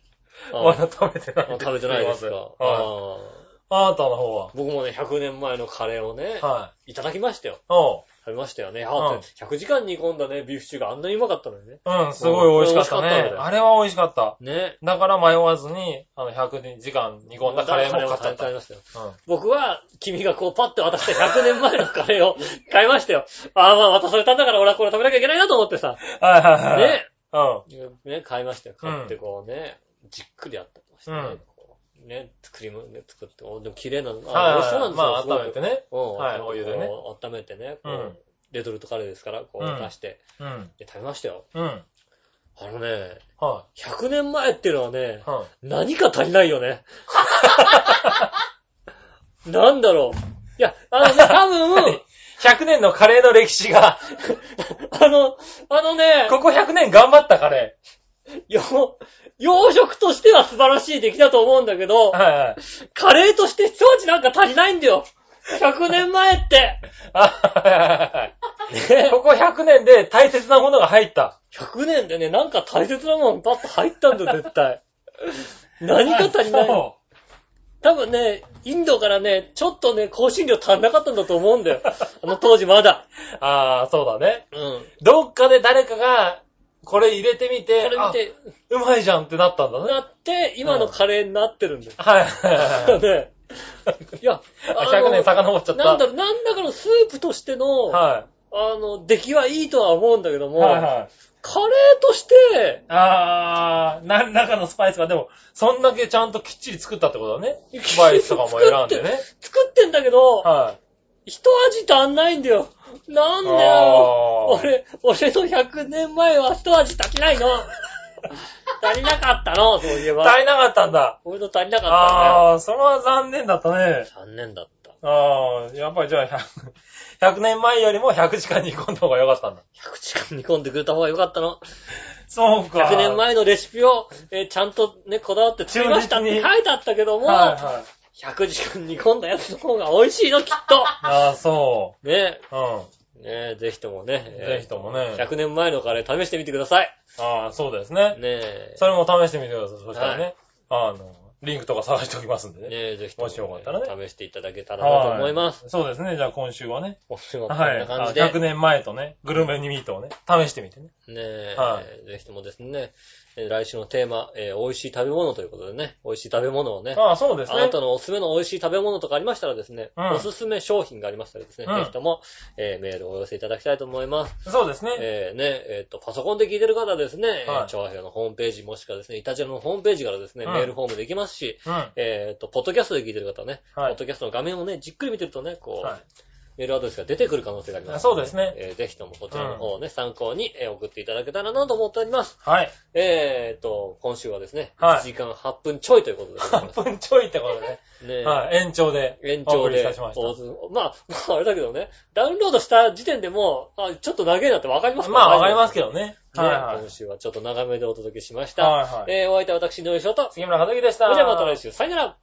Speaker 3: あ
Speaker 2: まだ食べてない
Speaker 3: まあ食べてないですか。
Speaker 2: はい。
Speaker 3: あ
Speaker 2: あなたの方は。
Speaker 3: 僕もね、100年前のカレーをね、
Speaker 2: はい。
Speaker 3: いただきましたよ。
Speaker 2: おう。
Speaker 3: 食べましたよね。
Speaker 2: うん
Speaker 3: あ100時間煮込んだね、ビーフシチューがあんなにうまかったのにね。
Speaker 2: うん、すごい美味しかった
Speaker 3: これ美味しかった
Speaker 2: ね
Speaker 3: ん。だよ
Speaker 2: あれは美味しかった。
Speaker 3: ね。
Speaker 2: だから迷わずに、あの、100時間煮込んだカレーも買っちゃっ
Speaker 3: 買い
Speaker 2: た。
Speaker 3: ましたよ。
Speaker 2: うん。
Speaker 3: 僕は、君がこうパッて渡した100年前のカレーを買いましたよ。ああ、まあ渡されたんだから俺はこれ食べなきゃいけないなと思ってさ。
Speaker 2: はいはいはい。
Speaker 3: ね。
Speaker 2: うん。
Speaker 3: ね、買いましたよ。買ってこうね、じっくりやってました
Speaker 2: う
Speaker 3: ね
Speaker 2: ん。
Speaker 3: こうね、クリームで作って、おでも綺麗なの。
Speaker 2: はい
Speaker 3: あ、美味しそうなんですよ。す
Speaker 2: ま
Speaker 3: ごい
Speaker 2: あ、温めてね。
Speaker 3: うん。
Speaker 2: はいお湯でね
Speaker 3: こう温めてね、こ
Speaker 2: う、
Speaker 3: うんレトルトカレーですから、こ
Speaker 2: うん
Speaker 3: う出して、
Speaker 2: うん。
Speaker 3: で食べましたよ。
Speaker 2: うん。
Speaker 3: あのね、
Speaker 2: は
Speaker 3: 100年前っていうのはね
Speaker 2: い。、は
Speaker 3: 何か足りないよ ね。なんだろう。いや、 あのね、多分、
Speaker 2: い。100年のカレーの歴史が、
Speaker 3: あの、あのね、
Speaker 2: ここ100年頑張ったカレ
Speaker 3: よ洋食としては素晴らしい出来だと思うんだけど
Speaker 2: ー。、はいはい。
Speaker 3: カレーとして一味なんか足りないんだよ。100年前って。
Speaker 2: あはいはいはい
Speaker 3: ね
Speaker 2: ここ100年で大切なものが入った。
Speaker 3: 100年でね、なんか大切なもんパッと入ったんだよ、絶対。何か足りない。
Speaker 2: そ
Speaker 3: 多分ね、インドからね、ちょっとね、香辛料足んなかったんだと思うんだよ。あの当時まだ。
Speaker 2: うああ、そうだね。
Speaker 3: うん。
Speaker 2: どっかで誰かが、これ入れてみて、
Speaker 3: それ見て、
Speaker 2: あうまいじゃんってなったんだね。
Speaker 3: なって、今のカレーになってるんだよ。
Speaker 2: はいはいはいはい。
Speaker 3: ねいや、
Speaker 2: あ100年遡っちゃった。
Speaker 3: なんだろう、なんだかのスープとしての、あ
Speaker 2: は
Speaker 3: の、出来はいいとは思うんだけど
Speaker 2: い。
Speaker 3: も、
Speaker 2: はいは
Speaker 3: カレーとして、
Speaker 2: い。あー、何らかのスパイスが、でも、そんだけちゃんときっちり作ったってことだね。スパイスとかも選んでね。
Speaker 3: 作ってんだけど、
Speaker 2: はい。
Speaker 3: 一味足んないんだよ。なんだよ。
Speaker 2: あー
Speaker 3: 俺、俺の100年前は一味足りないの。足りなかったの、そういえば。
Speaker 2: 足りなかったんだ。
Speaker 3: 俺の足りなか
Speaker 2: ああ、それは残念だったね。
Speaker 3: ったね。残念だった。
Speaker 2: ああ、やっぱりじゃあ100、100年前よりも100時間煮込んだ方が良かったんだ。
Speaker 3: 100時間煮込んでくれた方がよかったの。
Speaker 2: そうか。
Speaker 3: 100年前のレシピを、えーちゃんとね、こだわって作りましたって書
Speaker 2: 忠実
Speaker 3: い
Speaker 2: に
Speaker 3: てあったけども、
Speaker 2: はいはい。
Speaker 3: 100時間煮込んだやつの方が美味しいの、きっと。
Speaker 2: ああ、そ
Speaker 3: ね
Speaker 2: う。うん。
Speaker 3: え、ねえ、ぜひともね。
Speaker 2: ぜひともね
Speaker 3: えー100年前のカレー試してみてください。
Speaker 2: ああ、そうです
Speaker 3: ね
Speaker 2: ね。
Speaker 3: え。
Speaker 2: それも試してみてください。そしたらね、あの、リンクとか探しておきますんでね。
Speaker 3: ねえ、ぜひと
Speaker 2: もしよかったら
Speaker 3: 試していただけたらなと
Speaker 2: はい
Speaker 3: 思います。。
Speaker 2: そうですね。じゃあ今週はね。
Speaker 3: 今週はこん
Speaker 2: はい。
Speaker 3: な感
Speaker 2: あ
Speaker 3: じで。
Speaker 2: 100年前とね、グルメにミートをね、試してみてね。
Speaker 3: ねえ、
Speaker 2: は
Speaker 3: ぜひともですね、えー来週のテーマ、えー美味しい食べ物ということでね、美味しい食べ物をね、
Speaker 2: ああ、そうです
Speaker 3: あ
Speaker 2: ね。
Speaker 3: なたのおすすめの美味しい食べ物とかありましたらですね、
Speaker 2: うん
Speaker 3: おすすめ商品がありましたらですね、
Speaker 2: うん
Speaker 3: ぜひとも、えーメールをお寄せいただきたいと思います。
Speaker 2: そうですね。
Speaker 3: えーね、えっ、と、パソコンで聞いてる方はですね、え
Speaker 2: は
Speaker 3: ー
Speaker 2: い
Speaker 3: 調和表のホームページもしくはですね、イタジェラのホームページからですね、
Speaker 2: うん
Speaker 3: メールフォームできますし、
Speaker 2: うん。は
Speaker 3: えっ、と、ポッドキャストで聞いてる方はね、
Speaker 2: はい
Speaker 3: ポッドキャストの画面をね、じっくり見てるとね、こう、
Speaker 2: い。
Speaker 3: メールアドレスが出てくる可能性があります。
Speaker 2: そうですね
Speaker 3: えーぜひともこちらの方をね、参考にえー送っていただけたらなと思っております。
Speaker 2: はい。
Speaker 3: えーと、今週はですね、
Speaker 2: はい
Speaker 3: 1時間8分ちょいということでございま
Speaker 2: 8分ちょいってことでね。
Speaker 3: す。ね
Speaker 2: はい。延長で。
Speaker 3: 延
Speaker 2: お
Speaker 3: 長
Speaker 2: 送りい
Speaker 3: で
Speaker 2: たしまし
Speaker 3: おまあ、まあ、あれだけどね、ダウンロードした時点でもう、あちょっと長いなってわかります
Speaker 2: た。まあ、わかりますすけどね。
Speaker 3: ね、
Speaker 2: はいはい。
Speaker 3: 今週はちょっと長めでお届けしました。
Speaker 2: はいはい
Speaker 3: えー、お相手は私、井上翔と、
Speaker 2: 杉村和樹でした。
Speaker 3: それではまた来週、さよなら